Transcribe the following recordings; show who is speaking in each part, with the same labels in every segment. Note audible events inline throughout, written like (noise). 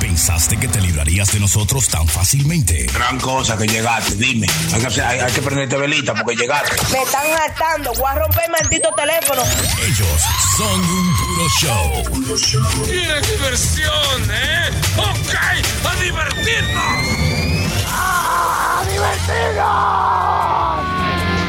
Speaker 1: pensaste que te librarías de nosotros tan fácilmente?
Speaker 2: Gran cosa que llegaste, dime. Hay que, hay, hay que prenderte velita porque llegaste.
Speaker 3: Me están hartando, voy a romper el maldito teléfono. (laughs)
Speaker 1: Ellos son un puro show.
Speaker 4: ¡Qué diversión, eh! ¡Ok! ¡A divertirnos!
Speaker 5: ¡Ah, divertirnos!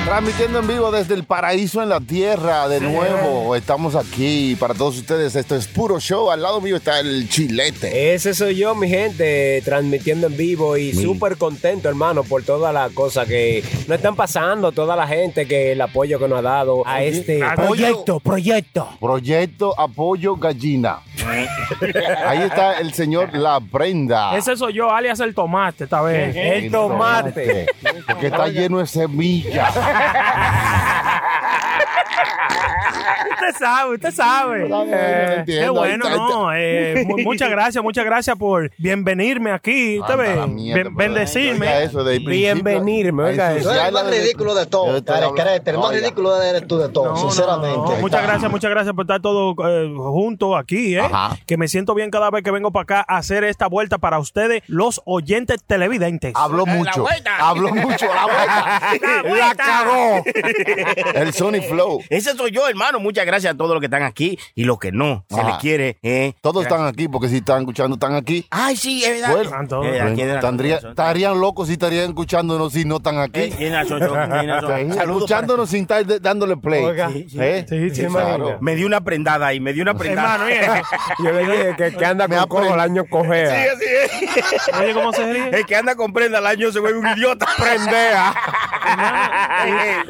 Speaker 5: Transmitiendo en vivo desde el paraíso en la tierra, de nuevo, estamos aquí para todos ustedes. Esto es puro show. Al lado mío está el chilete.
Speaker 6: Ese soy yo, mi gente, transmitiendo en vivo y súper contento, hermano, por todas las cosas que nos están pasando, toda la gente que el apoyo que nos ha dado a este
Speaker 7: proyecto, proyecto.
Speaker 5: Proyecto Apoyo
Speaker 7: (laughs)
Speaker 5: Gallina. Ahí está el señor La Prenda.
Speaker 7: Ese soy yo, alias el tomate, esta vez.
Speaker 6: el tomate.
Speaker 5: Porque está lleno de semillas.
Speaker 7: (laughs) Usted sabe, usted sabe.
Speaker 5: Está bien,
Speaker 7: Eh,
Speaker 5: yo entiendo.
Speaker 7: qué bueno,
Speaker 5: Ahí está, ahí
Speaker 7: ¿no? Eh, mu- muchas gracias, muchas gracias por bienvenirme aquí.
Speaker 8: Ah.
Speaker 7: Usted
Speaker 5: Anda
Speaker 7: ve,
Speaker 5: Ah, la mierda,
Speaker 7: ben-
Speaker 5: pero- Oiga
Speaker 7: bendecirme.
Speaker 5: eso, desde el
Speaker 6: Bienvenirme,
Speaker 5: principio,
Speaker 6: oiga
Speaker 5: a
Speaker 6: eso.
Speaker 9: Tú eres el
Speaker 5: ensuciarla
Speaker 9: más
Speaker 5: de-
Speaker 9: ridículo de
Speaker 5: Yo
Speaker 9: todo,
Speaker 5: estoy hablando-
Speaker 9: carecrete. El más
Speaker 5: Oiga.
Speaker 9: ridículo eres tú de todo,
Speaker 7: No, no, no.
Speaker 9: sinceramente.
Speaker 7: Muchas gracias, muchas gracias por estar todos eh, juntos aquí, ¿eh?
Speaker 5: Ajá.
Speaker 7: Que me siento bien cada vez que vengo para acá a hacer esta vuelta para ustedes, los oyentes televidentes.
Speaker 5: Habló mucho. Habló mucho. La vuelta. Eh, (laughs) La, cagó. (laughs) El Sony Flow.
Speaker 8: Ese soy yo, hermano. Muchas gracias a todos los que están aquí y los que no. Se
Speaker 5: Ajá.
Speaker 8: les quiere. eh.
Speaker 5: Todos están aquí porque si están escuchando, están aquí.
Speaker 8: Ay, sí, es verdad.
Speaker 5: Bueno,
Speaker 7: Están todos.
Speaker 8: Eh, aquí de la-
Speaker 5: tendría- estarían locos si estarían escuchándonos si no están aquí.
Speaker 8: Eh, tiene razón, yo- (laughs) tiene razón.
Speaker 5: Estarían
Speaker 8: Saludos para-
Speaker 5: escuchándonos sin estar de- dándole play.
Speaker 6: Oiga.
Speaker 5: Sí, sí. ¿Eh?
Speaker 7: Sí, sí,
Speaker 5: claro.
Speaker 8: Me dio una prendada ahí, me dio una prendada.
Speaker 7: Hermano, oye,
Speaker 6: Yo le dije que, que anda
Speaker 5: Me
Speaker 6: con cojo
Speaker 5: aprendí.
Speaker 6: el año cojea.
Speaker 8: Sí, así es.
Speaker 7: oye, ¿cómo se ríe?
Speaker 8: El que anda con prenda al año se vuelve un idiota. Prendea.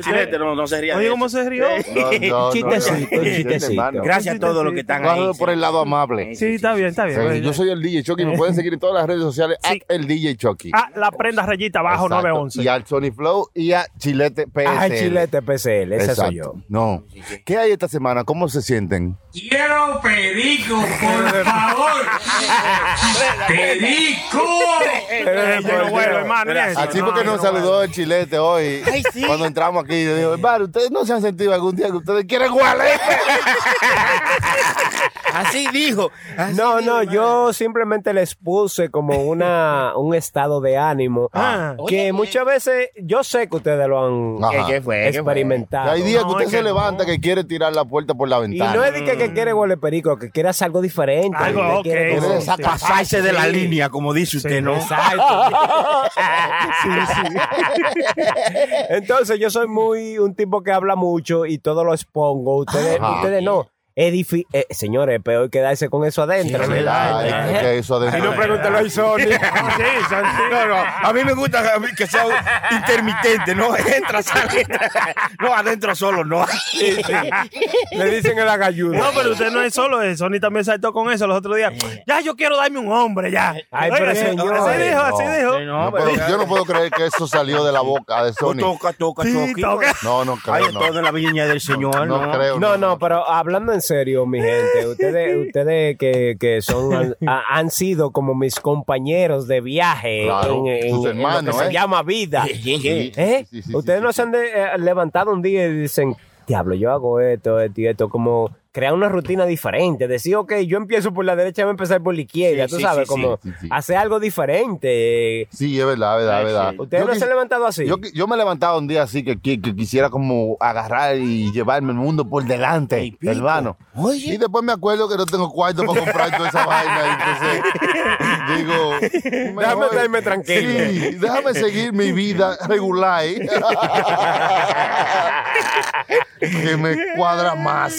Speaker 8: Chilete, no, no se ría. de
Speaker 7: Oye,
Speaker 8: eso.
Speaker 7: ¿cómo se rió?
Speaker 5: No, no,
Speaker 6: (laughs)
Speaker 5: no, no.
Speaker 6: Chistecito,
Speaker 5: Sí,
Speaker 6: chistecito.
Speaker 5: hermano.
Speaker 8: Gracias a todos los que están ahí.
Speaker 5: Cógelo por el lado amable.
Speaker 7: Sí, está bien, está bien.
Speaker 5: Sí, yo soy el DJ Chucky. Me pueden seguir en todas las redes sociales.
Speaker 7: Sí.
Speaker 5: at el DJ Chucky.
Speaker 7: Ah, la prenda rayita abajo,
Speaker 5: Exacto.
Speaker 7: 911.
Speaker 5: Y al Sony Flow y a Chilete PS.
Speaker 6: Ah, el chilete PCL, ese
Speaker 5: Exacto.
Speaker 6: soy yo.
Speaker 5: No. ¿Qué hay esta semana? ¿Cómo se sienten?
Speaker 4: Quiero perico, por favor. ¡Perico!
Speaker 7: Eh, yo no vuelo, hermano. mira eso.
Speaker 5: Así
Speaker 7: No,
Speaker 5: porque
Speaker 7: yo
Speaker 5: nos
Speaker 7: no vuelo.
Speaker 5: saludó el Chilete hoy.
Speaker 8: Ay, sí.
Speaker 5: Cuando entramos aquí, yo digo, hermano, ustedes no se han sentido algún día que ustedes quieren huele.
Speaker 8: Así dijo. Así
Speaker 6: No,
Speaker 8: dijo,
Speaker 6: no,
Speaker 8: hermano.
Speaker 6: yo simplemente les puse como una un estado de ánimo
Speaker 7: Ah.
Speaker 6: que muchas veces yo sé que ustedes lo han
Speaker 5: Ajá.
Speaker 8: ¿Qué, qué fue? ¿Qué fue?
Speaker 6: experimentado.
Speaker 5: Hay días
Speaker 7: No,
Speaker 5: que usted
Speaker 7: es
Speaker 5: se
Speaker 7: que
Speaker 5: levanta que quiere tirar la puerta por la
Speaker 6: Y
Speaker 5: ventana.
Speaker 6: no es de que, que quiere huele perico, que quieras algo diferente.
Speaker 7: Algo,
Speaker 6: que quiere
Speaker 7: ok.
Speaker 6: como-
Speaker 7: Sí.
Speaker 8: Pasarse de la
Speaker 7: Sí.
Speaker 8: línea, como dice usted, ¿no? (laughs)
Speaker 6: Exacto. (laughs) Entonces yo soy muy un tipo que habla mucho y todo lo expongo. Ustedes,
Speaker 5: Ajá.
Speaker 6: ustedes no. Edifi eh, señores, peor quedarse con eso adentro.
Speaker 5: Es verdad,
Speaker 6: ¿verdad?
Speaker 5: es que eso adentro.
Speaker 6: pregúntelo a Sony.
Speaker 7: Sí, son- sí.
Speaker 8: No, no, a mí me gusta a mí que sea un- intermitente, ¿no? Entra, sale, entra. No, adentro solo, no.
Speaker 6: Le dicen el agalludo.
Speaker 7: No, pero usted no es solo eso, ni también saltó con eso los otros días. Ya yo quiero darme un hombre, ya.
Speaker 6: Ay, pero señor,
Speaker 7: así dijo, así
Speaker 6: no.
Speaker 7: dijo.
Speaker 5: No puedo- yo no puedo creer que eso salió de la boca de
Speaker 8: O
Speaker 7: (laughs)
Speaker 5: Sony.
Speaker 8: toca, toca,
Speaker 7: Sí, toca.
Speaker 8: toca.
Speaker 5: No, no
Speaker 8: Hay
Speaker 5: creo,
Speaker 8: de
Speaker 5: no.
Speaker 8: todo en la viña del Señor,
Speaker 5: No
Speaker 8: ¿no?
Speaker 5: creo.
Speaker 6: No, no, pero hablando en serio, mi gente, ustedes, ustedes que, que son han, a- han sido como mis compañeros de viaje
Speaker 5: Claro,
Speaker 6: en, en-
Speaker 5: sus
Speaker 6: en lo
Speaker 5: hermanos,
Speaker 6: que
Speaker 5: ¿eh?
Speaker 6: se llama vida.
Speaker 5: Sí,
Speaker 6: (laughs) ¿Eh?
Speaker 5: sí, sí, sí,
Speaker 6: ustedes
Speaker 5: sí,
Speaker 6: no
Speaker 5: sí.
Speaker 6: se han de- eh, levantado un día y dicen, diablo, yo hago esto, esto y esto, como crear una rutina diferente, decir, ok, yo empiezo por la derecha, voy a empezar por la izquierda,
Speaker 8: Sí,
Speaker 6: tú
Speaker 8: sí,
Speaker 6: sabes,
Speaker 8: sí,
Speaker 6: como
Speaker 5: sí, sí, sí.
Speaker 6: hacer algo diferente.
Speaker 5: Sí, es verdad, es verdad, es verdad.
Speaker 6: ¿Ustedes
Speaker 5: Yo
Speaker 6: no se
Speaker 5: quis-
Speaker 6: han levantado así?
Speaker 5: Yo, qui- yo me levantaba un día así que, qui- que quisiera como agarrar y llevarme el mundo por delante,
Speaker 8: Ey, pico.
Speaker 5: hermano.
Speaker 8: Oye.
Speaker 5: Y después me acuerdo que no tengo cuarto para comprar toda esa
Speaker 6: (laughs)
Speaker 5: vaina. Entonces digo, mejor-
Speaker 6: estarme tranquilo.
Speaker 5: Sí, déjame seguir mi vida regular. ¿eh?
Speaker 6: (laughs)
Speaker 5: que me cuadra más.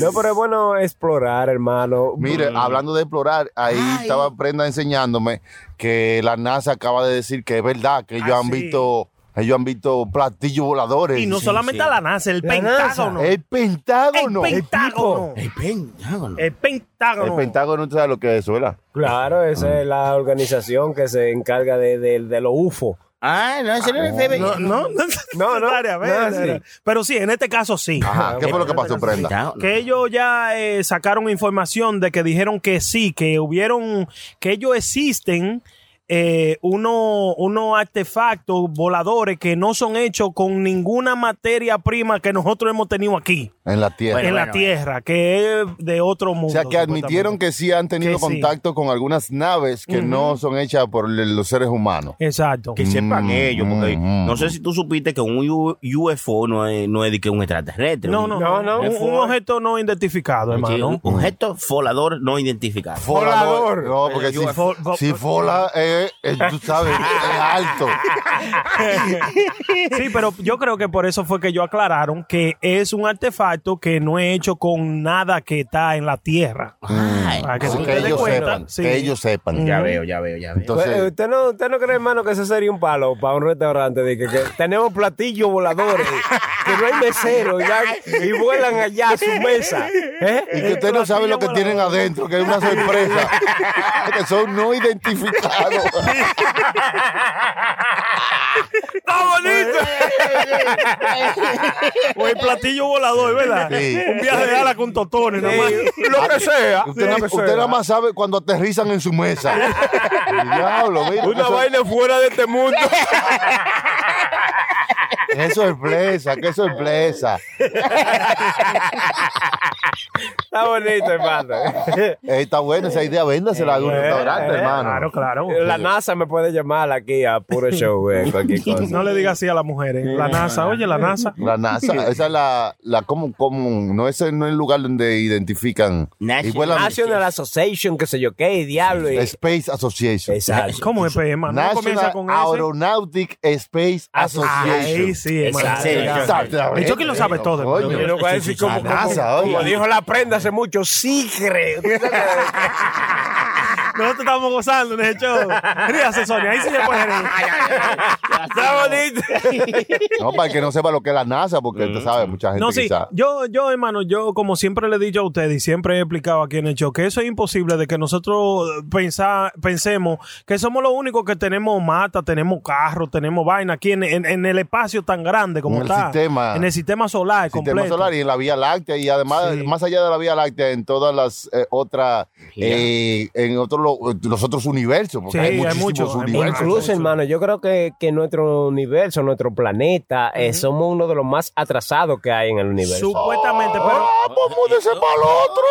Speaker 6: No, pero es bueno explorar, hermano.
Speaker 5: Mire, hablando de explorar, ahí estaba Prenda enseñándome que la NASA acaba de decir que es verdad que ellos
Speaker 7: Ah,
Speaker 5: han
Speaker 7: sí.
Speaker 5: visto, ellos han visto platillos voladores.
Speaker 7: Y no solamente a la NASA, el
Speaker 6: La
Speaker 7: Pentágono.
Speaker 5: El Pentágono.
Speaker 7: El Pentágono.
Speaker 8: El pentágono.
Speaker 7: El
Speaker 5: El
Speaker 7: Pentágono.
Speaker 5: Pentágono no sabe lo que es eso, ¿verdad?
Speaker 6: Claro,
Speaker 5: Mm.
Speaker 6: esa es la organización que se encarga de, de, de los UFO.
Speaker 8: Ah, no, ese no es el FBI.
Speaker 7: No, no,
Speaker 6: No, no,
Speaker 7: Área,
Speaker 6: no,
Speaker 7: ver,
Speaker 6: sí.
Speaker 7: ver. Pero sí, en este caso sí.
Speaker 5: Ajá, ¿qué fue lo que pasó, Prenda?
Speaker 8: Pentágono.
Speaker 7: Que ellos ya eh, sacaron información de que dijeron que sí, que hubieron, que ellos existen eh, uno- unos artefactos voladores que no son hechos con ninguna materia prima que nosotros hemos tenido aquí,
Speaker 5: En la tierra.
Speaker 7: en la Tierra, que es de otro mundo.
Speaker 5: O sea, que admitieron
Speaker 7: supuestamente.
Speaker 5: que sí han tenido
Speaker 7: Que sí.
Speaker 5: contacto con algunas naves que no son hechas por le- los seres humanos.
Speaker 7: Exacto.
Speaker 8: Que sepan
Speaker 5: Mm,
Speaker 8: ellos, porque
Speaker 5: mm,
Speaker 8: no
Speaker 5: mm.
Speaker 8: sé si tú supiste que un U- UFO no es, no es de que un extraterrestre.
Speaker 7: No,
Speaker 8: un-
Speaker 7: no, no.
Speaker 8: no.
Speaker 7: un, un objeto no identificado,
Speaker 8: sí, un
Speaker 7: hermano.
Speaker 8: objeto volador no identificado.
Speaker 5: Volador. No, porque si,
Speaker 7: Eh, fo- fo-
Speaker 5: si fola, eh, eh, tú sabes, es alto.
Speaker 7: Sí, pero yo creo que por eso fue que yo aclararon que es un artefacto que no es hecho con nada que está en la Tierra.
Speaker 8: Ay,
Speaker 7: Para
Speaker 5: Así
Speaker 7: se
Speaker 5: Ah, que
Speaker 7: den
Speaker 5: ellos
Speaker 7: cuenta,
Speaker 5: sepan,
Speaker 7: sí.
Speaker 5: que ellos sepan.
Speaker 8: ya veo, ya veo, ya veo.
Speaker 6: Eh,
Speaker 5: Entonces,
Speaker 6: ¿Usted no, ¿Usted no cree, hermano, que eso sería un palo para un restaurante? De que, que tenemos platillos voladores, que no hay mesero, ya, y vuelan allá a su mesa. ¿eh?
Speaker 5: y que usted no sabe lo que tienen adentro, que es una sorpresa. (laughs) que son no identificados.
Speaker 7: O el platillo volador, ¿verdad?
Speaker 5: Sí.
Speaker 7: Un viaje de ala con totones, nada más.
Speaker 6: Lo que sea.
Speaker 5: Usted,
Speaker 6: lo
Speaker 5: na-
Speaker 6: que sea.
Speaker 5: usted nada más sabe cuando aterrizan en su mesa. Diablo, mira.
Speaker 6: Una
Speaker 5: eso-
Speaker 6: vaina fuera de este mundo.
Speaker 5: Qué sorpresa, qué sorpresa.
Speaker 6: Está bonito, hermano.
Speaker 5: Eh, Está buena esa idea, véndasela a algún
Speaker 7: Eh,
Speaker 5: restaurante,
Speaker 7: eh,
Speaker 5: hermano.
Speaker 7: Claro, claro.
Speaker 6: La NASA me puede llamar aquí a puro
Speaker 5: (laughs)
Speaker 6: show, eh, cualquier cosa.
Speaker 7: No le diga así a las mujeres. La NASA, oye, la NASA.
Speaker 5: La NASA, esa es la, la como, como, no ese no es el lugar donde identifican.
Speaker 8: National-
Speaker 5: Y vuelan-
Speaker 6: National Association, qué sé yo qué, diablo. y-
Speaker 5: Space Association.
Speaker 6: Exacto.
Speaker 7: ¿Cómo es PM? No comienza
Speaker 5: National
Speaker 7: con eso.
Speaker 5: Aeronautic Space Association.
Speaker 7: Ahí sí, hermano.
Speaker 8: Exacto.
Speaker 7: El Chucky lo sabe todo,
Speaker 5: Coño.
Speaker 7: hermano.
Speaker 6: Yo no voy a decir como,
Speaker 5: La
Speaker 6: como-
Speaker 5: NASA,
Speaker 6: como
Speaker 5: oye.
Speaker 6: dijo la prenda hace mucho, sigre.
Speaker 7: Nosotros estamos gozando en ese show. Ríase, Sonia. Ahí sí se puede reír.
Speaker 6: Está bonito.
Speaker 5: No, para el que no sepa lo que es la NASA, porque usted sabe, mucha gente
Speaker 7: No, sí.
Speaker 5: quizá.
Speaker 7: Yo, yo, hermano, yo como siempre le he dicho a ustedes y siempre he explicado aquí en el show que eso es imposible de que nosotros eh, pensar, pensemos que somos los únicos que tenemos mata, tenemos carro, tenemos vaina aquí en, en- en el espacio tan grande como
Speaker 5: En el
Speaker 7: está.
Speaker 5: sistema.
Speaker 7: en el sistema solar
Speaker 5: sistema
Speaker 7: completo.
Speaker 5: solar y en la Vía Láctea y además
Speaker 7: Sí.
Speaker 5: más allá de la Vía Láctea en todas las eh, otras eh, en otros lo- los otros universos
Speaker 7: Sí,
Speaker 5: porque hay
Speaker 7: hay
Speaker 5: muchísimos
Speaker 7: muchos, hay
Speaker 5: universos
Speaker 6: Incluso, hermano, yo creo que, que nuestro universo, nuestro planeta, eh, somos uno de los más atrasados que hay en el universo.
Speaker 7: Supuestamente, pero
Speaker 5: vamos ah, pues, múdese para el otro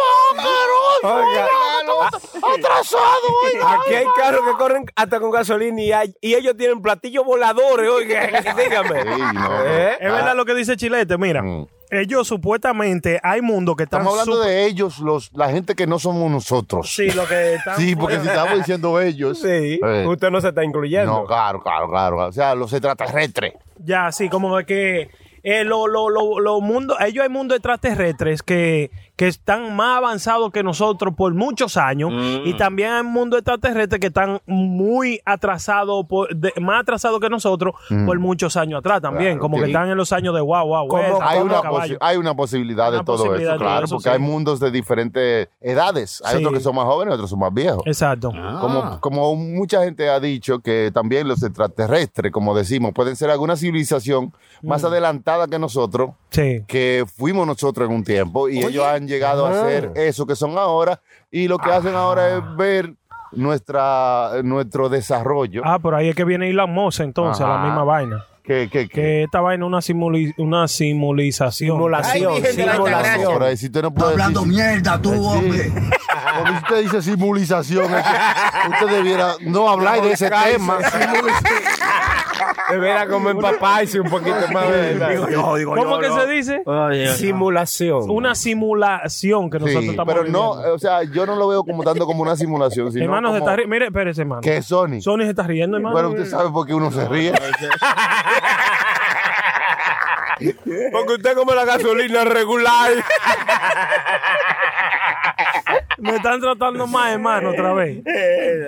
Speaker 5: ah,
Speaker 6: Oiga.
Speaker 5: caroso, ah, atrasado oiga.
Speaker 6: Aquí hay carros que corren hasta con gasolina y, hay- y ellos tienen platillos voladores, oiga, (laughs) dígame.
Speaker 5: Sí, no.
Speaker 6: ¿Eh?
Speaker 7: es verdad lo que dice Chilete. Mira,
Speaker 5: Mm.
Speaker 7: ellos supuestamente hay mundos que están.
Speaker 5: estamos hablando
Speaker 7: sup-
Speaker 5: de ellos los la gente que no somos nosotros
Speaker 7: Sí, lo que están.
Speaker 5: Sí, porque si estamos diciendo
Speaker 7: (laughs)
Speaker 5: ellos
Speaker 6: Sí,
Speaker 5: eh,
Speaker 6: usted no se está incluyendo.
Speaker 5: no claro claro claro o sea los extraterrestres
Speaker 7: Ya, sí, como de que eh, lo, lo, lo, lo mundo, ellos hay mundos extraterrestres que, que están más avanzados que nosotros por muchos años
Speaker 8: Mm.
Speaker 7: y también hay mundos extraterrestres que están muy atrasados, por- de- más atrasados que nosotros
Speaker 5: Mm.
Speaker 7: por muchos años atrás también,
Speaker 5: Claro,
Speaker 7: como que
Speaker 5: sí.
Speaker 7: están en los años de wow, wow,
Speaker 6: Como-
Speaker 7: wow,
Speaker 5: hay
Speaker 7: wow,
Speaker 5: una,
Speaker 7: caballo.
Speaker 5: posi- Ah. hay una posibilidad
Speaker 7: Una
Speaker 5: de todo
Speaker 7: posibilidad
Speaker 5: eso,
Speaker 7: de
Speaker 5: claro,
Speaker 7: eso,
Speaker 5: porque
Speaker 7: sí.
Speaker 5: hay mundos de diferentes edades. Hay
Speaker 7: Sí. Eh, ah.
Speaker 5: otros que son más jóvenes, otros son más viejos.
Speaker 7: Exacto.
Speaker 8: Ah.
Speaker 5: Como, como mucha gente ha dicho que también los extraterrestres, como decimos, pueden ser alguna civilización más
Speaker 7: Mm.
Speaker 5: adelantada que nosotros,
Speaker 7: Sí.
Speaker 5: que fuimos nosotros en un tiempo y ellos han llegado
Speaker 7: Ah.
Speaker 5: a ser eso que son ahora y lo que hacen ahora es ver nuestra nuestro desarrollo
Speaker 7: Ah, por ahí es que viene Elon Musk entonces, a la
Speaker 5: Ajá.
Speaker 7: misma vaina.
Speaker 5: que, que,
Speaker 7: Que esta vaina es una, simuli- una simulización.
Speaker 6: Simulación,
Speaker 8: Ay, Virgen de la
Speaker 6: simulación.
Speaker 8: Altagracia.
Speaker 5: No, pero si usted no puede
Speaker 1: hablando
Speaker 5: decir- Eh,
Speaker 1: mierda, tú,
Speaker 5: Sí.
Speaker 1: hombre.
Speaker 5: Porque si usted dice simulización, es que usted debiera no hablar de ese tema.
Speaker 6: De veras como empaparse un poquito más. de-
Speaker 8: Digo yo, digo yo,
Speaker 7: ¿Cómo que
Speaker 8: no.
Speaker 7: se dice?
Speaker 8: Ay, Dios.
Speaker 6: Simulación.
Speaker 7: Una simulación que nosotros
Speaker 5: Sí,
Speaker 7: estamos
Speaker 5: pero no,
Speaker 7: viviendo.
Speaker 5: o sea, yo no lo veo como tanto como una simulación, sino
Speaker 7: hermano, se
Speaker 5: como
Speaker 7: está riendo. Mire, espérese, hermano.
Speaker 5: que es Sony.
Speaker 7: Sony se está riendo, hermano.
Speaker 5: Bueno, usted sabe por qué uno se
Speaker 7: (laughs)
Speaker 5: ríe.
Speaker 6: Porque usted come la gasolina regular.
Speaker 7: Me están tratando mal, hermano, otra vez.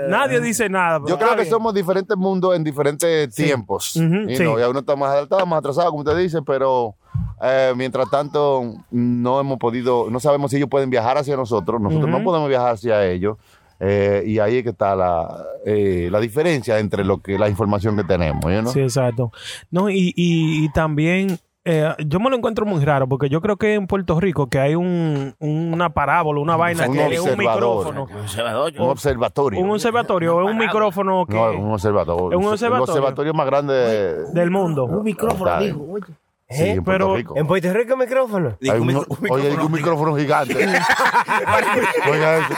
Speaker 7: Nadie dice nada. pero
Speaker 5: Yo creo
Speaker 7: está
Speaker 5: que
Speaker 7: bien.
Speaker 5: somos diferentes mundos en diferentes tiempos.
Speaker 7: Ujú,
Speaker 5: y
Speaker 7: sí.
Speaker 5: no, ya uno está más adelantado, más atrasado, como usted dice, pero eh, mientras tanto no hemos podido, no sabemos si ellos pueden viajar hacia nosotros, nosotros no podemos viajar hacia ellos. eh, y ahí es que está la, eh, la diferencia entre lo que la información que tenemos, ¿you know?
Speaker 7: Sí, exacto. No, y, y, y también eh, yo me lo encuentro muy raro porque yo creo que en Puerto Rico que hay un, una parábola, una vaina,
Speaker 5: Un
Speaker 7: que es un
Speaker 5: observador.
Speaker 7: micrófono.
Speaker 8: Un observador, yo-
Speaker 5: Un observatorio.
Speaker 7: Un observatorio, es un micrófono que,
Speaker 5: no, un observador.
Speaker 7: ¿Un observatorio?
Speaker 5: El observatorio más grande de
Speaker 7: del mundo.
Speaker 9: Un micrófono,
Speaker 5: Está bien.
Speaker 9: dijo. Oye.
Speaker 5: sí,
Speaker 7: Eh,
Speaker 5: en Puerto
Speaker 7: pero
Speaker 5: Rico.
Speaker 6: En Puerto Rico el micrófono.
Speaker 5: Hay un- oye, digo, un micrófono gigante. Oiga eso.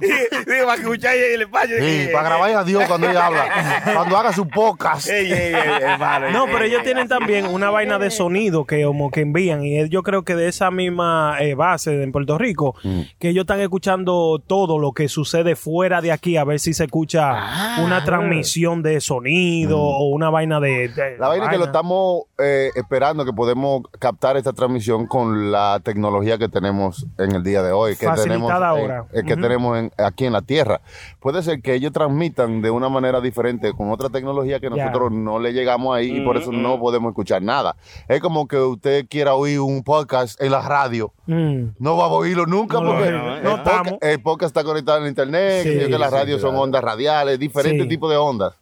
Speaker 8: Digo, para escuchar el espacio.
Speaker 5: Sí, para grabar a Dios cuando ella habla. Cuando haga sus pocas.
Speaker 8: Ey, ey, ey, hermano,
Speaker 7: No,
Speaker 8: ey,
Speaker 7: pero
Speaker 8: ey,
Speaker 7: ellos
Speaker 8: ey.
Speaker 7: tienen también una vaina de sonido que como que envían y es- yo creo que de esa misma eh, base de- en Puerto Rico que ellos están escuchando todo lo que sucede fuera de aquí a ver si se escucha una transmisión de sonido o una vaina de, de-
Speaker 5: La vaina es que lo estamos eh, esperando que podemos captar esta transmisión con la tecnología que tenemos en el día de hoy, que tenemos,
Speaker 7: Facilitada
Speaker 5: en-
Speaker 7: ahora.
Speaker 5: eh, que
Speaker 7: Ujú.
Speaker 5: tenemos en- aquí en la Tierra. Puede ser que ellos transmitan de una manera diferente con otra tecnología que
Speaker 7: Ya.
Speaker 5: nosotros no le llegamos ahí y por eso no podemos escuchar nada. Es como que usted quiera oír un podcast en la radio.
Speaker 7: Mm.
Speaker 5: No vamos a oírlo nunca
Speaker 7: No lo
Speaker 5: porque
Speaker 7: oímos, ¿eh?
Speaker 5: el,
Speaker 7: No
Speaker 5: podcast-
Speaker 7: estamos.
Speaker 5: el podcast está conectado al internet,
Speaker 7: Sí,
Speaker 5: que yo que las
Speaker 7: sí,
Speaker 5: radios son ondas radiales, diferentes
Speaker 7: Sí.
Speaker 5: tipos de ondas.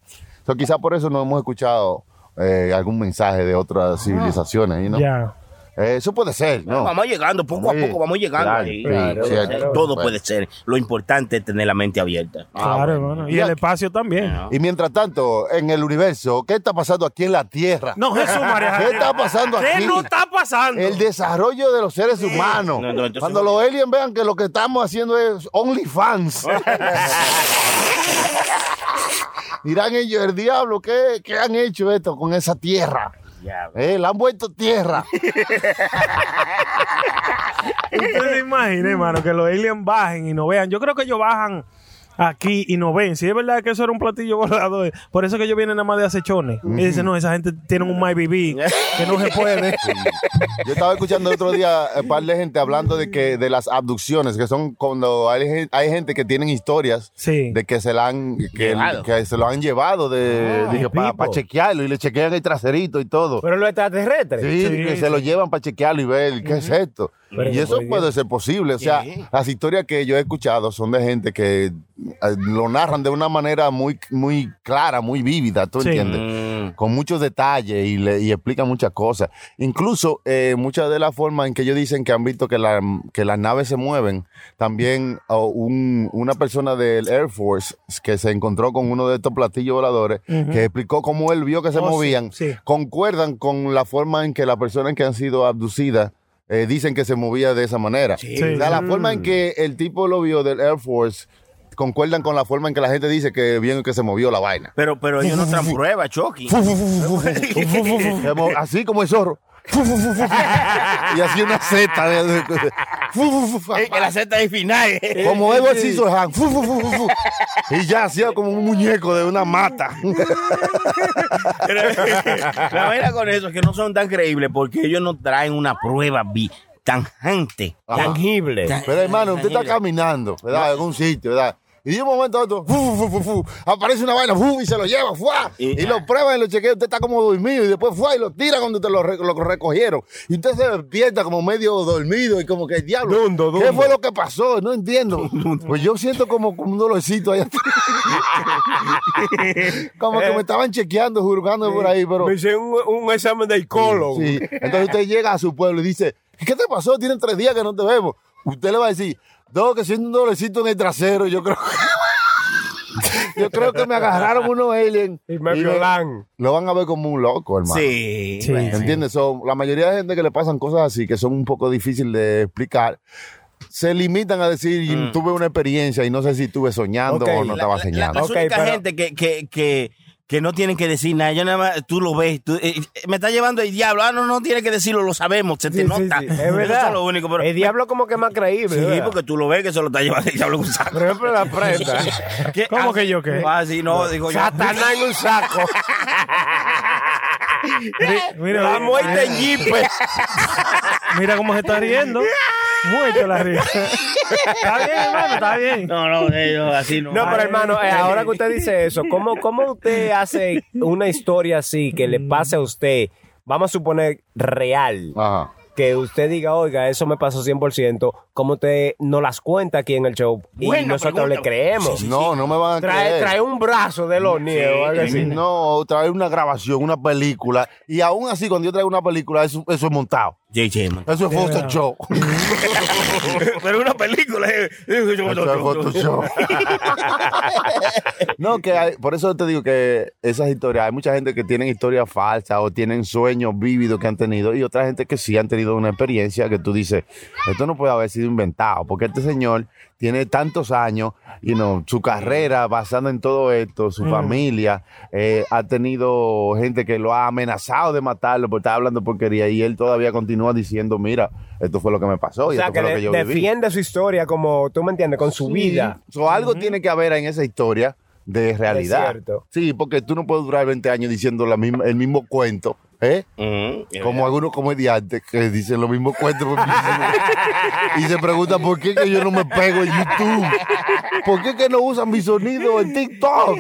Speaker 5: So, quizás por eso no hemos escuchado eh, algún mensaje de otras civilizaciones. ¿no?
Speaker 7: Ya.
Speaker 5: Eh, eso puede ser, ¿no?
Speaker 8: Vamos llegando, poco
Speaker 5: Sí,
Speaker 8: a poco vamos llegando
Speaker 5: claro,
Speaker 8: ahí.
Speaker 5: sí, cierto.
Speaker 8: Eh, Todo
Speaker 5: Bueno.
Speaker 8: puede ser. Lo importante es tener la mente abierta.
Speaker 5: Ah,
Speaker 7: claro, hermano. Y
Speaker 5: Ya.
Speaker 7: el espacio también.
Speaker 5: Y mientras tanto, en el universo, ¿qué está pasando aquí en la Tierra?
Speaker 7: No, Jesús María.
Speaker 5: ¿Qué está pasando
Speaker 7: ¿Qué
Speaker 5: aquí?
Speaker 7: no está pasando?
Speaker 5: El desarrollo de los seres humanos.
Speaker 8: No, no, entonces-
Speaker 5: Cuando los aliens vean que lo que estamos haciendo es
Speaker 8: (laughs)
Speaker 5: OnlyFans. Dirán ellos, el diablo, ¿qué, qué han hecho esto con esa tierra?
Speaker 8: Diablo.
Speaker 5: Eh, la han vuelto tierra.
Speaker 7: (laughs) Ustedes se imaginan, hermano, que los aliens bajen y no vean. Yo creo que ellos bajan aquí y no ven. Si es verdad que eso era un platillo volador, por eso que ellos vienen nada más de acechones. Y dicen, no, esa gente tiene un my BB que no se puede.
Speaker 5: Yo estaba escuchando el otro día un par de gente hablando de que de las abducciones, que son cuando hay, gen- hay gente que tienen historias
Speaker 7: Sí.
Speaker 5: de que se la han que,
Speaker 8: Llevado.
Speaker 5: que se lo han llevado de
Speaker 6: Ah,
Speaker 5: para
Speaker 6: tipo.
Speaker 5: chequearlo y le chequean el traserito y todo.
Speaker 6: Pero los extraterrestres.
Speaker 5: Sí,
Speaker 7: Sí,
Speaker 5: que
Speaker 7: sí.
Speaker 5: se lo llevan para chequearlo y ver qué es esto.
Speaker 6: Pero
Speaker 5: y
Speaker 6: no
Speaker 5: eso
Speaker 6: puede
Speaker 5: puede ser posible. O sea, las historias que yo he escuchado son de gente que eh, lo narran de una manera muy, muy clara, muy vívida, ¿tú
Speaker 7: Sí.
Speaker 5: entiendes? Con muchos detalles y, le, y explican muchas cosas. Incluso eh, muchas de las formas en que ellos dicen que han visto que, la- que las naves se mueven, también oh, un- una persona del Air Force que se encontró con uno de estos platillos voladores, que explicó cómo él vio que se
Speaker 7: Oh, sí,
Speaker 5: movían,
Speaker 7: sí.
Speaker 5: concuerdan con la forma en que las personas que han sido abducidas eh, dicen que se movía de esa manera. O sea, la forma en que el tipo lo vio del Air Force concuerdan con la forma en que la gente dice que vieron que se movió la vaina.
Speaker 8: Pero, pero ellos no traen pruebas, Chucky.
Speaker 5: Se mo- así como el zorro. y así una seta. de- de- de-
Speaker 8: Ey, que la Z es final. (laughs) eh.
Speaker 5: (laughs) como Edward Scissorhands. (laughs) Fu, fu, fu, fu, fu. Y ya hacía como un muñeco de una mata.
Speaker 8: la verdad con eso es que no son tan creíbles porque ellos no traen una prueba vi- tangente.
Speaker 6: Tangible.
Speaker 5: Pero hermano, usted está caminando, ¿verdad? En algún sitio, ¿verdad? Y de un momento a otro, fu, fu, fu, fu, aparece una vaina, fu, y se lo lleva, ¡fua! Y,
Speaker 8: Y-
Speaker 5: lo prueban y lo chequean, usted está como dormido, y después ¡fua! y lo tira cuando te lo, re- lo recogieron. Y usted se despierta como medio dormido y como que el diablo.
Speaker 6: Dundo,
Speaker 5: ¿Qué
Speaker 6: dundo.
Speaker 5: fue lo que pasó? No
Speaker 6: (laughs)
Speaker 5: entiendo. Pues yo siento como un dolorcito ahí atrás. como
Speaker 6: Eh.
Speaker 5: que me estaban chequeando, juzgando por ahí, pero.
Speaker 6: Me hice un, un examen del colon.
Speaker 5: Sí. Entonces usted llega a su pueblo y dice, ¿qué te pasó? Tienen tres días que no te vemos. Usted le va a decir, no, que siento un dolecito en el trasero, yo creo que... (laughs) Yo creo que me agarraron unos aliens.
Speaker 6: Y me
Speaker 5: lo-
Speaker 6: violan.
Speaker 5: Lo van a ver como un loco, hermano.
Speaker 8: Sí.
Speaker 7: Sí.
Speaker 5: ¿Entiendes? So, la mayoría de gente que le pasan cosas así, que son un poco difíciles de explicar, se limitan a decir, tuve una experiencia y no sé si estuve soñando
Speaker 6: Ok,
Speaker 5: o no
Speaker 8: Mm. La-
Speaker 5: estaba
Speaker 8: la-
Speaker 5: soñando.
Speaker 8: Las
Speaker 6: Ok,
Speaker 8: únicas
Speaker 6: pero-
Speaker 8: gente que, que, que, que no tienen que decir nada, yo nada más, tú lo ves, tú, eh, eh, me está llevando el diablo, ah, no, no tiene que decirlo, lo sabemos, se
Speaker 6: Sí,
Speaker 8: te
Speaker 6: sí,
Speaker 8: nota.
Speaker 6: sí.
Speaker 8: Eso
Speaker 6: Es verdad.
Speaker 8: es lo único, pero...
Speaker 6: el diablo como que es más creíble.
Speaker 8: Sí,
Speaker 6: ¿verdad?
Speaker 8: porque tú lo ves que se lo está llevando el diablo en un saco.
Speaker 6: (laughs) Por ejemplo, la prenda.
Speaker 8: ¿Qué?
Speaker 7: ¿Cómo
Speaker 8: Ah,
Speaker 7: que yo qué?
Speaker 8: Ah, sí, no, digo yo.
Speaker 6: Satanás en un saco.
Speaker 7: Mira,
Speaker 6: la
Speaker 7: mira,
Speaker 6: muerte en jipe.
Speaker 7: mira cómo se está riendo. Muerto la risa. (laughs) está bien, hermano, está bien.
Speaker 8: No, no, eh, no, así no.
Speaker 6: No, pero
Speaker 8: Ay,
Speaker 6: hermano, eh, ahora que usted dice eso, ¿cómo, ¿cómo usted hace una historia así que le pase a usted, vamos a suponer, real?
Speaker 5: Ajá.
Speaker 6: que usted diga, oiga, eso me pasó 100%, ¿cómo te no las cuenta aquí en el show? Y
Speaker 8: Buena
Speaker 6: nosotros
Speaker 8: pregunta.
Speaker 6: le creemos.
Speaker 5: No, no me van a
Speaker 6: Trae,
Speaker 5: creer.
Speaker 6: trae un brazo de los o algo así.
Speaker 5: No, trae una grabación, una película. Y aún así, cuando yo traigo una película, eso, eso es montado.
Speaker 8: JJ, man.
Speaker 5: Eso es Photoshop.
Speaker 8: (laughs) Pero una película. eh.
Speaker 5: Eso es
Speaker 8: (laughs)
Speaker 5: Photoshop. (laughs) no, que hay- por eso te digo que esas historias, hay mucha gente que tienen historias falsas o tienen sueños vívidos que han tenido y otra gente que sí han tenido una experiencia que tú dices, esto no puede haber sido inventado, porque este señor tiene tantos años y no, su carrera basada en todo esto,
Speaker 6: Mm.
Speaker 5: su familia, eh, ha tenido gente que lo ha amenazado de matarlo porque está hablando porquería y él todavía continúa diciendo, mira, esto fue lo que me pasó
Speaker 6: O
Speaker 5: y
Speaker 6: sea,
Speaker 5: esto fue
Speaker 6: que
Speaker 5: lo
Speaker 6: de-
Speaker 5: que yo viví.
Speaker 6: defiende su historia como, tú me entiendes, con su vida.
Speaker 5: So, algo tiene que haber en esa historia de realidad.
Speaker 6: cierto.
Speaker 5: Sí, porque tú no puedes durar 20 años diciendo la misma, el mismo cuento, ¿eh? Como algunos comediantes que dicen los mismos cuentos por muchísimo- y se preguntan por qué que yo no me pego en YouTube. ¿Por qué que no usan mi sonido en TikTok?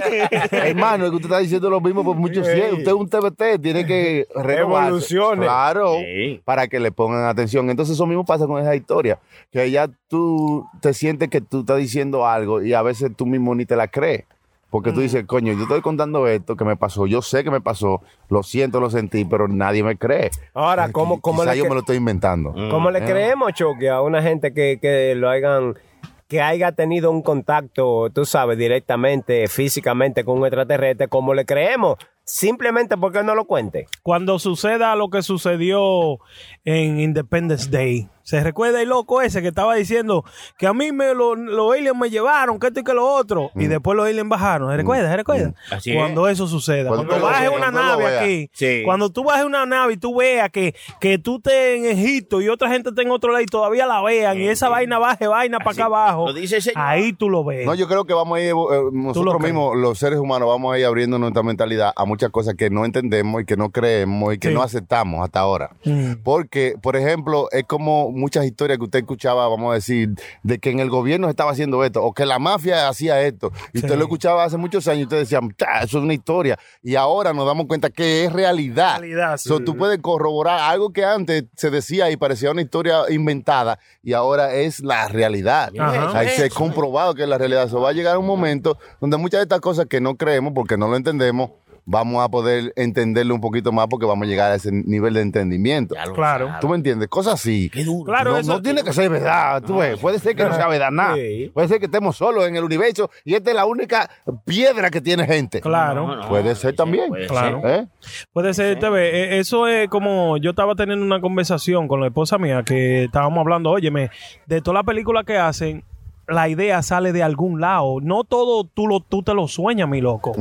Speaker 5: Hermano, es que usted está diciendo lo mismo por muchos
Speaker 6: Ey.
Speaker 5: años. Usted es un TBT, tiene que renovarse.
Speaker 6: Evolucione.
Speaker 5: Claro,
Speaker 8: Ey.
Speaker 5: para que le pongan atención. Entonces eso mismo pasa con esa historia, que ya tú te sientes que tú estás diciendo algo y a veces tú mismo ni te la crees. Porque tú dices, coño, yo estoy contando esto que me pasó, yo sé que me pasó, lo siento, lo sentí, pero nadie me cree.
Speaker 6: Ahora, ¿cómo, cómo,
Speaker 5: Quizá
Speaker 6: le,
Speaker 5: yo
Speaker 6: cre-
Speaker 5: me lo estoy inventando.
Speaker 6: cómo le
Speaker 5: Eh.
Speaker 6: creemos, Choque, a una gente que, que lo hagan que haya tenido un contacto, tú sabes, directamente, físicamente con un extraterrestre, ¿cómo le creemos? Simplemente porque no lo cuente.
Speaker 7: Cuando suceda lo que sucedió en Independence Day. ¿Se recuerda el loco ese que estaba diciendo que a mí me lo- los aliens me llevaron, que esto y que lo otro? Y después los aliens bajaron. ¿Se recuerda? ¿Se recuerda?
Speaker 8: Mm. Así es.
Speaker 7: cuando eso suceda.
Speaker 5: Cuando
Speaker 7: Cuando,
Speaker 5: lo
Speaker 7: bajes
Speaker 5: vea,
Speaker 7: una
Speaker 5: cuando lo
Speaker 7: nave
Speaker 5: vea.
Speaker 7: aquí.
Speaker 8: Sí.
Speaker 7: Cuando tú bajes una nave y tú veas que, que tú estés en Egipto y otra gente está en otro lado y todavía la vean y esa vaina baje vaina para
Speaker 8: Eh, Así
Speaker 7: acá abajo.
Speaker 8: lo dice el Señor.
Speaker 6: Ah,
Speaker 7: Ahí tú lo ves.
Speaker 5: No, yo creo que vamos a ir, eh,
Speaker 7: lo
Speaker 5: nosotros
Speaker 7: crees.
Speaker 5: mismos, los seres humanos, vamos a ir abriendo nuestra mentalidad a muchas cosas que no entendemos y que no creemos y que
Speaker 7: Sí. Mm.
Speaker 5: no aceptamos hasta ahora. Porque, por ejemplo, es como muchas historias que usted escuchaba, vamos a decir, de que en el gobierno se estaba haciendo esto o que la mafia hacía esto. Y usted lo escuchaba hace muchos años y usted decía, "Ta, eso es una historia. Y ahora nos damos cuenta que es realidad.
Speaker 7: Realidad, sí.
Speaker 5: So, tú puedes corroborar algo que antes se decía y parecía una historia inventada y ahora es la realidad.
Speaker 7: Ajá.
Speaker 5: Ahí se ha comprobado que es la realidad. So, va a llegar un momento donde muchas de estas cosas que no creemos porque no lo entendemos, vamos a poder entenderlo un poquito más porque vamos a llegar a ese nivel de entendimiento.
Speaker 7: Claro.
Speaker 5: ¿Tú me entiendes? Cosas así.
Speaker 7: Claro,
Speaker 5: no,
Speaker 7: eso-
Speaker 5: no tiene que ser verdad, tú ves. Puede ser que no sea verdad nada.
Speaker 6: Sí.
Speaker 5: Puede ser que estemos solos en el universo y esta es la única piedra que tiene gente.
Speaker 7: Claro.
Speaker 5: Puede ser también.
Speaker 7: Claro.
Speaker 5: ¿Eh?
Speaker 7: Puede ser, te ve, eh, Eso es como yo estaba teniendo una conversación con la esposa mía que estábamos hablando, óyeme, de toda la película que hacen, la idea sale de algún lado. No todo tú, lo, tú te lo sueñas, mi loco.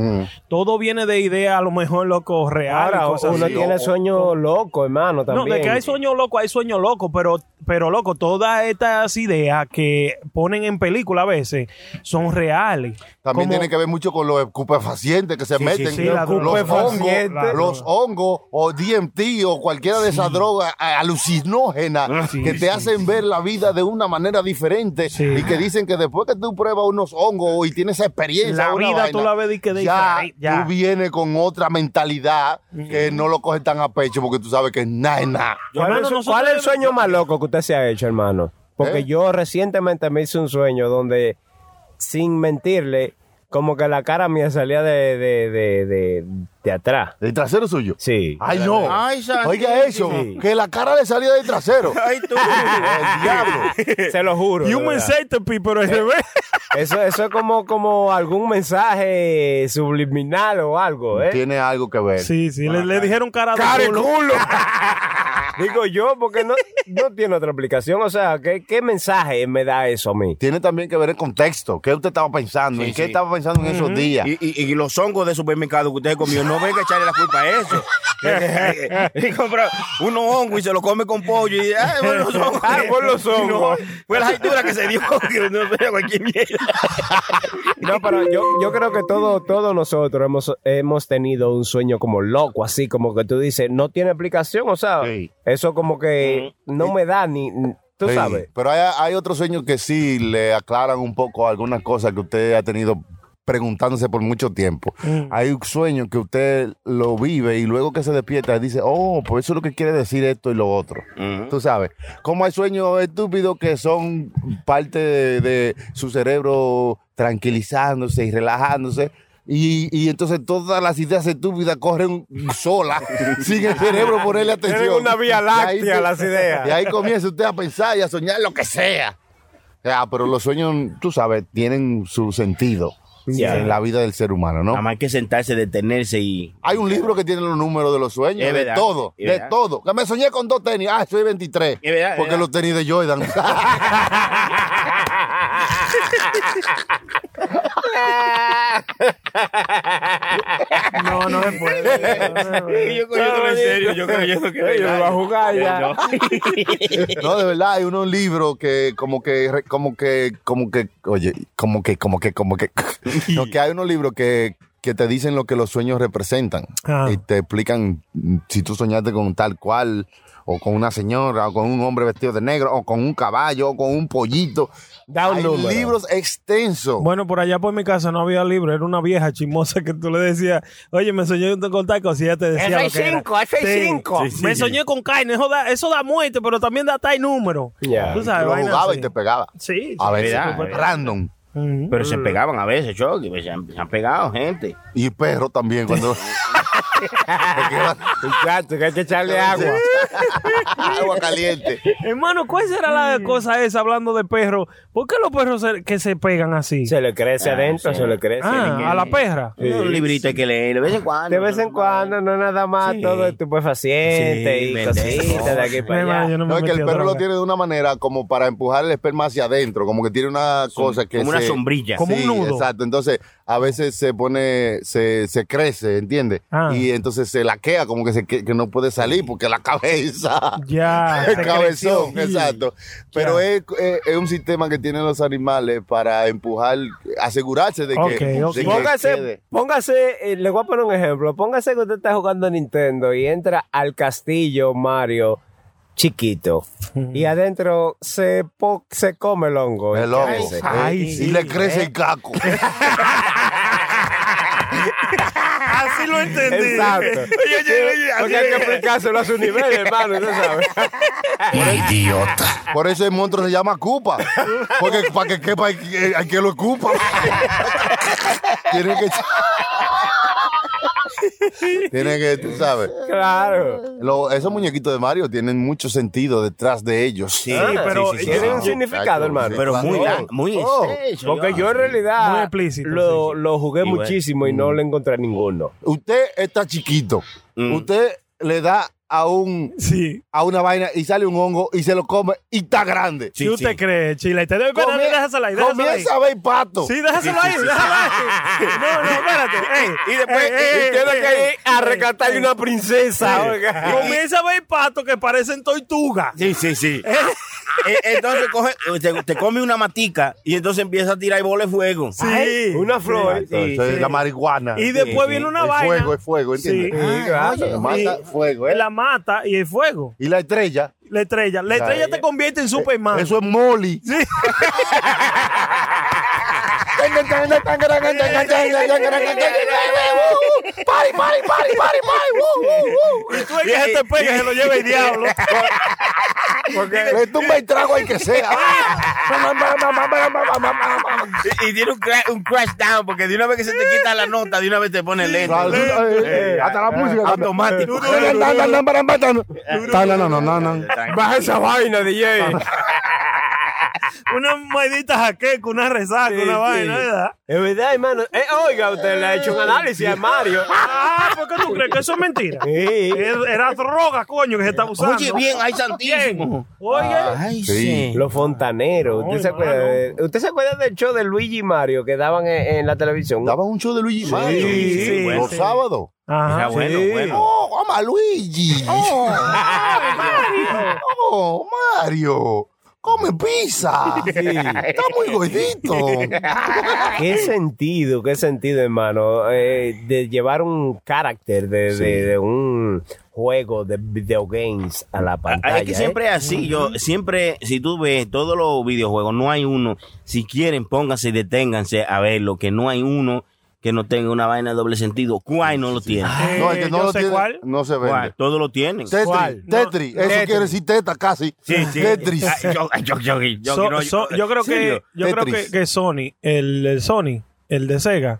Speaker 7: Todo viene de idea, a lo mejor, loco, real. y
Speaker 6: Ahora,
Speaker 7: cosas
Speaker 6: uno
Speaker 7: así.
Speaker 6: tiene sueño loco, hermano, también.
Speaker 7: No, de que hay sueño loco, hay sueño loco, pero, pero loco, todas estas ideas que ponen en película a veces son reales.
Speaker 5: También
Speaker 7: Como-
Speaker 5: tiene que ver mucho con los estupefacientes que se
Speaker 7: Sí, sí,
Speaker 5: meten,
Speaker 7: sí, la
Speaker 5: los
Speaker 7: droga.
Speaker 5: hongos,
Speaker 7: Estupefacientes.
Speaker 5: los hongos o DMT o cualquiera de esas drogas a- alucinógenas
Speaker 7: Ah, Sí,
Speaker 5: que te
Speaker 7: sí,
Speaker 5: hacen ver la vida de una manera diferente
Speaker 7: Sí.
Speaker 5: y que dicen que después que tú pruebas unos hongos y tienes esa experiencia,
Speaker 7: La
Speaker 5: una
Speaker 7: vida
Speaker 5: vaina,
Speaker 7: tú la ves y que dices,
Speaker 5: ya,
Speaker 7: "Ay, ya".
Speaker 5: tú vienes con otra mentalidad que no lo coges tan a pecho porque tú sabes que es nada, es nada.
Speaker 6: ¿Cuál,
Speaker 7: Hermano,
Speaker 6: es, su-
Speaker 7: nosotros
Speaker 6: cuál es el
Speaker 7: debemos-
Speaker 6: sueño más loco que usted se ha hecho, hermano? Porque
Speaker 5: ¿Eh?
Speaker 6: yo recientemente me hice un sueño donde, sin mentirle, como que la cara mía salía de, de, de, de, de atrás.
Speaker 5: El trasero suyo.
Speaker 6: Sí.
Speaker 5: Ay, no.
Speaker 8: Ay, santísimo.
Speaker 5: Oiga eso, que la cara le salía del trasero.
Speaker 8: Ay, tú.
Speaker 5: (laughs) El diablo.
Speaker 6: (laughs) se lo juro. de
Speaker 7: Human
Speaker 6: verdad.
Speaker 7: centipede, pero al revés. (laughs)
Speaker 6: Eso, eso es como, como algún mensaje subliminal o algo, ¿eh?
Speaker 5: Tiene algo que ver.
Speaker 7: Sí, sí, le, le dijeron cara de culo.
Speaker 6: Digo yo, porque no, no tiene otra aplicación. O sea, ¿qué, ¿qué mensaje me da eso
Speaker 5: (laughs)
Speaker 6: a mí?
Speaker 5: Tiene también que ver el contexto. ¿Qué usted estaba pensando?
Speaker 8: Sí,
Speaker 5: ¿En qué
Speaker 8: sí.
Speaker 5: estaba pensando en esos días?
Speaker 8: Y, y- y los hongos de supermercado que ustedes comió, no venga a echarle la culpa a eso.
Speaker 6: (laughs)
Speaker 8: (laughs) y compra unos hongos y se los come con pollo y ay,
Speaker 6: (laughs)
Speaker 8: por los hongos.
Speaker 6: Ah, por los hongos.
Speaker 8: No, fue la altura que se dio, que no sé, cualquier mierda.
Speaker 6: No, pero yo, yo creo que todos todos nosotros hemos, hemos tenido un sueño como loco, así como que tú dices, no tiene aplicación, o sea,
Speaker 5: Sí.
Speaker 6: eso como que no me da ni, tú
Speaker 5: Sí,
Speaker 6: sabes.
Speaker 5: Pero hay, hay otros sueños que sí le aclaran un poco algunas cosas que usted ha tenido preguntándose por mucho tiempo. Hay un sueño que usted lo vive y luego que se despierta dice, oh, pues eso es lo que quiere decir esto y lo otro. Tú sabes, como hay sueños estúpidos que son parte de, de su cerebro tranquilizándose y relajándose. Y, y entonces todas las ideas estúpidas corren solas,
Speaker 6: (laughs)
Speaker 5: sin el cerebro ponerle atención.
Speaker 6: Tienen una
Speaker 5: Y
Speaker 6: vía
Speaker 5: ahí
Speaker 6: láctea
Speaker 5: te-
Speaker 6: las ideas.
Speaker 5: Y ahí comienza usted a pensar y a soñar lo que sea. Ya, pero los sueños, tú sabes, tienen su sentido
Speaker 8: Ya.
Speaker 5: en la vida del ser humano, ¿no?
Speaker 8: Nada más hay que sentarse, detenerse y.
Speaker 5: Hay un libro que tiene los números de los sueños, de
Speaker 8: Es verdad,
Speaker 5: todo,
Speaker 8: es
Speaker 5: de
Speaker 8: verdad.
Speaker 5: todo. Que me soñé con dos tenis, ah, soy 23.
Speaker 8: Es verdad, es
Speaker 5: porque
Speaker 8: verdad.
Speaker 5: los tenis de
Speaker 8: (laughs)
Speaker 5: Jordan.
Speaker 7: No, no me puede.
Speaker 8: yo cogiéndolo en serio, yo creyendo que.
Speaker 6: Yo me voy a jugar ya.
Speaker 5: no, de verdad, hay unos libros que como que, re- como que, como que, oye, como que, como que,
Speaker 8: (laughs)
Speaker 5: como que. no, que hay unos libros que, que te dicen lo que los sueños representan.
Speaker 7: Ah.
Speaker 5: Y te explican mm, si tú soñaste con tal cual, o con una señora, o con un hombre vestido de negro, o con un caballo, o con un pollito.
Speaker 6: Da un
Speaker 5: hay
Speaker 6: número.
Speaker 5: libros extensos.
Speaker 7: Bueno, por allá por mi casa no había libro, era una vieja chismosa que tú le decías, oye, me soñé con tal cosa y ella te decía.
Speaker 6: Eso
Speaker 7: lo
Speaker 6: es
Speaker 7: que era.
Speaker 6: cinco, eso es cinco. Sí,
Speaker 7: Me soñé con carne, eso da, eso da muerte, pero también da tal número.
Speaker 6: Ya.
Speaker 7: Tú
Speaker 5: Tú
Speaker 7: sabes,
Speaker 5: lo
Speaker 7: vaina
Speaker 5: jugabas
Speaker 7: así.
Speaker 5: y te Ah. pegaba.
Speaker 7: Sí,
Speaker 5: A
Speaker 7: sí.
Speaker 5: veces,
Speaker 8: verdad, es verdad.
Speaker 5: random.
Speaker 7: Ujú.
Speaker 8: Pero se pegaban a veces, Chucky. pues, se, han, se han pegado, gente.
Speaker 5: Y perro también
Speaker 7: (laughs)
Speaker 5: cuando... (laughs)
Speaker 6: Muchacho, que hay que echarle agua.
Speaker 5: Agua caliente.
Speaker 7: Hermano, ¿cuál será la cosa esa hablando de perros? ¿Por qué los perros se- que se pegan así?
Speaker 6: Se le crece adentro, se le crece.
Speaker 7: ah, a la perra.
Speaker 8: No, Un librito hay que leer de vez en cuando.
Speaker 6: De vez en cuando, no nada más, todo estupefaciente
Speaker 8: Sí,
Speaker 6: y
Speaker 8: vende-
Speaker 6: cositas de aquí
Speaker 7: Ay,
Speaker 6: para
Speaker 7: hermano,
Speaker 6: allá.
Speaker 7: yo no me
Speaker 5: No, es que
Speaker 7: metí
Speaker 5: el
Speaker 7: otra
Speaker 5: perro lo
Speaker 7: vez.
Speaker 5: tiene de una manera como para empujar el esperma hacia adentro, como que tiene una cosa que
Speaker 8: como una
Speaker 5: se-
Speaker 8: sombrilla.
Speaker 7: Como un
Speaker 5: Sí,
Speaker 7: nudo.
Speaker 5: Exacto, entonces a veces se pone, se, se crece, ¿entiendes?
Speaker 7: Ah.
Speaker 5: Y entonces se laquea, como que, se, que, que no puede salir porque la cabeza...
Speaker 7: (laughs) Ya.
Speaker 5: (laughs) El cabezón, exacto. Pero es, es- es un sistema que tienen los animales para empujar, asegurarse de que,
Speaker 7: Ok,
Speaker 5: de
Speaker 7: ok.
Speaker 5: que
Speaker 6: Póngase,
Speaker 5: quede.
Speaker 6: póngase, eh, le voy a poner un ejemplo. Póngase que usted está jugando a Nintendo y entra al castillo Mario chiquito y adentro se, po- se come el hongo.
Speaker 5: El hongo.
Speaker 6: Ese.
Speaker 7: ay,
Speaker 5: eh,
Speaker 7: sí,
Speaker 5: y le crece el caco.
Speaker 4: Así lo entendí.
Speaker 6: Exacto. Porque hay que aplicárselo a su nivel, hermano, ¿tú sabes?
Speaker 5: Idiota. Por eso el monstruo se llama Cupa. Porque para que quepa hay que, hay que lo ocupa. Tiene que. echar- Tiene que, tú sabes.
Speaker 6: Claro.
Speaker 5: Lo- esos muñequitos de Mario tienen mucho sentido detrás de ellos.
Speaker 8: Sí,
Speaker 6: Ah,
Speaker 7: pero
Speaker 8: sí, sí, sí,
Speaker 6: tiene
Speaker 8: sí.
Speaker 6: un significado, hermano.
Speaker 8: Pero muy,
Speaker 5: Oh,
Speaker 8: la- muy
Speaker 6: Oh,
Speaker 8: extenso,
Speaker 6: porque
Speaker 8: yo-
Speaker 6: yo en
Speaker 7: Muy
Speaker 6: realidad
Speaker 7: explícito,
Speaker 6: lo,
Speaker 7: sí, sí.
Speaker 6: lo jugué
Speaker 8: Y bueno.
Speaker 6: muchísimo y no le encontré ninguno.
Speaker 5: Usted está chiquito.
Speaker 8: Mm.
Speaker 5: Usted le da a un
Speaker 7: Sí.
Speaker 5: a una vaina y sale un hongo y se lo come y está grande.
Speaker 7: Si usted cree, Chile, te debe
Speaker 5: Comie-
Speaker 7: déjasela ahí, déjasela ahí.
Speaker 5: comienza a ver pato.
Speaker 7: Sí, déjaselo ahí, déjalo ahí. No, no, (laughs) espérate. ey.
Speaker 6: Y después
Speaker 7: Ey, ey,
Speaker 6: tiene
Speaker 7: ey,
Speaker 6: que
Speaker 7: ey,
Speaker 6: ir a
Speaker 7: ey.
Speaker 6: rescatar una princesa. oiga.
Speaker 7: (laughs) Comienza a ver patos que parecen tortugas.
Speaker 8: Sí, sí, sí. (laughs) Eh, entonces coge, te, te come una matica y entonces empieza a tirar bolas de fuego.
Speaker 7: Sí.
Speaker 6: Una flor.
Speaker 5: Eso
Speaker 6: Sí.
Speaker 5: es La marihuana.
Speaker 7: Y después
Speaker 8: sí.
Speaker 7: viene una
Speaker 5: el
Speaker 7: vaina.
Speaker 5: fuego, es fuego, ¿entiendes?
Speaker 7: Sí. Ah,
Speaker 6: Sí, claro.
Speaker 5: Lo mata
Speaker 7: Y-
Speaker 5: fuego, ¿eh?
Speaker 7: La mata y el fuego.
Speaker 5: Y la estrella,
Speaker 7: La estrella. La estrella te convierte
Speaker 6: Eh,
Speaker 7: en Superman.
Speaker 5: eso es Molly. (laughs)
Speaker 7: Y tú el que se te pega, se lo lleva el diablo.
Speaker 5: Le tumba el trago al
Speaker 7: (laughs)
Speaker 5: que sea.
Speaker 7: Ah.
Speaker 8: Y, y tiene un, cra- un crash down porque de una vez que se te quita la nota, de una vez te pone lento.
Speaker 5: eh, Hasta la música.
Speaker 8: Automático.
Speaker 6: Baja esa vaina, DJ.
Speaker 7: (laughs) Una maldita jaqueca, una resaca,
Speaker 6: Sí,
Speaker 7: una vaina,
Speaker 6: sí.
Speaker 7: ¿verdad?
Speaker 6: Es verdad, hermano. Eh, oiga, usted le ha hecho un análisis
Speaker 7: (laughs)
Speaker 6: a Mario.
Speaker 7: Ah, ¿por qué tú crees que eso es
Speaker 6: (laughs)
Speaker 7: mentira?
Speaker 6: Sí.
Speaker 7: Era era droga, coño, que se estaba usando.
Speaker 8: Oye, bien, ay, santísimo.
Speaker 7: Oye,
Speaker 8: Ay,
Speaker 5: Sí.
Speaker 6: Los fontaneros. ¿Usted,
Speaker 7: No,
Speaker 6: se acuerda
Speaker 7: hermano.
Speaker 6: de- ¿Usted se acuerda del show de Luigi y Mario que daban en, en la televisión?
Speaker 5: Daba un show de Luigi Mario.
Speaker 7: sí, sí,
Speaker 5: Los
Speaker 7: sí.
Speaker 5: sábados.
Speaker 8: Era
Speaker 7: Ajá.
Speaker 8: bueno,
Speaker 6: sí.
Speaker 8: bueno.
Speaker 5: ¡Oh, (laughs) ama Luigi! ¡Oh, Mario! ¡Oh, Mario! come pizza. Está muy gordito.
Speaker 7: Eh,
Speaker 6: ¿Qué sentido, qué sentido, hermano? eh, de llevar un carácter de, de- de un juego de video games a la pantalla.
Speaker 8: es que
Speaker 6: ¿eh?
Speaker 8: siempre es así. Yo siempre, si tú ves todos los videojuegos, no hay uno. Si quieren, pónganse y deténganse a verlo, que no hay uno que no tenga una vaina de doble sentido. ¿Cuál no lo tiene?
Speaker 5: No, es
Speaker 7: Eh,
Speaker 5: que no
Speaker 7: yo
Speaker 5: lo
Speaker 7: sé
Speaker 5: tiene-
Speaker 7: cuál.
Speaker 5: No se
Speaker 8: ¿Cuál?
Speaker 5: vende.
Speaker 8: Todos lo tienen.
Speaker 5: Tetris,
Speaker 7: ¿Cuál? No.
Speaker 5: Tetris, eso
Speaker 6: Tetris.
Speaker 5: quiere decir teta casi.
Speaker 8: Sí, sí.
Speaker 5: Tetris.
Speaker 8: Ah, yo, yo- yo- yo- yo-
Speaker 7: So-
Speaker 8: no,
Speaker 7: so- yo creo que
Speaker 8: ¿Serio?
Speaker 7: yo creo que,
Speaker 5: Tetris.
Speaker 7: que Sony, el, el Sony, el de Sega.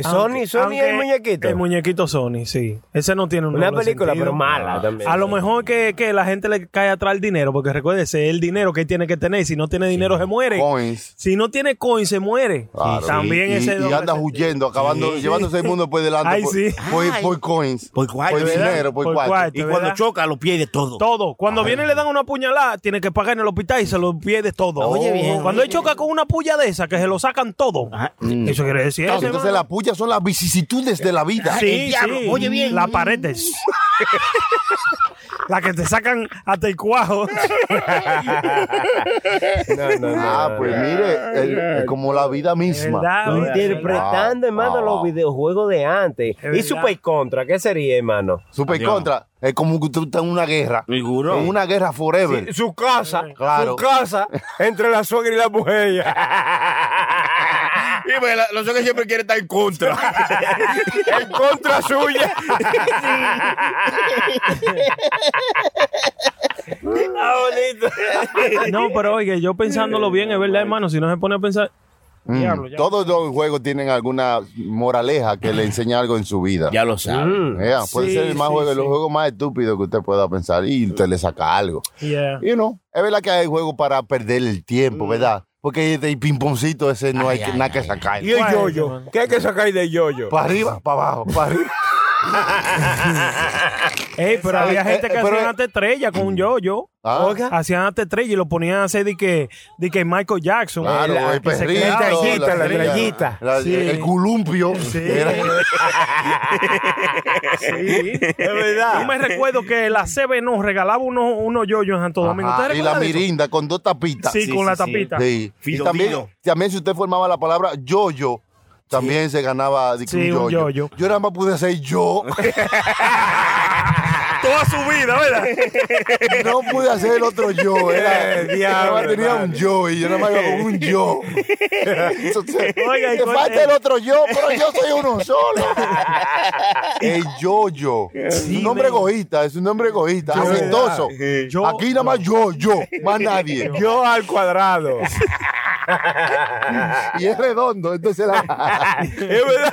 Speaker 6: Sony,
Speaker 7: aunque-
Speaker 6: Sony
Speaker 7: aunque
Speaker 6: el muñequito.
Speaker 7: El muñequito Sony, sí. Ese no tiene un
Speaker 6: Una
Speaker 7: doble
Speaker 6: película,
Speaker 7: sentido.
Speaker 6: pero mala también.
Speaker 7: A lo mejor que, que la gente le cae atrás el dinero, porque recuérdese, el dinero que tiene que tener, si no tiene dinero se muere.
Speaker 5: Coins.
Speaker 7: Si no tiene coins se muere.
Speaker 5: Claro.
Speaker 7: También
Speaker 5: y,
Speaker 7: ese
Speaker 5: y
Speaker 7: doble
Speaker 5: andas
Speaker 7: sentido.
Speaker 5: huyendo, acabando, llevándose el mundo después delante
Speaker 7: Ay,
Speaker 5: por,
Speaker 7: sí.
Speaker 5: por- por coins,
Speaker 8: Por cuarto, ¿verdad?
Speaker 5: dinero, por,
Speaker 7: Por
Speaker 5: cuarto.
Speaker 7: cuarto.
Speaker 8: Y cuando
Speaker 7: ¿verdad?
Speaker 8: choca, lo pierde todo.
Speaker 7: Todo. Cuando viene y le dan una puñalada, tiene que pagar en el hospital y se lo pierde todo.
Speaker 8: Oye, bien.
Speaker 7: Cuando él choca con una puya de esa, que se lo sacan todo.
Speaker 8: Ajá.
Speaker 7: Eso quiere decir.
Speaker 5: Claro,
Speaker 7: ese,
Speaker 5: entonces
Speaker 7: mano.
Speaker 5: las puyas son las vicisitudes de la vida.
Speaker 7: Sí,
Speaker 8: el diablo.
Speaker 7: sí.
Speaker 8: Oye, bien.
Speaker 7: Las (laughs) paredes. las que te sacan hasta el cuajo.
Speaker 6: No, no,
Speaker 5: (laughs)
Speaker 6: no,
Speaker 5: Ah,
Speaker 6: no,
Speaker 5: pues
Speaker 6: no.
Speaker 5: mire, el- el- como la vida misma.
Speaker 7: ¿Verdad?
Speaker 6: Interpretando,
Speaker 5: Ah,
Speaker 6: hermano,
Speaker 5: ah,
Speaker 6: los
Speaker 5: ah.
Speaker 6: videojuegos de antes.
Speaker 7: Es
Speaker 6: Y
Speaker 7: verdad.
Speaker 6: Super Contra, ¿qué sería, hermano?
Speaker 5: Super contra, es como que tú estás en una guerra.
Speaker 8: Seguro.
Speaker 5: En una guerra forever.
Speaker 6: Su casa,
Speaker 5: Claro.
Speaker 6: casa, entre la suegra y la mujer. Ah,
Speaker 8: Y bueno, los hombres siempre quieren estar en contra.
Speaker 6: en (laughs) contra suya.
Speaker 7: No, pero oye, yo pensándolo bien, es verdad, hermano, si no se pone a pensar.
Speaker 5: Mm.
Speaker 7: Diablo, ya.
Speaker 5: Todos los juegos tienen alguna moraleja que le enseña algo en su vida.
Speaker 8: Ya lo saben.
Speaker 7: Mm,
Speaker 5: Yeah, puede
Speaker 7: Sí,
Speaker 5: ser el, más
Speaker 7: sí,
Speaker 5: juego,
Speaker 7: sí.
Speaker 5: el juego más estúpido que usted pueda pensar y usted le saca algo.
Speaker 7: Yeah.
Speaker 5: Y no, es verdad que hay juegos para perder el tiempo,
Speaker 7: Mm.
Speaker 5: ¿verdad? Porque el pimponcito ese no hay que- nada que sacar.
Speaker 6: Y el
Speaker 7: ¿Cuál es,
Speaker 6: yoyo.
Speaker 7: hermano?
Speaker 6: ¿Qué hay que sacar de yoyo?
Speaker 5: Para arriba, para abajo,
Speaker 7: (laughs)
Speaker 5: para arriba.
Speaker 7: Ey, pero había
Speaker 5: Eh,
Speaker 7: gente que
Speaker 5: eh, pero-
Speaker 7: hacían hasta estrella con un yo-yo.
Speaker 5: Ah.
Speaker 7: Hacían hasta estrella y lo ponían a hacer de que, de que Michael Jackson.
Speaker 5: Claro,
Speaker 7: Eh,
Speaker 5: el
Speaker 7: que se
Speaker 5: perrito,
Speaker 7: quedaba-
Speaker 6: la estrellita, la
Speaker 5: estrella,
Speaker 6: estrellita.
Speaker 5: la-
Speaker 7: Sí.
Speaker 5: el columpio. Era-
Speaker 6: Es verdad.
Speaker 7: Yo me recuerdo que la CB nos regalaba unos unos yoyos en Santo Domingo.
Speaker 5: Ajá,
Speaker 7: ¿Ustedes
Speaker 5: y la
Speaker 7: recuerdan de eso?
Speaker 5: mirinda con dos tapitas.
Speaker 7: Sí,
Speaker 8: Sí,
Speaker 7: con
Speaker 8: sí,
Speaker 7: la
Speaker 8: sí.
Speaker 7: tapita.
Speaker 5: Sí.
Speaker 8: Fido,
Speaker 5: y también,
Speaker 8: Fido.
Speaker 5: también si usted formaba la palabra yo-yo, también se ganaba de que
Speaker 7: Sí, un
Speaker 5: un yo-yo.
Speaker 7: yo-yo.
Speaker 5: Yo nada más pude hacer
Speaker 7: (laughs)
Speaker 5: yo,
Speaker 7: Toda su vida, ¿verdad?
Speaker 5: no pude hacer el otro yo. Era,
Speaker 7: (laughs)
Speaker 6: Eh,
Speaker 5: nada más
Speaker 6: diablo,
Speaker 5: tenía
Speaker 6: hermano.
Speaker 5: un yo y yo nada más iba con un yo. Entonces,
Speaker 7: Oiga, y
Speaker 5: te
Speaker 7: con-
Speaker 5: falta el otro yo, pero yo soy uno
Speaker 7: (laughs)
Speaker 5: solo. El yo-yo. es un nombre egoísta, es un nombre egoísta,
Speaker 7: Yo- ah, eh,
Speaker 5: amistoso.
Speaker 7: Yo-
Speaker 5: Aquí nada más yo, yo, más nadie.
Speaker 6: Yo al cuadrado.
Speaker 5: Y es redondo, entonces la...
Speaker 7: (laughs)
Speaker 6: es verdad.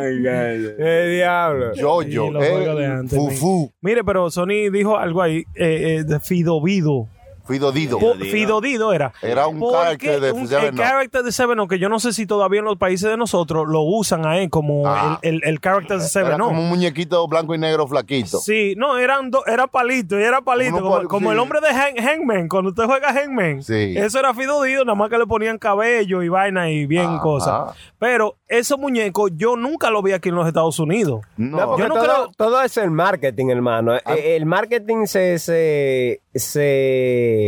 Speaker 6: El diablo.
Speaker 5: Yo,
Speaker 7: Y
Speaker 5: yo,
Speaker 7: los juegos de
Speaker 5: eh,
Speaker 7: antes,
Speaker 5: Fufu,
Speaker 7: Eh, Mire, pero Sony dijo algo ahí eh, eh, de Fidovido.
Speaker 5: Fido Dido.
Speaker 7: Po- Fidodido era.
Speaker 5: Era un
Speaker 7: Porque
Speaker 5: character de
Speaker 7: un-
Speaker 5: Seven
Speaker 7: El
Speaker 5: Up.
Speaker 7: character de Seven Up, que yo no sé si todavía en los países de nosotros lo usan ahí como
Speaker 5: Ah.
Speaker 7: el, el, el character de Seven
Speaker 5: Era
Speaker 7: Up.
Speaker 5: como un muñequito blanco y negro flaquito.
Speaker 7: Sí, no, eran do- era palito, era palito,
Speaker 5: Uno
Speaker 7: como,
Speaker 5: pal-
Speaker 7: como
Speaker 5: sí.
Speaker 7: el hombre de Hang- Hangman, cuando usted juega Hangman.
Speaker 5: Sí.
Speaker 7: Eso era Fidodido, nada más que le ponían cabello y vaina y bien
Speaker 5: Ajá.
Speaker 7: cosas. Pero esos muñecos yo nunca lo vi aquí en los Estados Unidos.
Speaker 5: No,
Speaker 6: No, porque
Speaker 7: Yo no
Speaker 6: todo,
Speaker 7: creo- Ah.
Speaker 6: todo es el marketing, hermano. Eh, El marketing se... se, se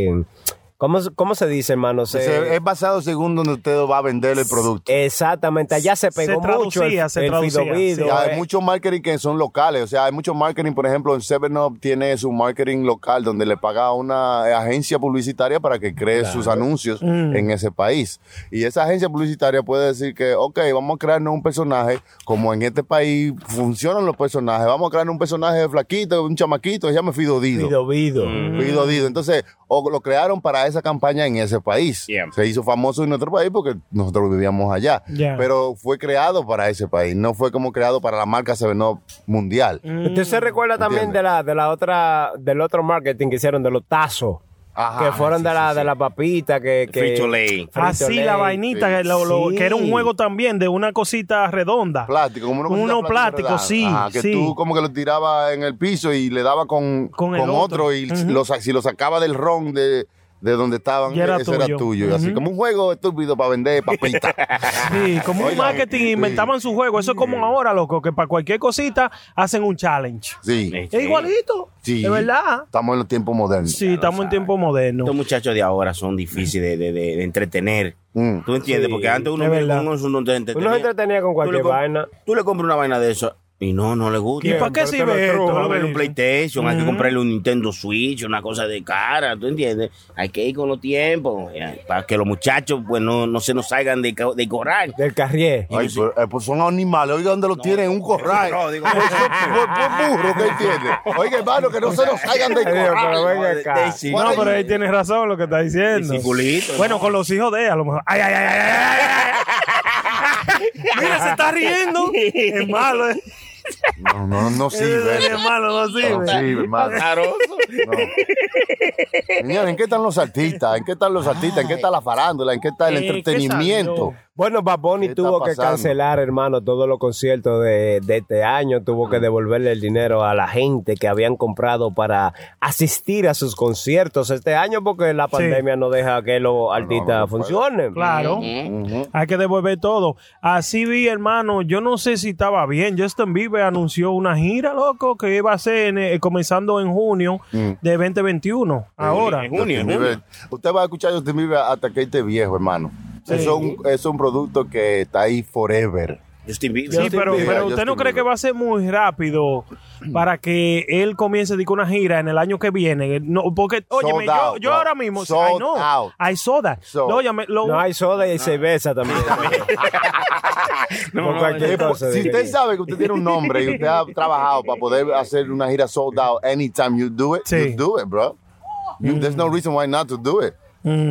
Speaker 6: ¿cómo, se- cómo se dice, hermano? Se-
Speaker 7: eh,
Speaker 5: Se- es basado según donde usted va a vender el producto.
Speaker 6: Exactamente, allá se
Speaker 7: Se
Speaker 6: pegó mucho
Speaker 7: traducía,
Speaker 6: el,
Speaker 7: se
Speaker 6: el
Speaker 7: traducía,
Speaker 6: fidovido,
Speaker 7: sí.
Speaker 5: Ya,
Speaker 6: eh.
Speaker 5: hay muchos marketing que son locales. O sea, hay mucho marketing, por ejemplo, en Seven Up tiene su marketing local donde le paga a una agencia publicitaria para que cree sus anuncios en ese país. Y esa agencia publicitaria puede decir que, ok, vamos a crearnos un personaje, como en este país funcionan los personajes. Vamos a crear un personaje de flaquito, un chamaquito, se llama Fido Dido.
Speaker 6: fidovido.
Speaker 7: Mm.
Speaker 5: Fido Dido. Entonces, o lo crearon para esa campaña en ese país.
Speaker 8: Yeah.
Speaker 5: Se hizo famoso en nuestro país porque nosotros vivíamos allá.
Speaker 7: Yeah.
Speaker 5: Pero fue creado para ese país, no fue como creado para la marca Seven Up mundial.
Speaker 7: Mm.
Speaker 6: Usted se recuerda también
Speaker 5: Entiendo.
Speaker 6: de la, de la otra, del otro marketing que hicieron de los tazos.
Speaker 5: Ajá,
Speaker 6: que fueron
Speaker 5: sí,
Speaker 6: de la,
Speaker 5: sí,
Speaker 6: de
Speaker 5: sí.
Speaker 6: la papita, que, que
Speaker 8: Frito-Lay.
Speaker 6: Frito-Lay.
Speaker 7: Así Ah, la vainita, que, lo- lo-
Speaker 6: Sí.
Speaker 7: que era un juego también de una cosita redonda.
Speaker 5: Plástico, como una cosita
Speaker 7: Uno plástico,
Speaker 5: ¿verdad?
Speaker 7: sí,
Speaker 5: Ajá, que
Speaker 7: sí.
Speaker 5: tú como que lo tiraba en el piso y le daba con,
Speaker 7: Con el
Speaker 5: con otro.
Speaker 7: otro.
Speaker 5: y lo sa- si lo sacaba del ron de, de donde estaban,
Speaker 7: Ya era
Speaker 5: ese era
Speaker 7: tuyo.
Speaker 5: tuyo. Y Así
Speaker 7: Ujú.
Speaker 5: como un juego estúpido para vender papita.
Speaker 7: (laughs) Sí, como un
Speaker 5: Oigan,
Speaker 7: marketing
Speaker 5: sí.
Speaker 7: inventaban su juego. Eso es como ahora, loco, que para cualquier cosita hacen un challenge.
Speaker 5: Sí.
Speaker 8: Sí.
Speaker 7: Es igualito.
Speaker 5: sí.
Speaker 7: De verdad.
Speaker 5: Estamos en los tiempos modernos.
Speaker 7: Sí, estamos en tiempo moderno.
Speaker 8: Estos muchachos de ahora son difíciles de, de- de- de entretener.
Speaker 5: Mm.
Speaker 8: ¿Tú entiendes?
Speaker 6: Sí,
Speaker 8: Porque antes uno,
Speaker 7: es verdad.
Speaker 8: uno, uno, te entretenía.
Speaker 6: Uno se entretenía con cualquier
Speaker 8: Tú le comp-
Speaker 6: vaina.
Speaker 8: Tú le compras una vaina de eso y no, no le gusta.
Speaker 7: ¿Y para qué Mm.
Speaker 6: pero te lo
Speaker 7: sirve esto?
Speaker 6: trujo,
Speaker 8: Vamos a ver
Speaker 7: Lorenzo?
Speaker 8: un PlayStation, hay que comprarle un Nintendo Switch, una cosa de cara, ¿tú entiendes? Hay que ir con los tiempos, eh, para que los muchachos pues no, no se nos salgan de, ca- de corral.
Speaker 6: Del carrier.
Speaker 5: Ay, pero, eh, pues son animales, oiga dónde los tienen, un corral.
Speaker 8: (laughs) no, digo-
Speaker 5: (laughs) Pues son- pues- pues burros, ¿qué entiendes? Oiga, hermano, que no se nos salgan del
Speaker 6: Ay, Dios, pero
Speaker 5: corral.
Speaker 6: venga
Speaker 8: de-
Speaker 6: acá.
Speaker 8: de- sí.
Speaker 7: No, pero ahí tienes razón lo que está diciendo.
Speaker 8: Y circulito,
Speaker 7: bueno,
Speaker 8: ¿no?
Speaker 7: con los hijos de ella, a lo mejor. Ay, ay, ay, ay, ay, ay,
Speaker 8: (laughs)
Speaker 7: ay. Mira, se está riendo. Es malo, eh.
Speaker 5: No, no, no
Speaker 7: es,
Speaker 5: sirve.
Speaker 7: es malo, no
Speaker 5: No
Speaker 7: sirve.
Speaker 5: sirve, hermano. No. Señores, ¿en qué están los artistas? ¿En qué están los artistas? ¿En qué está la farándula? ¿En qué está el
Speaker 7: Eh, ¿qué
Speaker 5: entretenimiento?
Speaker 7: salió?
Speaker 6: Bueno, Baboni
Speaker 5: ¿Qué
Speaker 6: tuvo
Speaker 5: está
Speaker 6: que
Speaker 5: pasando?
Speaker 6: cancelar, hermano, todos los conciertos de, de este año. Tuvo que devolverle el dinero a la gente que habían comprado para asistir a sus conciertos este año porque la pandemia no deja que los artistas
Speaker 5: no puede.
Speaker 6: funcionen.
Speaker 7: Claro.
Speaker 5: Ujú.
Speaker 7: Hay que devolver todo. Así vi, hermano, yo no sé si estaba bien. Justin Bieber anunció una gira, loco, que iba a ser en, eh, comenzando en junio de 2021. Ahora.
Speaker 8: Mm. en junio, en
Speaker 5: Justin
Speaker 8: junio.
Speaker 5: Bieber. Usted va a escuchar Justin Bieber hasta que esté viejo, hermano. Eso es, un, eso es un producto que está ahí forever.
Speaker 8: Justin Bieber.
Speaker 7: Sí,
Speaker 5: Justin
Speaker 7: pero,
Speaker 5: Bieber,
Speaker 7: pero usted
Speaker 5: Justin
Speaker 7: no cree que
Speaker 5: Bieber.
Speaker 7: va a ser muy rápido para que él comience de que una gira en el año que viene. No, porque, óyeme, yo,
Speaker 5: out,
Speaker 7: yo
Speaker 5: bro.
Speaker 7: ahora mismo,
Speaker 5: Sold
Speaker 7: I know,
Speaker 5: out.
Speaker 7: I saw that.
Speaker 5: Sold.
Speaker 7: No, óyeme, lo-
Speaker 6: No hay soda
Speaker 5: Ah.
Speaker 6: y cerveza también. (laughs) Por cualquier
Speaker 5: Eh, pues,
Speaker 6: cosa,
Speaker 5: si
Speaker 6: de
Speaker 5: usted
Speaker 6: que-
Speaker 5: sabe que usted tiene un nombre y
Speaker 7: (laughs)
Speaker 5: usted ha trabajado para poder hacer una gira sold out anytime you do it,
Speaker 7: Sí. Mm.
Speaker 5: you do it, bro. You- There's no reason why not to do it.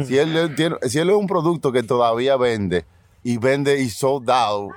Speaker 5: Si, él, él tiene- si él es un producto que todavía vende y vende y sold out,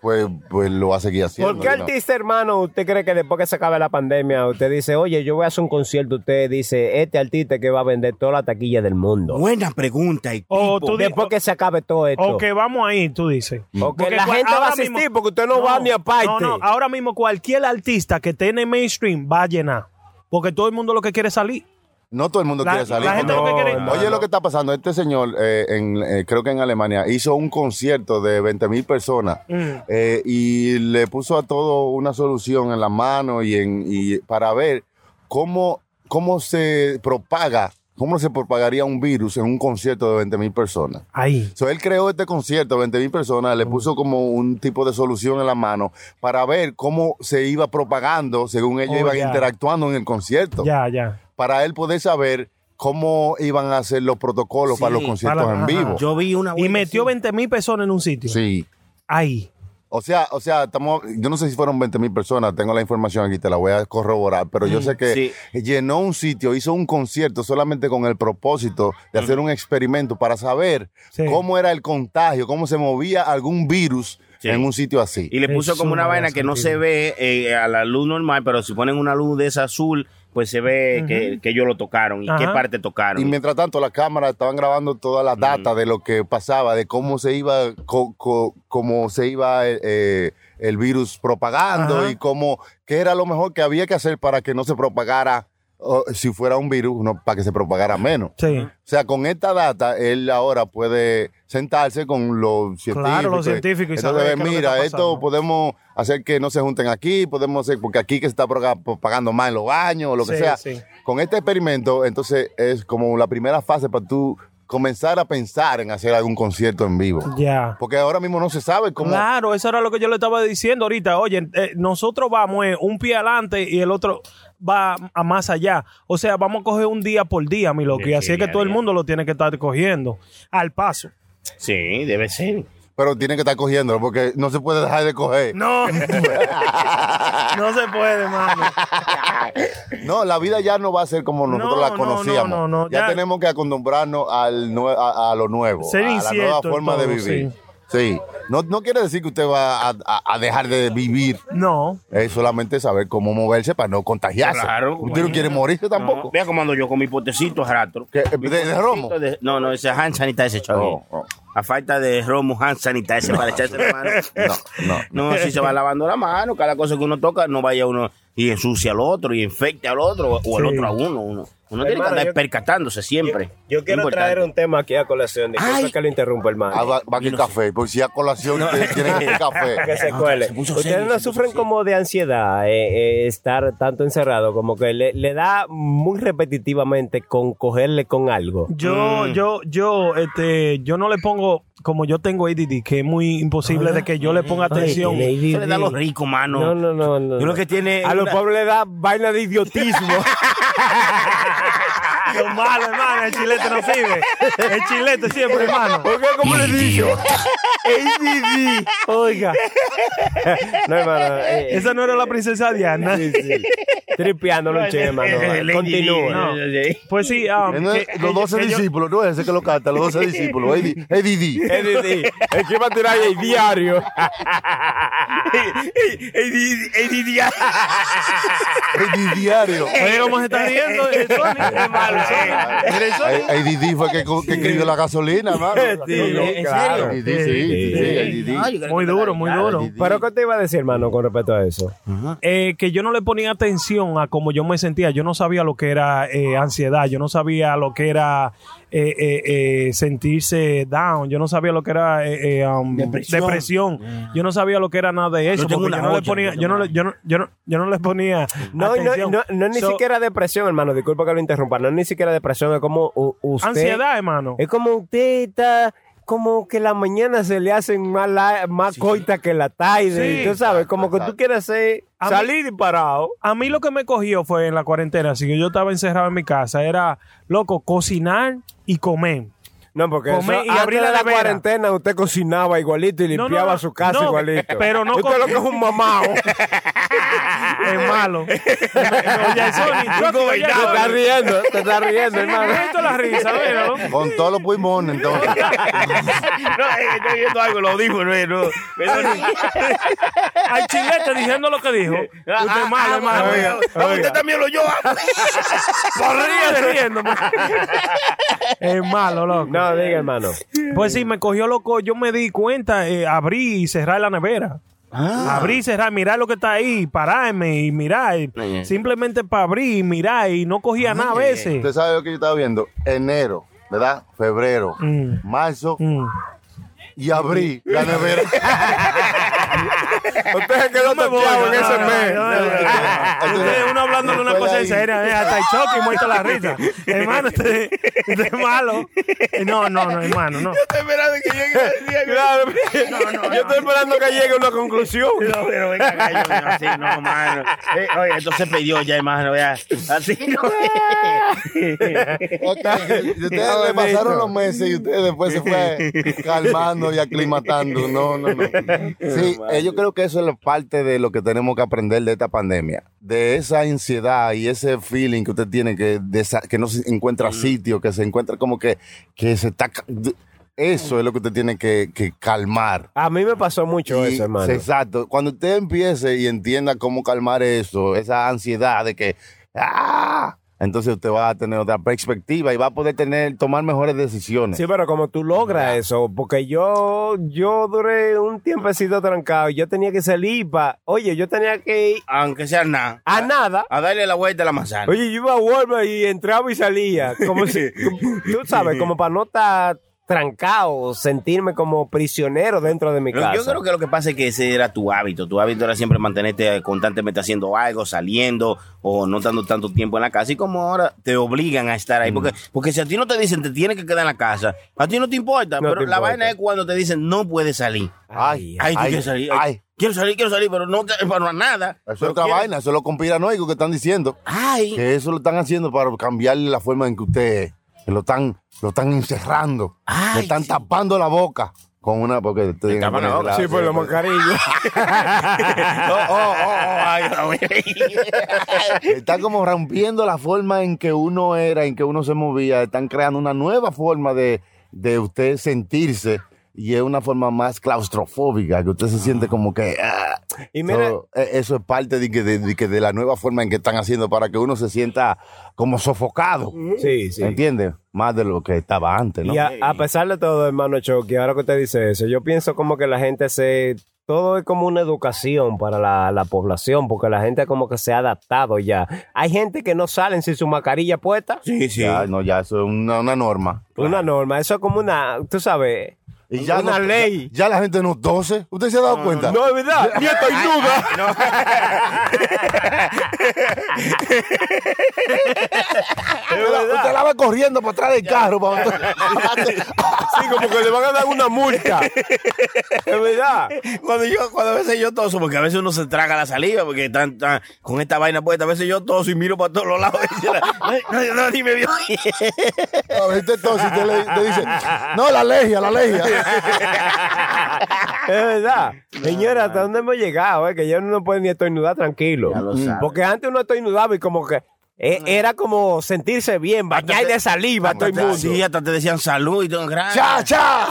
Speaker 5: pues, pues lo va a seguir haciendo.
Speaker 6: ¿Por qué
Speaker 5: ¿no?
Speaker 6: artista, hermano, usted cree que después que se acabe la pandemia, usted dice, oye, yo voy a hacer un concierto, usted dice, este artista que va a vender toda la taquilla del mundo?
Speaker 8: Buena pregunta. Y
Speaker 7: o,
Speaker 8: tipo,
Speaker 7: tú di-
Speaker 6: Después que se acabe todo esto.
Speaker 7: o que vamos ahí, tú dices.
Speaker 8: Mm.
Speaker 6: Porque la
Speaker 7: cua-
Speaker 6: gente va a
Speaker 7: ahora
Speaker 6: asistir
Speaker 7: mismo-
Speaker 6: porque usted pues, no, va ni a parte.
Speaker 7: No, no, ahora mismo cualquier artista que esté en el mainstream va a llenar. Porque todo el mundo lo que quiere es salir.
Speaker 5: No todo el mundo
Speaker 7: La-
Speaker 5: quiere salir.
Speaker 7: la gente
Speaker 5: No,
Speaker 7: lo que quiere-
Speaker 5: hermano. Oye, lo que está pasando. Este señor, eh, en, eh, creo que en Alemania, hizo un concierto de 20 mil personas
Speaker 7: Mm.
Speaker 5: eh, y le puso a todo una solución en la mano y, en, y para ver cómo, cómo se propaga, cómo se propagaría un virus en un concierto de 20 mil personas.
Speaker 7: Ahí.
Speaker 5: So, él creó este concierto, 20 mil personas,
Speaker 7: Mm.
Speaker 5: le puso como un tipo de solución en la mano para ver cómo se iba propagando según ellos
Speaker 7: Oh,
Speaker 5: iban
Speaker 7: ya.
Speaker 5: interactuando en el concierto
Speaker 7: Ya, ya.
Speaker 5: para él poder saber cómo iban a hacer los protocolos para los conciertos
Speaker 7: para-
Speaker 5: en vivo.
Speaker 8: yo vi una
Speaker 7: Y
Speaker 8: vuelta
Speaker 7: metió
Speaker 8: así.
Speaker 7: 20 mil personas en un sitio.
Speaker 5: Sí.
Speaker 7: Ahí.
Speaker 5: O sea, o sea, estamos, yo no sé si fueron 20 mil personas, tengo la información aquí, te la voy a corroborar, pero yo sé que llenó un sitio, hizo un concierto solamente con el propósito de hacer un experimento para saber
Speaker 7: Sí.
Speaker 5: cómo era el contagio, cómo se movía algún virus
Speaker 8: Sí.
Speaker 5: en un sitio así.
Speaker 8: Y le puso
Speaker 7: Eso
Speaker 8: como una
Speaker 7: no
Speaker 8: vaina
Speaker 7: hace
Speaker 8: que no
Speaker 7: sentido.
Speaker 8: se ve eh, a la luz normal, pero si ponen una luz de esa azul, pues se ve que, que ellos lo tocaron y
Speaker 7: Ajá.
Speaker 8: qué parte tocaron.
Speaker 5: Y mientras tanto, las cámaras estaban grabando toda la data de lo que pasaba, de cómo se iba, co- co- cómo se iba eh, eh, el virus propagando
Speaker 7: Ajá.
Speaker 5: y cómo, qué era lo mejor que había que hacer para que no se propagara, o, si fuera un virus, no, para que se propagara menos.
Speaker 7: Sí.
Speaker 5: O sea, con esta data, él ahora puede sentarse con los científicos. pues,
Speaker 7: Claro, los científicos y
Speaker 5: Entonces,
Speaker 7: saber qué es lo que
Speaker 5: mira,
Speaker 7: está
Speaker 5: esto
Speaker 7: pasando".
Speaker 5: podemos hacer que no se junten aquí, podemos hacer, porque aquí que se está proga- pues, pagando más en los baños, o lo que
Speaker 7: Sí,
Speaker 5: sea.
Speaker 7: sí.
Speaker 5: Con este experimento, entonces, es como la primera fase para tú comenzar a pensar en hacer algún concierto en vivo.
Speaker 7: Ya.
Speaker 5: Porque ahora mismo no se sabe cómo...
Speaker 7: Claro, eso era lo que yo le estaba diciendo ahorita. Oye, eh, nosotros vamos eh, un pie adelante y el otro va a más allá. O sea, vamos a coger un día por día, mi loco.
Speaker 8: Sí,
Speaker 7: Y así
Speaker 8: sí,
Speaker 7: es que
Speaker 8: día a
Speaker 7: todo el
Speaker 8: día.
Speaker 7: mundo lo tiene que estar cogiendo al paso.
Speaker 8: Sí, debe ser.
Speaker 5: Pero tiene que estar cogiéndolo, porque no se puede dejar de
Speaker 7: (laughs)
Speaker 5: coger. (laughs)
Speaker 7: No, no se puede, mano.
Speaker 5: No, la vida ya no va a ser como nosotros
Speaker 7: No,
Speaker 5: la
Speaker 7: no,
Speaker 5: conocíamos.
Speaker 7: no, no, no,
Speaker 5: ya,
Speaker 7: ya-
Speaker 5: tenemos que acostumbrarnos al nue- a, a lo nuevo,
Speaker 7: Ser
Speaker 5: a la nueva
Speaker 7: incierto en
Speaker 5: forma de
Speaker 7: todo,
Speaker 5: vivir. Sí. No, no quiere decir que usted va a, a- a dejar de vivir.
Speaker 7: No.
Speaker 5: Es solamente saber cómo moverse para no contagiarse.
Speaker 8: Claro,
Speaker 5: Usted no quiere morirse tampoco.
Speaker 8: No, Vea cómo ando yo con mi potecito a rato.
Speaker 5: ¿Qué? ¿De-
Speaker 8: Mi
Speaker 5: de
Speaker 8: potecito
Speaker 5: romo?
Speaker 8: de- no, no, ese hand sanitizer, chaval.
Speaker 5: Oh, oh.
Speaker 8: A falta de romo hand sanitizer para echarse la mano.
Speaker 5: No,
Speaker 8: No, si se va lavando la mano, cada cosa que uno toca, no vaya uno y ensucia al otro y infecte al otro o al
Speaker 7: Sí.
Speaker 8: otro a uno. Uno, uno tiene que
Speaker 6: Hermano,
Speaker 8: andar
Speaker 6: yo-
Speaker 8: percatándose siempre.
Speaker 6: Yo quiero
Speaker 8: Importante.
Speaker 6: traer un tema aquí a colación. Disculpe
Speaker 8: Ay.
Speaker 6: que lo interrumpa,
Speaker 5: Ah,
Speaker 6: hermano.
Speaker 5: va, va que café, porque si a colación ustedes tienen que
Speaker 6: Que
Speaker 5: café.
Speaker 6: se cuele.
Speaker 8: ah, se puso
Speaker 6: Ustedes
Speaker 8: serio,
Speaker 6: no
Speaker 8: se puso
Speaker 6: sufren
Speaker 8: serio.
Speaker 6: como de ansiedad eh, eh, estar tanto encerrado, como que le, le da muy repetitivamente con cogerle con algo.
Speaker 7: Yo, yo, yo, este, yo no le pongo, como yo tengo ADD, que es muy imposible de que yo le ponga atención.
Speaker 6: Ay, tiene
Speaker 8: Eso le da a los
Speaker 6: ADD.
Speaker 8: ricos, mano.
Speaker 6: No, no, no. no,
Speaker 8: Yo lo
Speaker 6: no.
Speaker 8: que tiene.
Speaker 6: A los
Speaker 8: una-
Speaker 6: pobres le da vaina de
Speaker 8: (laughs)
Speaker 6: idiotismo.
Speaker 7: Ah, Lo malo, hermano, el chilete no sirve. El chilete siempre, hermano.
Speaker 6: Porque como les digo, ADD.
Speaker 8: (laughs)
Speaker 6: Oiga. No, hermano. eh,
Speaker 7: Esa no era la princesa Diana.
Speaker 6: sí, sí. Tripeándolo un chisme,
Speaker 8: eh,
Speaker 6: hermano. Continúa.
Speaker 7: No. Pues sí, ah,
Speaker 5: Entonces,
Speaker 7: que-
Speaker 5: Los
Speaker 7: que-
Speaker 5: 12
Speaker 7: que yo-
Speaker 5: discípulos, no es ese que lo canta, los 12 discípulos, AD, ADD.
Speaker 6: ADD. El que va a tirar el diario.
Speaker 5: AD diario.
Speaker 7: Oye, ¿cómo se está riendo?
Speaker 6: (laughs)
Speaker 7: el Sony? Es malo, Sony. Mira, el Sony.
Speaker 5: ADD fue que, que escribió la gasolina, hermano.
Speaker 6: Sí, claro.
Speaker 5: ADD, sí, sí, ADD.
Speaker 7: Muy duro, muy duro.
Speaker 6: Pero ¿qué te iba a decir, hermano, con respecto a eso?
Speaker 7: eh, que yo no le ponía atención a cómo yo me sentía. Yo no sabía lo que era eh, ansiedad, yo no sabía lo que era eh, eh, eh, sentirse down, yo no sabía lo que era eh, eh, um, depresión.
Speaker 8: Depresión.
Speaker 7: Yo no sabía lo que era nada de eso.
Speaker 8: tengo
Speaker 7: porque
Speaker 8: una
Speaker 7: yo no le
Speaker 8: olla,
Speaker 7: ponía,
Speaker 8: yo
Speaker 7: yo no,
Speaker 8: tengo
Speaker 7: le- yo no, yo no, yo no les ponía.
Speaker 6: No, y no,
Speaker 7: atención.
Speaker 6: no, no es ni
Speaker 7: So,
Speaker 6: siquiera depresión, hermano. Disculpa que lo interrumpa. No es ni siquiera depresión. Es como u- usted.
Speaker 7: Ansiedad, hermano.
Speaker 6: Es como usted está. Como que la mañana se le hacen más, la- más coita que la tarde.
Speaker 7: Sí.
Speaker 6: Tú sabes, como que tú quieres hacer,
Speaker 7: A mí-
Speaker 6: salir disparado.
Speaker 7: A mí lo que me cogió fue en la cuarentena, así que yo estaba encerrado en mi casa, era, loco, cocinar y comer.
Speaker 6: No, porque
Speaker 7: Comer
Speaker 6: eso-
Speaker 7: y
Speaker 6: antes
Speaker 7: abrir
Speaker 6: de
Speaker 7: la
Speaker 6: la
Speaker 7: nevera.
Speaker 6: cuarentena usted cocinaba igualito y
Speaker 7: No, no,
Speaker 6: limpiaba
Speaker 7: no,
Speaker 6: su casa
Speaker 7: no,
Speaker 6: igualito.
Speaker 7: pero no
Speaker 6: Usted
Speaker 7: con-
Speaker 6: lo que es un mamado.
Speaker 7: (laughs)
Speaker 8: Ah,
Speaker 7: es malo. (laughs) Oye, el Sony, Chucky,
Speaker 6: te
Speaker 7: oye, el Sony.
Speaker 6: estás riendo, te estás riendo, hermano.
Speaker 7: Esto es la risa, míralo.
Speaker 5: Con todos los pulmones, entonces.
Speaker 8: (laughs) No, eh, estoy viendo algo, lo dijo, no, no.
Speaker 7: Al chilete diciendo lo que dijo.
Speaker 8: Ah,
Speaker 7: Usted es malo, hermano.
Speaker 6: Oiga, oiga.
Speaker 8: también lo yo. ah,
Speaker 7: Sonríe
Speaker 8: (laughs)
Speaker 7: riéndome. Es malo, loco.
Speaker 6: No, diga, hermano.
Speaker 7: Pues sí, me cogió loco. Yo me di cuenta, eh, abrí y cerrar la nevera. Abrí y cerrar, mirar lo que está ahí, pararme y mirar.
Speaker 8: Ah. ay.
Speaker 7: Simplemente para abrir y mirar y no cogía nada a veces.
Speaker 5: Usted sabe lo que yo estaba viendo. Enero, ¿verdad? Febrero,
Speaker 7: Mm.
Speaker 5: marzo
Speaker 7: Mm.
Speaker 5: y abril.
Speaker 7: (laughs)
Speaker 5: La nevera.
Speaker 6: Usted se quedó toqueado en ese
Speaker 7: no,
Speaker 6: mes.
Speaker 7: no, no, no, no.
Speaker 5: Entonces,
Speaker 7: Ustedes uno hablando de una
Speaker 5: después
Speaker 7: cosa
Speaker 5: de
Speaker 7: en
Speaker 5: ahí-
Speaker 7: serio, eh, hasta el choque y muerto la risa. hermano, usted, usted es malo. No, no, no, hermano, no.
Speaker 6: Claro, yo estoy esperando que llegue una conclusión.
Speaker 8: No, pero venga, acá, yo, no, así no, mano. Eh, oye, esto se pidió ya, hermano, vea. Así no.
Speaker 5: Ok, y ustedes le pasaron los meses y ustedes después se fue calmando y aclimatando. No, no, no. Sí, eh, yo creo que eso es la parte de lo que tenemos que aprender de esta pandemia. De esa ansiedad y ese feeling que usted tiene que, desa- que no se encuentra sitio, que se encuentra como que, que se está... ca- Eso es lo que usted tiene que, que calmar.
Speaker 6: A mí me pasó mucho
Speaker 5: Y-
Speaker 6: eso, hermano.
Speaker 5: sí, Exacto. Cuando usted empiece y entienda cómo calmar eso, esa ansiedad de que ¡ah! entonces usted va a tener otra perspectiva y va a poder tener, tomar mejores decisiones.
Speaker 6: Sí, pero como tú logras eso, porque yo, yo duré un tiempecito trancado, yo tenía que salir para, oye, yo tenía que ir
Speaker 8: Aunque sea nada.
Speaker 6: a nada.
Speaker 8: A darle la vuelta a la manzana.
Speaker 6: Oye, yo iba a Walmart y entraba y salía, como
Speaker 8: (laughs)
Speaker 6: si, tú sabes, como para no estar trancado, sentirme como prisionero dentro de mi
Speaker 8: Lo-
Speaker 6: casa.
Speaker 8: Yo creo que lo que pasa es que ese era tu hábito. Tu hábito era siempre mantenerte eh, constantemente haciendo algo, saliendo o no dando tanto tiempo en la casa. Y como ahora te obligan a estar ahí. Porque, porque si a ti no te dicen te tienes que quedar en la casa, a ti no te importa.
Speaker 6: No
Speaker 8: pero
Speaker 6: te
Speaker 8: la
Speaker 6: importa.
Speaker 8: vaina es cuando te dicen no puedes salir.
Speaker 5: Ay,
Speaker 8: Ay, tú
Speaker 5: ay,
Speaker 8: quieres salir. ay,
Speaker 5: ay.
Speaker 8: Quiero salir, quiero salir, pero no te, para nada.
Speaker 5: Eso es
Speaker 8: Pero
Speaker 5: otra
Speaker 8: quiero-
Speaker 5: vaina, eso es lo conspiranoico que están diciendo.
Speaker 8: Ay.
Speaker 5: Que eso lo están haciendo para cambiarle la forma en que usted es. Que lo están, lo están encerrando.
Speaker 8: Ay,
Speaker 5: le están
Speaker 8: sí.
Speaker 5: tapando la boca con una. Porque pues, te tienen que
Speaker 8: tapan la
Speaker 5: poner
Speaker 8: boca.
Speaker 6: Sí, por los mascarillas.
Speaker 8: Oh, oh, oh, oh, ay, ay.
Speaker 5: Están como rompiendo la forma en que uno era, en que uno se movía. Están creando una nueva forma de, de usted sentirse. y es una forma más claustrofóbica, que usted se siente como que... ah.
Speaker 6: Y mira-
Speaker 5: So, eh, eso es parte de, que de, de que de la nueva forma en que están haciendo para que uno se sienta como sofocado.
Speaker 6: Sí, sí.
Speaker 5: ¿Entiendes? Más de lo que estaba antes, ¿no?
Speaker 6: Y a, a pesar de todo, hermano Chucky, ahora que usted dice eso, yo pienso como que la gente se... Todo es como una educación para la, la población, porque la gente como que se ha adaptado ya. Hay gente que no salen sin su mascarilla puesta.
Speaker 8: Sí, sí.
Speaker 5: Ya, no, ya eso es una, una norma.
Speaker 6: Una norma, eso es como una, tú sabes,
Speaker 5: Y ya
Speaker 6: una
Speaker 5: no-
Speaker 6: ley.
Speaker 5: Ya, la gente no tose. ¿Usted se ha dado cuenta?
Speaker 6: No, es verdad, (laughs) ni estoy nuda.
Speaker 5: Usted la- usted la va corriendo para atrás del carro. para-
Speaker 6: Sí, como que le van a dar una multa. (laughs) Es verdad.
Speaker 8: Cuando yo, cuando a veces yo toso, porque a veces uno se traga la saliva, porque están, están con esta vaina puesta, a veces yo toso y miro para todos los lados. (laughs) Y yo la- no, no, no, ni me vio.
Speaker 5: A ver, usted tose y usted le, te dice, no, la legia, la legia.
Speaker 6: Es
Speaker 8: (laughs)
Speaker 6: verdad. Señora, ¿hasta dónde hemos llegado? eh? Que ya uno no puede ni estornudar tranquilo.
Speaker 8: Ya lo sabe.
Speaker 6: Porque antes uno estornudaba y como que eh, era como sentirse bien, bañar de saliva a todo el mundo.
Speaker 8: Sí, hasta te decían salud y todo,
Speaker 5: ¡Cha,
Speaker 8: gracias.
Speaker 5: cha!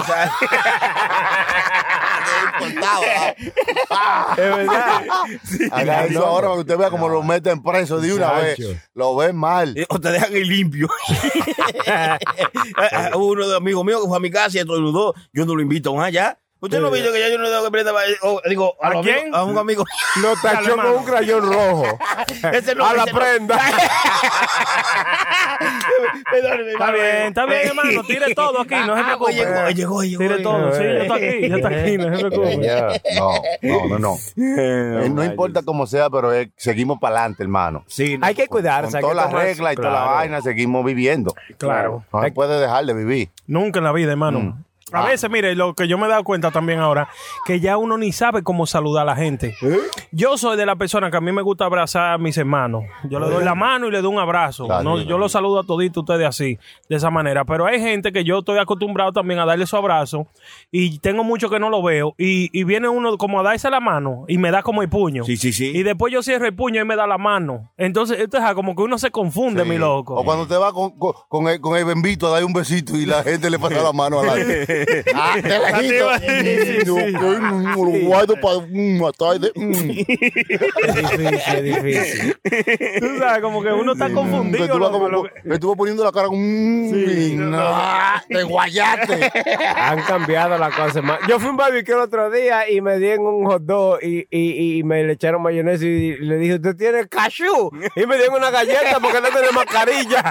Speaker 6: Es verdad.
Speaker 5: Ah. Haga eso ahora para que usted vea cómo lo meten preso de una vez.
Speaker 6: Muchacho.
Speaker 5: Lo ven mal.
Speaker 8: Eh, O te dejan ir (laughs) limpio. Ah, ah, Uno de los amigos míos que fue a mi casa y estornudó. Yo no lo invito más allá. Usted no vio que ya yo no le doy prenda. para- o, Digo, a,
Speaker 7: ¿A
Speaker 8: los amigos-
Speaker 7: quién?
Speaker 8: a un (laughs) amigo.
Speaker 6: Lo tachó con un crayón
Speaker 8: (laughs)
Speaker 6: rojo.
Speaker 8: Ese no,
Speaker 6: a la
Speaker 8: ese no. (laughs)
Speaker 6: prenda.
Speaker 8: Perdóneme,
Speaker 7: Está
Speaker 8: hermano.
Speaker 7: bien, está bien,
Speaker 8: Eh,
Speaker 7: hermano. Tire todo aquí, no se
Speaker 8: ah,
Speaker 7: preocupe.
Speaker 8: llegó, llegó, llegó.
Speaker 7: Tire todo, sí, ya está aquí, ya está aquí, no se preocupe.
Speaker 5: (laughs) No, no, no, no. Eh, no importa cómo sea, pero eh, seguimos para adelante, hermano.
Speaker 8: Sí,
Speaker 6: Hay que
Speaker 5: Con
Speaker 6: cuidarse. hay que
Speaker 5: todas las
Speaker 6: tomarse-
Speaker 5: reglas y toda la
Speaker 6: Claro.
Speaker 5: vaina seguimos viviendo. (laughs)
Speaker 7: Claro.
Speaker 5: No se puede dejar de vivir.
Speaker 7: Nunca en la vida, hermano.
Speaker 8: Mm. Ah.
Speaker 7: A veces, mire, lo que yo me he dado cuenta también ahora, que ya uno ni sabe cómo saludar a la gente.
Speaker 8: ¿Eh?
Speaker 7: Yo soy de la persona que a mí me gusta abrazar a mis hermanos. Yo
Speaker 8: ¿Eh?
Speaker 7: le doy la mano y le doy un abrazo.
Speaker 5: Está
Speaker 7: No,
Speaker 5: bien.
Speaker 7: yo los saludo a toditos ustedes así, de esa manera. Pero hay gente que yo estoy acostumbrado también a darle su abrazo y tengo mucho que no lo veo. Y, y viene uno como a darse la mano y me da como el puño.
Speaker 8: Sí, sí, sí.
Speaker 7: Y después yo cierro el puño y me da la mano. Entonces, esto es como que uno se confunde, mi loco.
Speaker 5: O cuando usted va con, con, con el, con el bembito a darle un besito y la gente le pasa la mano a la
Speaker 7: (laughs)
Speaker 5: Ah, te la quito. Yo soy un uruguayo para un matar de- mm.
Speaker 6: Es difícil, es difícil.
Speaker 8: (laughs)
Speaker 7: Tú sabes, como que uno
Speaker 5: Mm.
Speaker 7: está (laughs)
Speaker 5: Me
Speaker 7: confundido.
Speaker 5: estuvo
Speaker 7: loco,
Speaker 5: como-
Speaker 7: lo que-
Speaker 5: me estuvo poniendo la cara. mm, y no, te guayaste.
Speaker 6: Han cambiado las cosas. ma- Yo fui a un barbecue el otro día y me dieron un hot dog y, y- y me le echaron mayonesa y le dije, ¿usted tiene cashew? Y me dieron una galleta porque no tiene
Speaker 7: (laughs)
Speaker 6: mascarilla.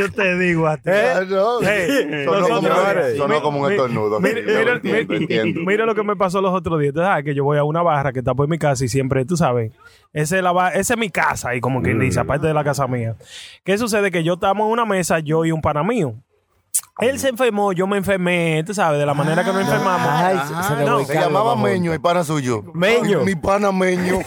Speaker 7: Yo te digo a ti.
Speaker 5: Ah, no.
Speaker 7: ¿Eh? Hey,
Speaker 5: sonó, como,
Speaker 6: nosotros-
Speaker 5: sonó
Speaker 7: mi-
Speaker 5: como un
Speaker 7: mi-
Speaker 5: estornudo.
Speaker 7: Mira,
Speaker 5: sí, yo
Speaker 7: mira-
Speaker 5: entiendo,
Speaker 7: mira-
Speaker 5: entiendo.
Speaker 7: (laughs) mira lo que me pasó los otros días. Tú sabes que yo voy a una barra que está por mi casa y siempre, tú sabes, esa es, la ba- esa es mi casa y como quien
Speaker 5: Mm.
Speaker 7: dice, aparte de la casa mía. ¿Qué sucede? Que yo estamos en una mesa, yo y un pana mío. Él se enfermó, yo me enfermé, tú sabes, de la manera que nos enfermamos.
Speaker 6: Ah. ay, se- se le
Speaker 7: no,
Speaker 5: Se llamaba Meño, el pana suyo.
Speaker 6: Meño.
Speaker 5: Mi, mi pana
Speaker 7: (laughs)
Speaker 5: Meño.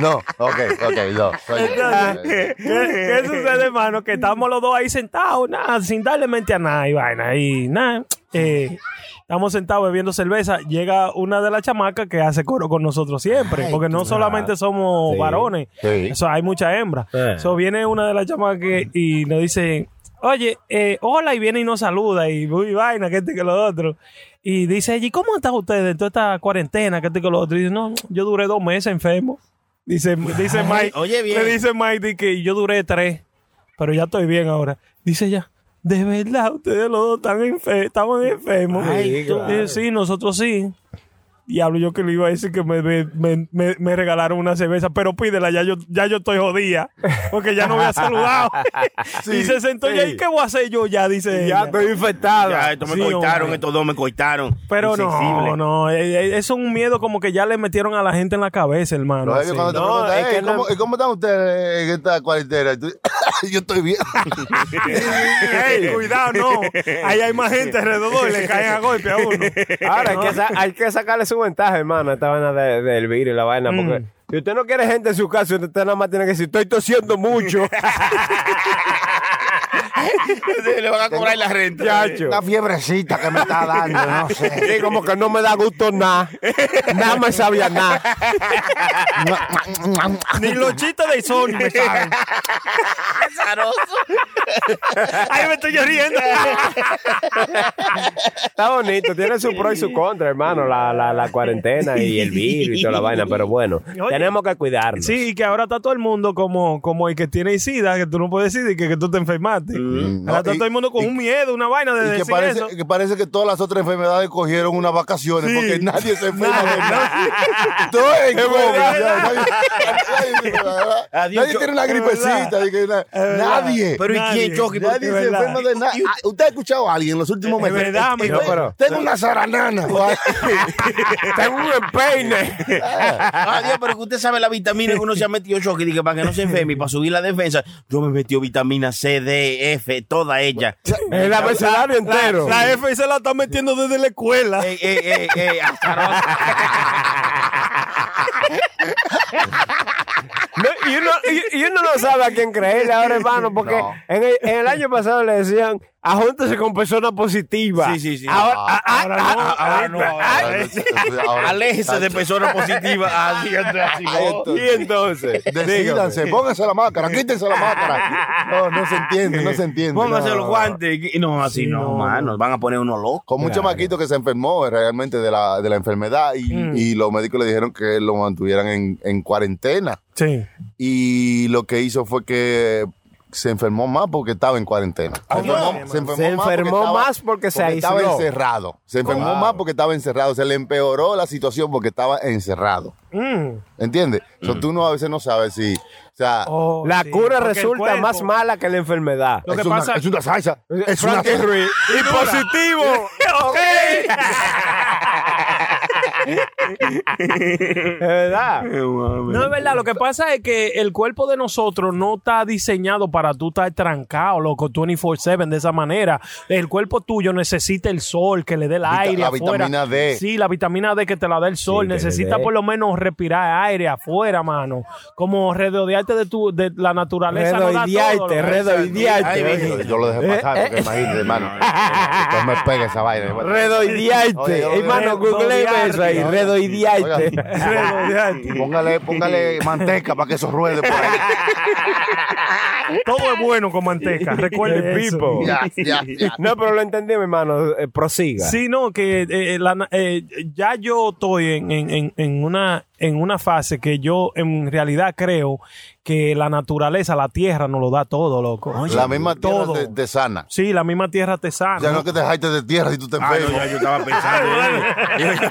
Speaker 5: no, ok, ok, no. soy-
Speaker 7: Entonces, ¿qué, qué sucede, hermano? Que estamos los dos ahí sentados, nada, sin darle mente a nada y vaina. Y nada, eh, estamos sentados bebiendo cerveza. Llega una de las chamacas que hace coro con nosotros siempre, porque no solamente somos varones,
Speaker 5: sí.
Speaker 7: eso, hay muchas hembras.
Speaker 6: Eh.
Speaker 7: So, viene una de las chamacas que- y nos dice, oye, eh, hola, y viene y nos saluda, y muy vaina, que este que lo otro. Y dice, ¿y cómo están ustedes en toda esta cuarentena, que este que lo otro? Y dice, no, yo duré dos meses enfermo. Dice, dice Mike,
Speaker 8: oye, bien.
Speaker 7: le dice Mike di que yo duré tres, pero ya estoy bien ahora. Dice ya, de verdad, ustedes los dos están enfer- estaban enfermos.
Speaker 6: Ay,
Speaker 7: Dice,
Speaker 6: claro.
Speaker 7: sí, nosotros sí. Diablo, yo que le iba a decir que me, me- me- me- me regalaron una cerveza, pero pídela, ya yo, ya yo estoy jodida, porque ya no me ha (laughs) saludado. y se sentó y ahí, ¿qué voy a hacer yo ya? Dice
Speaker 6: Ya
Speaker 7: ella.
Speaker 6: estoy
Speaker 8: Ya,
Speaker 6: infectada.
Speaker 8: esto me
Speaker 7: Sí,
Speaker 8: coitaron,
Speaker 7: hombre.
Speaker 8: estos dos me coitaron.
Speaker 7: Pero no,
Speaker 8: Insensible. (laughs)
Speaker 7: no, eh, eh, eso es un miedo como que ya le metieron a la gente en la cabeza, hermano.
Speaker 5: Los jefes
Speaker 7: sí. (laughs)
Speaker 5: cuando te
Speaker 6: No,
Speaker 5: preguntan,
Speaker 6: es que
Speaker 5: "Ey,
Speaker 6: no-
Speaker 5: ¿cómo, y ¿cómo están ustedes en esta cuarentena? Y tú, (laughs) yo estoy bien.
Speaker 7: Ey, cuidado, no. Ahí hay (laughs) más gente alrededor y le caen a golpe a uno.
Speaker 6: Ahora hay que, sa- hay que sacarle su ventaja, hermano, a esta vaina de- del virus y la vaina. Porque
Speaker 7: Mm. (laughs)
Speaker 6: si usted no quiere gente en su casa, usted nada más tiene que decir, estoy tosiendo mucho.
Speaker 8: Le van a cobrar la
Speaker 6: (laughs)
Speaker 8: renta.
Speaker 6: Chacho.
Speaker 9: Una fiebrecita que me está dando,
Speaker 5: (laughs)
Speaker 9: no sé.
Speaker 6: Sí, como que no me da gusto nada. Nada me sabía nada.
Speaker 7: (laughs) Ni los chistes de Sony me saben. Ay, me estoy riendo.
Speaker 6: Está bonito, tiene su pro y su contra, hermano. La, la, la cuarentena y el virus
Speaker 7: (laughs)
Speaker 6: y toda la vaina. Pero bueno,
Speaker 7: Oye.
Speaker 6: tenemos que cuidarnos.
Speaker 7: Sí, y que ahora está todo el mundo como, como el que tiene SIDA, que tú no puedes decir que, que tú te enfermaste. Ahora está
Speaker 5: No, y-
Speaker 7: todo el mundo con
Speaker 5: y-
Speaker 7: un miedo, una vaina de
Speaker 5: Y que
Speaker 7: decir
Speaker 5: parece,
Speaker 7: eso.
Speaker 5: que parece que todas las otras enfermedades cogieron unas vacaciones porque nadie se enferma de (laughs) nada. Todo es COVID, ya, nadie- nadie- nadie-
Speaker 8: Adiós,
Speaker 5: Nadie
Speaker 8: yo-
Speaker 5: tiene una
Speaker 7: es
Speaker 5: gripecita.
Speaker 7: verdad.
Speaker 5: de que na-
Speaker 7: verdad.
Speaker 5: Nadie.
Speaker 8: Pero ¿y
Speaker 7: Nadie.
Speaker 8: quién, Chucky? ¿Por
Speaker 5: Nadie
Speaker 8: qué?
Speaker 5: se
Speaker 7: verdad.
Speaker 5: enferma de nada. Ah, ¿Usted ha escuchado a alguien en los últimos
Speaker 7: Es
Speaker 5: meses?
Speaker 7: verdad, mi
Speaker 6: No, pero-
Speaker 5: Tengo una zaranana.
Speaker 6: Tengo un empeine.
Speaker 8: Ah, Dios, pero que usted sabe la vitamina que uno se ha metido, Chucky, dije, para que no se enferme y para subir la defensa. Yo me metí vitamina C, D, F, toda ella.
Speaker 6: El abecedario entero.
Speaker 7: La F se la está metiendo desde la escuela.
Speaker 8: Ey, ey, ey, ey, azaroso.
Speaker 6: No, y, uno, y- y uno no sabe a quién
Speaker 7: (laughs)
Speaker 6: creerle ahora, hermano, porque
Speaker 5: No.
Speaker 6: en, el, en el año pasado le decían, ajúntese con personas positivas.
Speaker 8: Sí, sí, sí.
Speaker 6: Ahora, ah, ah,
Speaker 7: Ahora
Speaker 6: ah,
Speaker 7: no,
Speaker 6: ah,
Speaker 7: ahora
Speaker 6: ah,
Speaker 7: no, ahora
Speaker 6: ah,
Speaker 7: no.
Speaker 5: Ahora-
Speaker 8: Aléjese de personas (laughs) positivas. Así, así, así.
Speaker 5: Entonces,
Speaker 6: Y
Speaker 5: (laughs)
Speaker 6: entonces,
Speaker 5: Decídanse, pónganse la máscara, quítense la máscara. No, no se entiende, no se entiende.
Speaker 8: Póngase
Speaker 5: no.
Speaker 8: los guantes. y- No,
Speaker 7: Sí,
Speaker 8: así no,
Speaker 7: no,
Speaker 8: mano. Van a poner uno loco.
Speaker 5: Con un chamaquito que se enfermó eh, realmente de la, de la enfermedad y,
Speaker 8: Mm.
Speaker 5: y los médicos le dijeron que lo mantuvieran en, en cuarentena.
Speaker 7: Sí.
Speaker 5: Y lo que hizo fue que se enfermó más porque estaba en cuarentena.
Speaker 7: Ah,
Speaker 5: Se enfermó,
Speaker 6: Se enfermó
Speaker 5: estaba-
Speaker 6: más porque se
Speaker 5: estaba
Speaker 6: aisló.
Speaker 5: encerrado. Se enfermó más porque estaba encerrado. Se le empeoró la situación porque estaba encerrado.
Speaker 7: Mm.
Speaker 5: ¿Entiendes? So, tú no, a veces no sabes si... O sea,
Speaker 7: Oh,
Speaker 6: La
Speaker 7: sí,
Speaker 6: cura
Speaker 7: porque el
Speaker 6: resulta
Speaker 7: cuerpo-
Speaker 6: más mala que la enfermedad.
Speaker 7: Lo que
Speaker 5: es, una,
Speaker 7: pasa- Eh,
Speaker 5: es una salsa. Es una
Speaker 6: Frankie Ruiz. Y
Speaker 5: (laughs)
Speaker 6: positivo. (laughs) Es verdad.
Speaker 7: No, es verdad. Lo que pasa es que el cuerpo de nosotros no está diseñado para tú estar trancado, loco, 24-7 de esa manera. El cuerpo tuyo necesita el sol, que le dé el
Speaker 5: Vita-
Speaker 7: aire
Speaker 5: la
Speaker 7: afuera.
Speaker 5: vitamina D.
Speaker 7: Sí, la vitamina D que te la da el sol.
Speaker 6: que le
Speaker 7: necesita
Speaker 6: dé.
Speaker 7: por lo menos respirar aire afuera, mano. Como redodearte de, tu, de la naturaleza. no da todo,
Speaker 6: Redoidiarte,
Speaker 7: loco.
Speaker 6: redoidiarte.
Speaker 5: Yo, yo lo dejé
Speaker 6: Eh,
Speaker 5: pasar porque imagínate, hermano.
Speaker 6: (laughs)
Speaker 5: Después me pega esa vaina. Oye,
Speaker 6: Redoidiarte.
Speaker 5: oye,
Speaker 6: Hermano,
Speaker 7: oye.
Speaker 6: google eso ahí.
Speaker 5: Oiga.
Speaker 6: Redoidiarte.
Speaker 7: Redodearte.
Speaker 5: Póngale,
Speaker 6: (laughs)
Speaker 5: póngale manteca para que eso ruede por ahí.
Speaker 7: Todo es bueno con manteca. Recuerden
Speaker 6: El
Speaker 7: eso.
Speaker 6: pipo.
Speaker 5: Ya, ya, ya.
Speaker 6: (laughs) No, pero lo entendí, mi hermano. Eh, prosiga.
Speaker 7: Sí, no, que eh, la na- eh, ya yo estoy en, en- en- en una, en una fase que yo en realidad creo que la naturaleza, la tierra, nos lo da todo, loco.
Speaker 5: La misma tierra
Speaker 7: Todo.
Speaker 5: te, te sana.
Speaker 7: Sí, la misma tierra te sana.
Speaker 5: O sea, no es que te dejaste de tierra si tú te
Speaker 8: Ah, no, ya
Speaker 5: enfermas.
Speaker 8: yo estaba (laughs) pensando. ¿eh? Yo- yo-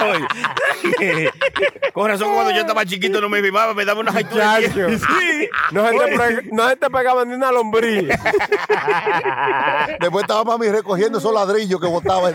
Speaker 8: Con razón, cuando yo estaba chiquito no me mimaba, me daba una jaitura.
Speaker 6: (laughs) Chacho.
Speaker 7: (laughs)
Speaker 6: No se, te pre- no se te pegaban ni una
Speaker 7: (laughs)
Speaker 6: lombriz.
Speaker 5: Después estaba mami recogiendo esos ladrillos que botaba.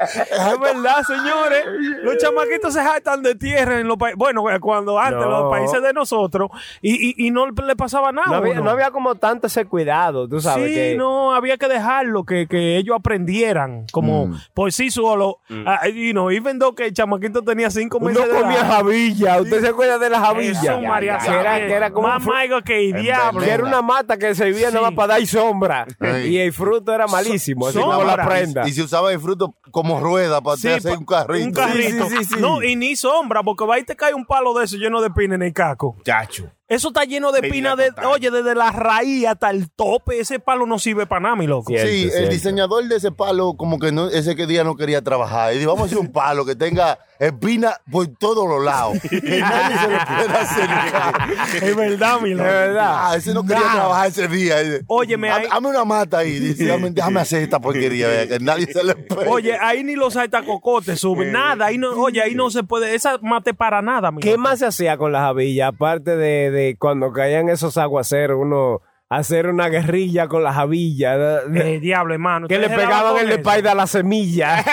Speaker 7: Es verdad, (laughs) señores. Los chamaquitos se jactan de tierra en los países. Bueno, eh, cuando antes,
Speaker 6: No.
Speaker 7: los países de nosotros, y, y- y no le pasaba nada.
Speaker 6: No había,
Speaker 7: ¿no?
Speaker 6: no había como tanto ese cuidado, tú sabes.
Speaker 7: sí,
Speaker 6: que-
Speaker 7: no, había que dejarlo, que, que ellos aprendieran, como
Speaker 6: Mm.
Speaker 7: por sí solo.
Speaker 5: Mm.
Speaker 7: ah, you know, even though que el chamaquito tenía cinco meses
Speaker 6: Uno
Speaker 7: de
Speaker 6: comía
Speaker 7: edad.
Speaker 6: jabilla. Usted se acuerda de la
Speaker 7: pues, Eso,
Speaker 6: jabilla.
Speaker 7: María
Speaker 6: que, era,
Speaker 7: Isabel.
Speaker 6: que era como un
Speaker 7: Más
Speaker 6: fru-
Speaker 7: maigo que el
Speaker 5: En
Speaker 7: diablo.
Speaker 6: que era una mata que servía nada más para dar sombra.
Speaker 5: Ey.
Speaker 6: Y el fruto era malísimo, así
Speaker 7: sombra.
Speaker 6: como la prenda.
Speaker 5: Y si usaba el fruto como rueda para
Speaker 7: Sí,
Speaker 5: hacer
Speaker 7: pa-
Speaker 5: un carrito.
Speaker 7: Un carrito.
Speaker 6: Sí, sí, sí, sí.
Speaker 7: No, y ni sombra, porque va y te cae un palo de eso lleno de pines en el caco.
Speaker 8: Chacho.
Speaker 7: Eso está lleno de
Speaker 8: Medida
Speaker 7: pina de,
Speaker 8: total.
Speaker 7: oye, desde la raíz hasta el tope, ese palo no sirve para nada, mi loco.
Speaker 6: Cierto,
Speaker 5: Sí, el
Speaker 6: cierto.
Speaker 5: diseñador de ese palo, como que no, ese que día no quería trabajar. Y dijo, vamos a hacer un palo que tenga espina por todos los lados. Que nadie se lo pueda acercar.
Speaker 7: (laughs) Es verdad,
Speaker 6: (laughs)
Speaker 7: mi
Speaker 5: No,
Speaker 7: loco.
Speaker 5: Ah, ese no quería
Speaker 7: Nah.
Speaker 5: trabajar ese día. Él-
Speaker 7: Óyeme,
Speaker 5: Dame-
Speaker 7: hay-
Speaker 5: dame una mata ahí. Dice, dame- déjame hacer esta porquería, vea, que nadie se le pegue.
Speaker 7: Oye, ahí ni los saltacocotes
Speaker 8: (laughs)
Speaker 7: suben, nada, ahí no, oye, ahí no se puede, esa mate para nada, mi
Speaker 6: ¿Qué
Speaker 7: loco.
Speaker 6: más se hacía con la jabilla? Aparte de, de cuando caían esos aguaceros, uno hacer una guerrilla con la jabilla. de- de-
Speaker 7: Eh, diablo, hermano.
Speaker 6: que le
Speaker 7: ¿ustedes daban
Speaker 6: pegaban
Speaker 7: con
Speaker 6: el
Speaker 7: eso?
Speaker 6: espalda a
Speaker 7: (laughs)
Speaker 6: la semilla.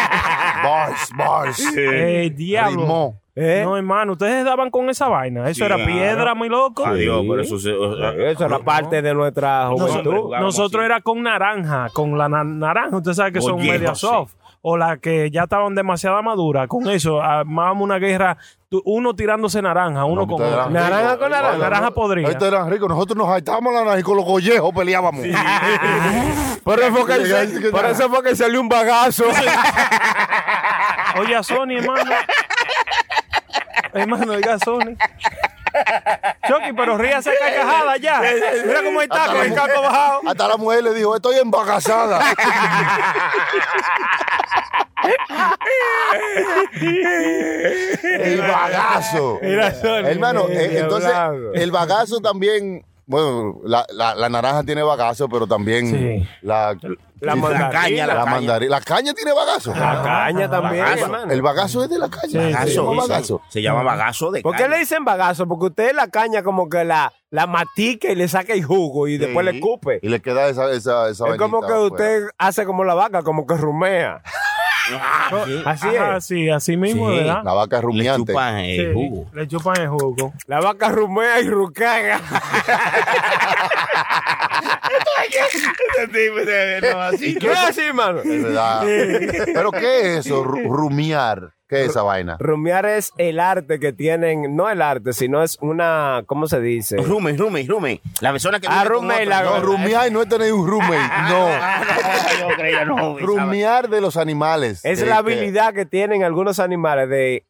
Speaker 6: (laughs)
Speaker 5: Bars, bars.
Speaker 7: Eh, diablo.
Speaker 5: Rimó.
Speaker 6: ¿Eh?
Speaker 7: No, hermano, ustedes daban con esa vaina. Eso
Speaker 8: Sí,
Speaker 7: era
Speaker 8: claro.
Speaker 7: piedra, mi loco.
Speaker 8: Adiós,
Speaker 6: Sí.
Speaker 8: Ah, pero eso se. o sea,
Speaker 6: Eso era parte de nuestra
Speaker 7: Nosotros,
Speaker 6: juventud.
Speaker 8: jugábamos
Speaker 7: nosotros
Speaker 8: así.
Speaker 7: era con naranja, con la na- naranja. Ustedes saben que son
Speaker 8: Oye,
Speaker 7: media
Speaker 8: José.
Speaker 7: soft. o las que ya estaban demasiado maduras. Con eso armábamos una guerra, tu- uno tirándose naranja, uno con otro.
Speaker 6: Naranja con naranja.
Speaker 7: Naranja podrida.
Speaker 5: Estos eran ricos. Nosotros nos saltábamos la naranja y con los collejos peleábamos. (laughs)
Speaker 6: Por eso fue que, se- por eso fue que salió un bagazo.
Speaker 7: Oye, a Sony, hermano. hermano, oiga a Sony. Chucky, pero ríase a carcajada
Speaker 8: (laughs)
Speaker 7: ya. Mira cómo está con el caco bajado.
Speaker 5: Hasta la mujer le dijo, estoy embarazada. el bagazo.
Speaker 7: Mira, Sony.
Speaker 5: Hermano,
Speaker 6: el
Speaker 5: eh, entonces,
Speaker 6: diablazo.
Speaker 5: el bagazo también... Bueno, la, la- la naranja tiene bagazo, pero también
Speaker 7: Sí.
Speaker 5: la,
Speaker 6: La
Speaker 5: sí,
Speaker 6: mandarina.
Speaker 5: caña, la, mandarina. La caña tiene bagazo.
Speaker 6: La caña también,
Speaker 8: Bagazo.
Speaker 6: hermano.
Speaker 5: El bagazo es de la caña. se llama
Speaker 8: Bagazo, sí, sí.
Speaker 5: bagazo.
Speaker 8: Se llama bagazo de
Speaker 6: ¿Por qué
Speaker 8: caña.
Speaker 6: le dicen bagazo? Porque usted la caña como que la, la matica y le saca el jugo y después le escupe.
Speaker 5: Y le queda esa, esa, esa
Speaker 6: Es como
Speaker 5: vainita
Speaker 6: que
Speaker 5: afuera.
Speaker 6: usted hace como la vaca, como que rumea.
Speaker 8: Ah,
Speaker 6: Así
Speaker 7: Ajá,
Speaker 6: es.
Speaker 7: sí, así mismo,
Speaker 8: Sí.
Speaker 7: ¿verdad?
Speaker 5: La vaca
Speaker 8: Le
Speaker 5: rumiante.
Speaker 8: chupan el
Speaker 7: Sí,
Speaker 8: eh, jugo.
Speaker 7: Le chupan el jugo.
Speaker 6: La vaca rumea y rucaga.
Speaker 5: este
Speaker 6: (laughs) ¿Y qué es así, hermano?
Speaker 5: ¿Verdad? ¿Pero qué es eso? Ru- Rumiar. ¿Qué es esa vaina?
Speaker 6: Rumear es el arte que tienen, no el arte, sino es una, ¿cómo se dice?
Speaker 8: Rumen, rumen, rumen. La persona que
Speaker 6: Ah,
Speaker 8: vive con
Speaker 6: rumen,
Speaker 8: otro,
Speaker 6: la-
Speaker 5: No, rumiar no es tener un roommate.
Speaker 8: No, yo creía, no.
Speaker 5: No. Rumiar de los animales.
Speaker 6: Es
Speaker 5: Que-
Speaker 6: la
Speaker 5: que-
Speaker 6: habilidad que tienen algunos animales de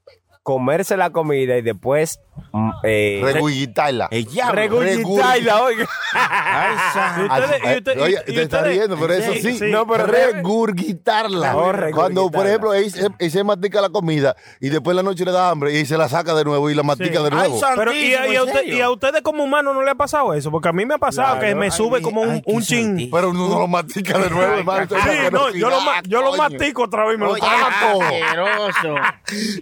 Speaker 6: comerse la comida y después mm, eh,
Speaker 5: Regurgitarla.
Speaker 8: El diablo.
Speaker 6: regurgitarla, (laughs) oiga.
Speaker 8: Ay, sa-
Speaker 7: Y ustedes- y usted- y-
Speaker 5: Oye,
Speaker 7: y
Speaker 5: te estás
Speaker 7: ustedes-
Speaker 5: riendo, pero eso sí.
Speaker 7: sí.
Speaker 6: No, pero-
Speaker 5: regurgitarla.
Speaker 6: No, regurgitarla.
Speaker 5: Cuando, por ejemplo, ella se mastica la comida y después en la noche le da hambre y se la saca de nuevo y la mastica de nuevo.
Speaker 8: Ay, santísimo,
Speaker 7: Pero y, a- y a
Speaker 8: ¿en
Speaker 7: usted-
Speaker 8: serio?
Speaker 7: y a ustedes como humanos no le ha pasado eso, porque a mí me ha pasado que me sube
Speaker 8: Ay,
Speaker 7: como un,
Speaker 8: ay, qué
Speaker 7: un chin.
Speaker 8: santísimo.
Speaker 5: Pero no, no lo mastica de nuevo, hermano.
Speaker 7: Sí, no, yo lo, ma- yo lo mastico otra vez. y Me lo
Speaker 5: Oye,
Speaker 7: trago.
Speaker 8: Asqueroso.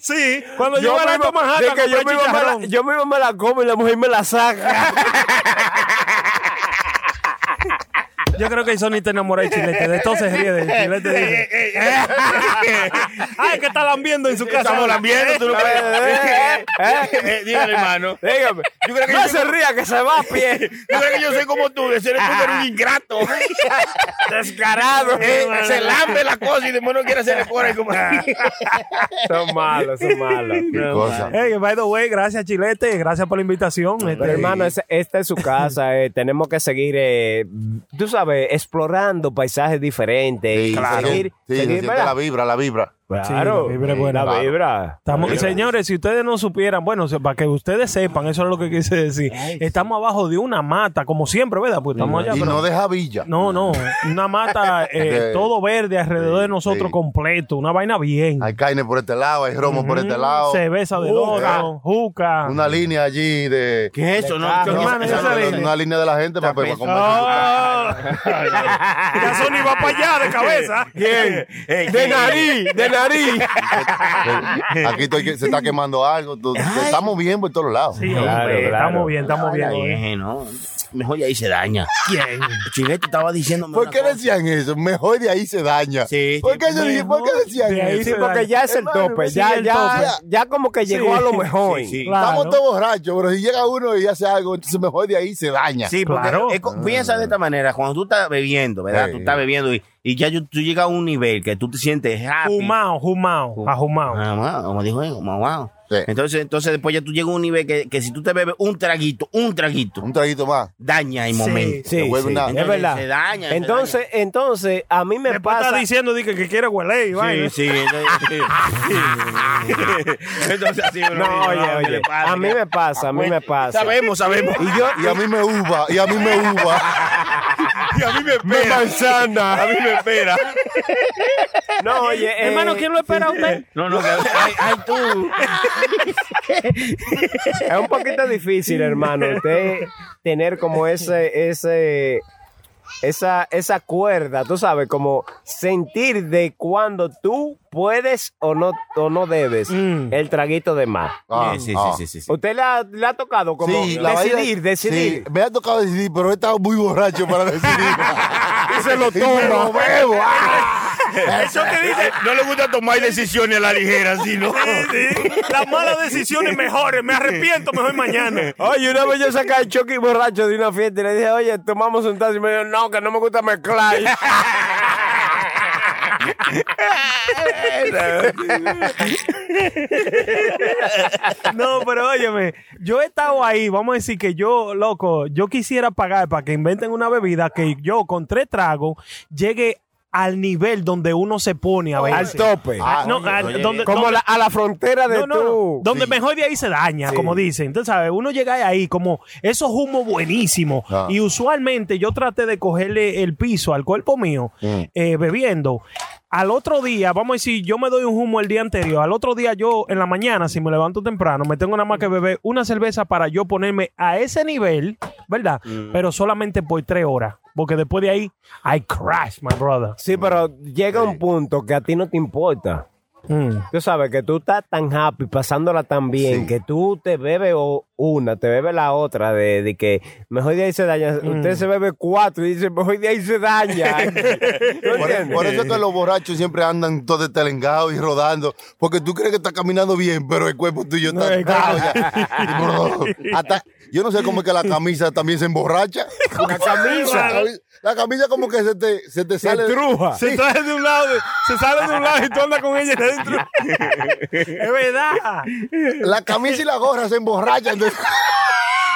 Speaker 7: sí, cuando yo,
Speaker 6: me
Speaker 7: me
Speaker 6: iba-
Speaker 7: la tomo
Speaker 6: de que yo mismo me la- yo mismo me la como y la mujer me la saca.
Speaker 7: (laughs) Yo creo que Sony te enamora de Chilete. De todo se ríe de Chilete. dice, (laughs) Ay, que está lambiendo en su casa.
Speaker 8: Estamos lambiendo, tú no
Speaker 6: Eh, eh, eh.
Speaker 8: crees. Dígale, hermano.
Speaker 6: Dígame,
Speaker 8: Yo creo que
Speaker 6: no
Speaker 8: yo-
Speaker 6: se ría que se va a pie.
Speaker 8: (laughs) Yo creo que yo soy como tú, ese eres tú que eres
Speaker 6: (laughs)
Speaker 8: un ingrato.
Speaker 6: Descarado.
Speaker 8: Eh, se lambe la cosa y después no quiere hacer el pobre como
Speaker 6: (laughs) Son malos, son malos.
Speaker 7: Hey, by the way, gracias Chilete, gracias por la invitación. Este,
Speaker 6: Pero hermano, ese- esta es su casa. eh, tenemos que seguir, eh, tú sabes, explorando paisajes diferentes. y seguir,
Speaker 5: Sí, se
Speaker 6: seguir,
Speaker 5: siente
Speaker 6: ¿verdad?
Speaker 5: la vibra, la vibra.
Speaker 6: Claro,
Speaker 7: Sí, la vibra es buena.
Speaker 6: la vibra.
Speaker 7: estamos- señores, si ustedes no supieran, bueno, se- para que ustedes sepan, eso es lo que quise decir. Estamos abajo de una mata, como siempre, ¿verdad? Pues estamos allá.
Speaker 5: Y
Speaker 7: pero-
Speaker 5: no deja villa.
Speaker 7: No, no, una mata eh,
Speaker 5: Sí.
Speaker 7: todo verde alrededor de nosotros
Speaker 5: sí.
Speaker 7: completo, una vaina bien.
Speaker 5: Hay carne por este lado, hay romo por
Speaker 7: Mm,
Speaker 5: este lado.
Speaker 7: Cerveza
Speaker 6: Uh,
Speaker 7: de
Speaker 6: ah.
Speaker 7: oro, juca.
Speaker 5: Una línea allí de.
Speaker 8: ¿Qué es eso? No,
Speaker 5: No,
Speaker 7: hermano,
Speaker 5: esa-
Speaker 7: esa
Speaker 5: una,
Speaker 7: línea.
Speaker 5: una línea de la gente para, para
Speaker 8: pesado.
Speaker 5: comer.
Speaker 7: ya Sony va para allá de
Speaker 6: (laughs)
Speaker 7: cabeza.
Speaker 6: Bien. De nariz, de nariz.
Speaker 5: (laughs) Aquí estoy que- se está quemando algo. tú- estamos bien por todos lados.
Speaker 7: Sí,
Speaker 6: Claro,
Speaker 7: hombre,
Speaker 6: claro.
Speaker 7: Estamos bien, estamos
Speaker 8: ¿eh?
Speaker 7: bien.
Speaker 8: no. Mejor ya ahí se daña.
Speaker 7: ¿Quién?
Speaker 8: Chilete estaba diciéndome.
Speaker 5: ¿Por
Speaker 8: una
Speaker 5: qué
Speaker 8: cosa.
Speaker 5: decían eso? Mejor de ahí se daña.
Speaker 8: Sí,
Speaker 5: ¿Por, qué se dije- ¿Por qué
Speaker 7: mejor
Speaker 5: decían
Speaker 7: de ahí
Speaker 5: eso?
Speaker 6: Sí, porque ya es el
Speaker 7: Hermano,
Speaker 6: tope.
Speaker 7: sí,
Speaker 6: Ya,
Speaker 7: el
Speaker 6: ya,
Speaker 7: tope.
Speaker 6: ya como que llegó
Speaker 7: Sí.
Speaker 6: a lo mejor.
Speaker 8: Sí, sí.
Speaker 7: Claro.
Speaker 5: Estamos todos borrachos, pero si llega uno y hace algo, entonces mejor de ahí se daña.
Speaker 8: Sí, porque
Speaker 7: Claro.
Speaker 8: es co- piensa de esta manera, cuando tú estás bebiendo, ¿verdad?
Speaker 5: Sí.
Speaker 8: Tú estás bebiendo y, y ya yo- tú llegas a un nivel que tú te sientes happy.
Speaker 7: Jumao, jumao, ajumao.
Speaker 8: Ah, wow, como dijo él, como wow.
Speaker 5: Sí.
Speaker 8: Entonces, entonces después ya tú llegas a un nivel que, que si tú te bebes un traguito, un traguito,
Speaker 5: Un traguito más.
Speaker 8: daña el momento.
Speaker 6: Sí,
Speaker 5: Se vuelve
Speaker 6: sí,
Speaker 5: una-
Speaker 6: es verdad.
Speaker 8: Se daña, se
Speaker 6: entonces, entonces, a mí me
Speaker 7: Después
Speaker 6: pasa.
Speaker 7: está diciendo dije, que quiere huele y vaina.
Speaker 8: sí. entonces así uno
Speaker 6: No,
Speaker 8: dice,
Speaker 6: oye,
Speaker 8: ¿qué le
Speaker 6: oye.
Speaker 8: pasa?
Speaker 6: A mí me pasa, a mí me pasa.
Speaker 8: Sabemos, sabemos.
Speaker 5: Y, yo, y a mí me uva, y a mí me uva.
Speaker 8: Y a mí me espera. A mí me espera.
Speaker 6: No, oye, eh,
Speaker 7: Hermano, ¿quién lo espera a usted?
Speaker 8: (laughs) No, no, que- ay, ay, tú.
Speaker 6: Es un poquito difícil, hermano, usted tener como ese, ese, esa, esa cuerda, tú sabes, como sentir de cuando tú puedes o no, o no debes
Speaker 7: Mm.
Speaker 6: el traguito de más.
Speaker 5: Ah,
Speaker 8: Sí, sí,
Speaker 5: ah.
Speaker 8: sí,
Speaker 6: (laughs)
Speaker 8: sí, sí.
Speaker 6: ¿Usted le ha, le ha tocado como
Speaker 5: Sí, la
Speaker 6: decidir,
Speaker 5: vaina- sí,
Speaker 6: decidir?
Speaker 5: me ha tocado decidir, pero he estado muy borracho para decidir. y se lo
Speaker 6: toma.
Speaker 5: lo bebo. ¡ah!
Speaker 8: Eso que dice, no le gusta tomar decisiones a la ligera, sino.
Speaker 7: Las malas decisiones mejores, me arrepiento mejor mañana.
Speaker 6: Oye, una vez yo saqué al Chucky borracho de una fiesta y le dije, oye, tomamos un taxi. Y me dijo, no, que no me gusta mezclar.
Speaker 7: No, pero óyeme, yo he estado ahí, vamos a decir que yo, loco, yo quisiera pagar para que inventen una bebida que yo con tres tragos llegue al nivel donde uno se pone a
Speaker 6: Al
Speaker 7: veces.
Speaker 6: tope.
Speaker 7: Ah, no, al- donde-
Speaker 6: Como
Speaker 7: donde-
Speaker 6: la- a la frontera de
Speaker 7: no, no, no.
Speaker 6: tú.
Speaker 7: Donde mejor de ahí se daña, como dicen. Entonces, ¿sabes? Uno llega ahí como esos humos buenísimos.
Speaker 5: Ah.
Speaker 7: Y usualmente yo traté de cogerle el piso al cuerpo mío eh, bebiendo. Al otro día, vamos a decir, yo me doy un humo el día anterior. Al otro día, yo en la mañana, si me levanto temprano, me tengo nada más que beber una cerveza para yo ponerme a ese nivel, ¿verdad? Pero solamente por tres horas. Porque después de ahí, I crash, my brother.
Speaker 6: Sí, pero llega un punto que a ti no te importa.
Speaker 7: Mm.
Speaker 6: Tú sabes que tú estás tan happy, pasándola tan bien, que tú te bebes o- una, te bebes la otra, de, de que mejor de ahí se daña.
Speaker 7: Mm.
Speaker 6: Usted se bebe cuatro y dice, mejor de ahí
Speaker 5: (laughs)
Speaker 6: se daña. ¿No
Speaker 5: Por, e-
Speaker 6: entiendes?
Speaker 5: por eso es que los borrachos siempre andan todos destelengados y rodando, porque tú crees que estás caminando bien, pero el cuerpo tuyo está atado ya. Y, bro, hasta- yo no sé cómo es que la camisa también se emborracha.
Speaker 6: La camisa.
Speaker 5: La, cami- la camisa como que se te, se te sale.
Speaker 6: truja.
Speaker 5: Sí,
Speaker 7: Se trae de un lado, se sale de un lado y tú andas con ella dentro. es verdad.
Speaker 5: la camisa y la gorra se emborrachan. entonces,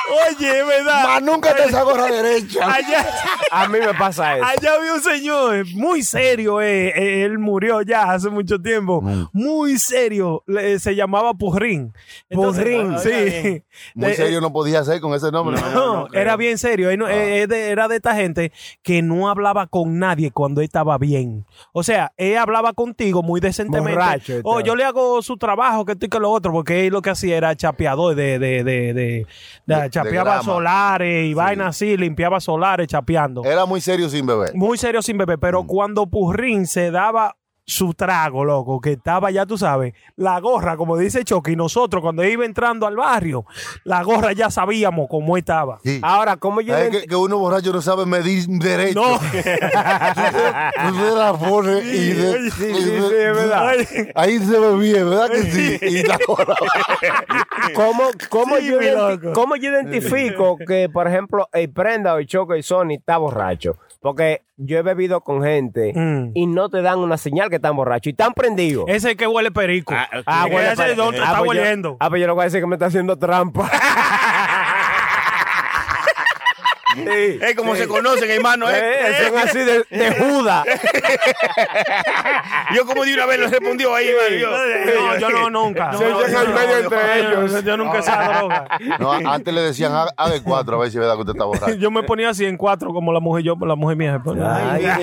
Speaker 7: Oye, es verdad.
Speaker 5: Más nunca te esa gorra derecha.
Speaker 7: Allá,
Speaker 6: A mí me pasa eso.
Speaker 7: allá había un señor eh, muy serio, eh, eh, él murió ya hace mucho tiempo, muy serio, le- se llamaba Purrín. Entonces, ah,
Speaker 6: Purrín.
Speaker 7: sí.
Speaker 5: Muy
Speaker 7: Eh,
Speaker 5: serio no podía ser con ese nombre.
Speaker 7: No, era bien serio. Él no- eh, eh, de- era de esta gente que no hablaba con nadie cuando él estaba bien. O sea, él hablaba contigo muy decentemente.
Speaker 6: Borracho,
Speaker 7: o
Speaker 6: estaba.
Speaker 7: yo le hago su trabajo, que esto y que lo otro, porque él lo que hacía era chapeador de, de, de, de, de-
Speaker 5: de
Speaker 7: chapeaba
Speaker 5: grama.
Speaker 7: solares y vainas así, limpiaba solares chapeando.
Speaker 5: Era muy serio sin beber.
Speaker 7: Muy serio sin beber, pero cuando Purrín se daba su trago, loco, que estaba ya tú sabes, la gorra, como dice Chucky, nosotros cuando iba entrando al barrio, la gorra ya sabíamos cómo estaba.
Speaker 5: Sí.
Speaker 6: Ahora, ¿cómo yo
Speaker 5: Es
Speaker 6: ident-
Speaker 5: que, que uno borracho no sabe medir derecho. (laughs)
Speaker 7: No.
Speaker 5: Tú te la pones y de-
Speaker 6: sí,
Speaker 5: y
Speaker 6: sí,
Speaker 5: de-
Speaker 6: sí, es verdad.
Speaker 5: Ahí se ve bien, ¿verdad que sí? Y la gorra.
Speaker 6: Ah, ¿Cómo, cómo
Speaker 7: Sí,
Speaker 6: yo
Speaker 7: mi
Speaker 6: identi-
Speaker 7: loco.
Speaker 6: cómo
Speaker 5: (laughs)
Speaker 6: yo identifico que, por ejemplo, el Prenda o el Choco y Sony está borracho? Porque yo he bebido con gente
Speaker 7: Mm.
Speaker 6: y no te dan una señal que están borrachos y están prendidos.
Speaker 7: Ese es que huele perico.
Speaker 6: Ah,
Speaker 7: huele
Speaker 6: huele
Speaker 7: ese es
Speaker 6: pa-
Speaker 7: donde
Speaker 6: Ah,
Speaker 7: está
Speaker 6: pues yo-
Speaker 7: hueliendo.
Speaker 6: Ah, pues yo lo voy a decir que me está haciendo trampa. (laughs) Sí.
Speaker 8: Es como se conocen, hermano.
Speaker 6: Eh,
Speaker 8: ¿eh?
Speaker 6: son así de, de Judas.
Speaker 8: Yo como de una vez lo respondió ahí, hermano. yo-
Speaker 7: No, pues yo (laughs) no, nunca.
Speaker 6: Se
Speaker 7: No,
Speaker 6: echan
Speaker 7: yo
Speaker 6: al
Speaker 7: no,
Speaker 6: medio
Speaker 7: yo-
Speaker 6: entre
Speaker 7: yo-
Speaker 6: ellos.
Speaker 7: Yo nunca (laughs) usaba droga.
Speaker 5: No, a- antes le decían, "Ha- haga el cuatro a ver si es verdad que usted está borracho.
Speaker 7: Yo me ponía así en cuatro como la mujer yo, la mujer mía. se pone.
Speaker 6: Ay, señores,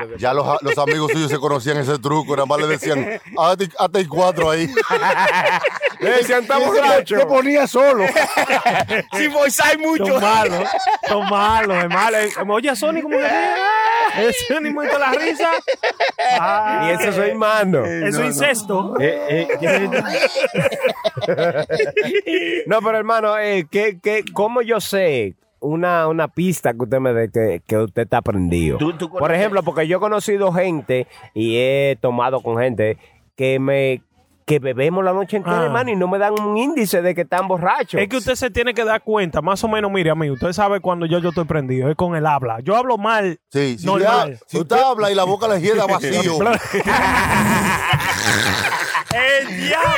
Speaker 6: pero-
Speaker 5: Ya los, los amigos suyos se conocían ese truco, nada más le decían, hazte hazte el cuatro ahí.
Speaker 6: Le decían, está borracho.
Speaker 9: Te ponía solo.
Speaker 8: Si forzai
Speaker 7: Son
Speaker 8: mucho.
Speaker 7: malos, son malos, es malo. Eh, Oye, Sony, ¿cómo que ríe? Es Sony muerto la risa. Ah,
Speaker 6: Y eso soy mano.
Speaker 7: eso es incesto.
Speaker 6: Eh,
Speaker 7: (laughs)
Speaker 6: No, pero hermano, eh, ¿qué, qué, ¿cómo yo sé una, una pista que usted me dé que, que usted está aprendido?
Speaker 8: Tú- tú
Speaker 6: Por
Speaker 8: conoces-
Speaker 6: ejemplo, porque yo he conocido gente y he tomado con gente que me que bebemos la noche entera,
Speaker 7: Ah.
Speaker 6: hermano, y no me dan un índice de que están borrachos.
Speaker 7: Es que usted se tiene que dar cuenta, más o menos, mire, a mí, usted sabe cuando yo, yo estoy prendido, es con el habla. Yo hablo mal.
Speaker 5: Sí, si, usted,
Speaker 7: normal.
Speaker 5: ha- si usted habla y la boca le queda vacío,
Speaker 7: ¡El diablo!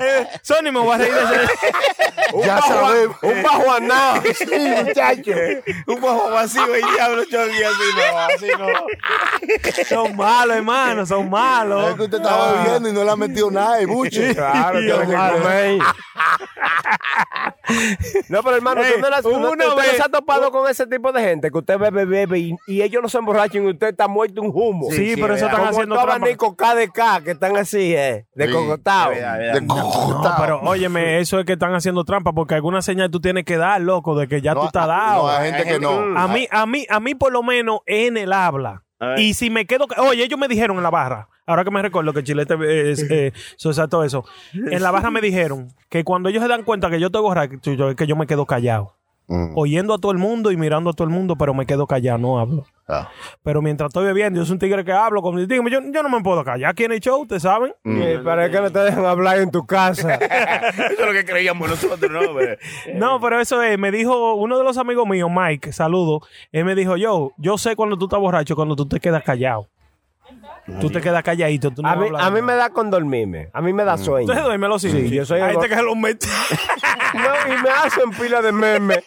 Speaker 7: Eh, Sony, me voy a reír de ese.
Speaker 5: ya sabemos.
Speaker 6: Un bajo
Speaker 7: (laughs)
Speaker 6: a nada.
Speaker 8: Un bajo vacío y diablo, Chucky, así no, así no.
Speaker 7: Son malos, hermano, son malos.
Speaker 5: Es que usted estaba bebiendo y no le ha metido nada, y mucho.
Speaker 6: Ah. Claro,
Speaker 7: Dios,
Speaker 6: tiene que
Speaker 7: hermano.
Speaker 6: comer. No, pero hermano,
Speaker 7: Ey,
Speaker 6: usted, no, la-
Speaker 7: hubo
Speaker 6: no-
Speaker 7: una
Speaker 6: usted no
Speaker 7: vez-
Speaker 6: se ha topado con ese tipo de gente que usted bebe, bebe y, y ellos no se emborrachan y usted está muerto un humo.
Speaker 7: Sí, pero eso están
Speaker 6: Como
Speaker 7: haciendo
Speaker 6: estos
Speaker 7: trampa.
Speaker 6: abanicos KDK que están así, eh, de
Speaker 5: Sí,
Speaker 6: cocotao.
Speaker 5: De
Speaker 7: No, pero óyeme, eso es que están haciendo trampa porque alguna señal tú tienes que dar, loco, de que ya tú estás dado.
Speaker 5: No, hay gente que no.
Speaker 7: A mí, a mí, a mí por lo menos en el habla.
Speaker 8: A ver.
Speaker 7: Y si me quedo, ca- oye, ellos me dijeron en la barra. Ahora que me recuerdo que Chilete eh, es,
Speaker 5: (laughs)
Speaker 7: eh, se saltó eso. En la barra me dijeron que cuando ellos se dan cuenta que yo estoy borracho, yo- que yo me quedo callado.
Speaker 5: Mm.
Speaker 7: Oyendo a todo el mundo y mirando a todo el mundo, pero me quedo callado, no hablo.
Speaker 5: Ah.
Speaker 7: Pero mientras estoy bebiendo, yo soy un tigre que hablo con mi tigre. Yo, yo no me puedo callar aquí en el show, ustedes saben.
Speaker 6: Eh, Para que no te dejen hablar en tu casa.
Speaker 8: Eso es lo que creíamos nosotros, ¿no? Pero-
Speaker 7: No, pero eso es, me dijo uno de los amigos míos, Mike, saludo. Él me dijo, yo, yo sé cuando tú estás borracho, cuando tú te quedas callado. Tú te quedas calladito, tú (laughs) no
Speaker 6: A mí,
Speaker 7: hablas
Speaker 6: a mí
Speaker 7: nada.
Speaker 6: me da con dormirme. A mí me
Speaker 5: Mm.
Speaker 6: da sueño.
Speaker 7: Entonces duerme los
Speaker 6: Sí, yo soy el
Speaker 7: Ahí
Speaker 6: go-
Speaker 7: te caen los metes.
Speaker 6: No, y me hacen pila de
Speaker 5: (laughs)
Speaker 6: meme.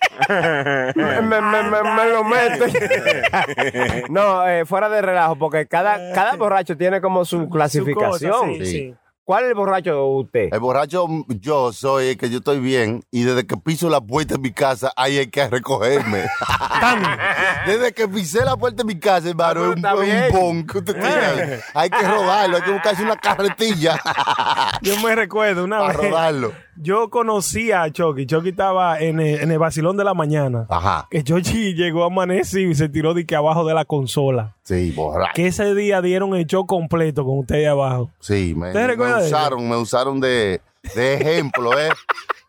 Speaker 6: me, me, me- me lo meten. no, eh, fuera de relajo, porque cada, cada borracho tiene como su clasificación.
Speaker 7: Eh, cosa, sí, sí.
Speaker 6: ¿Cuál es el borracho de usted?
Speaker 5: El borracho yo soy el que yo estoy bien y desde que piso la puerta de mi casa ahí hay que
Speaker 6: (laughs)
Speaker 5: recogerme. desde que pisé la puerta de mi casa, hermano, es un,
Speaker 6: Está bien. Eh.
Speaker 5: es un pon que usted tiene ahí. Hay que rodarlo, hay que buscarse una
Speaker 6: (laughs)
Speaker 5: carretilla
Speaker 7: Yo me recuerdo una
Speaker 5: para
Speaker 7: vez.
Speaker 5: rodarlo.
Speaker 7: Yo conocí a Chucky. Chucky estaba en el, en el vacilón de la mañana.
Speaker 5: Ajá.
Speaker 7: Que Chucky llegó a amanecer y se tiró de que abajo de la consola.
Speaker 5: Sí, borracho.
Speaker 7: Que ese día dieron el show completo con ustedes abajo.
Speaker 5: Sí, me,
Speaker 7: ¿Usted
Speaker 5: me
Speaker 7: recuerda de
Speaker 5: usaron, me usaron de, de ejemplo, ¿eh?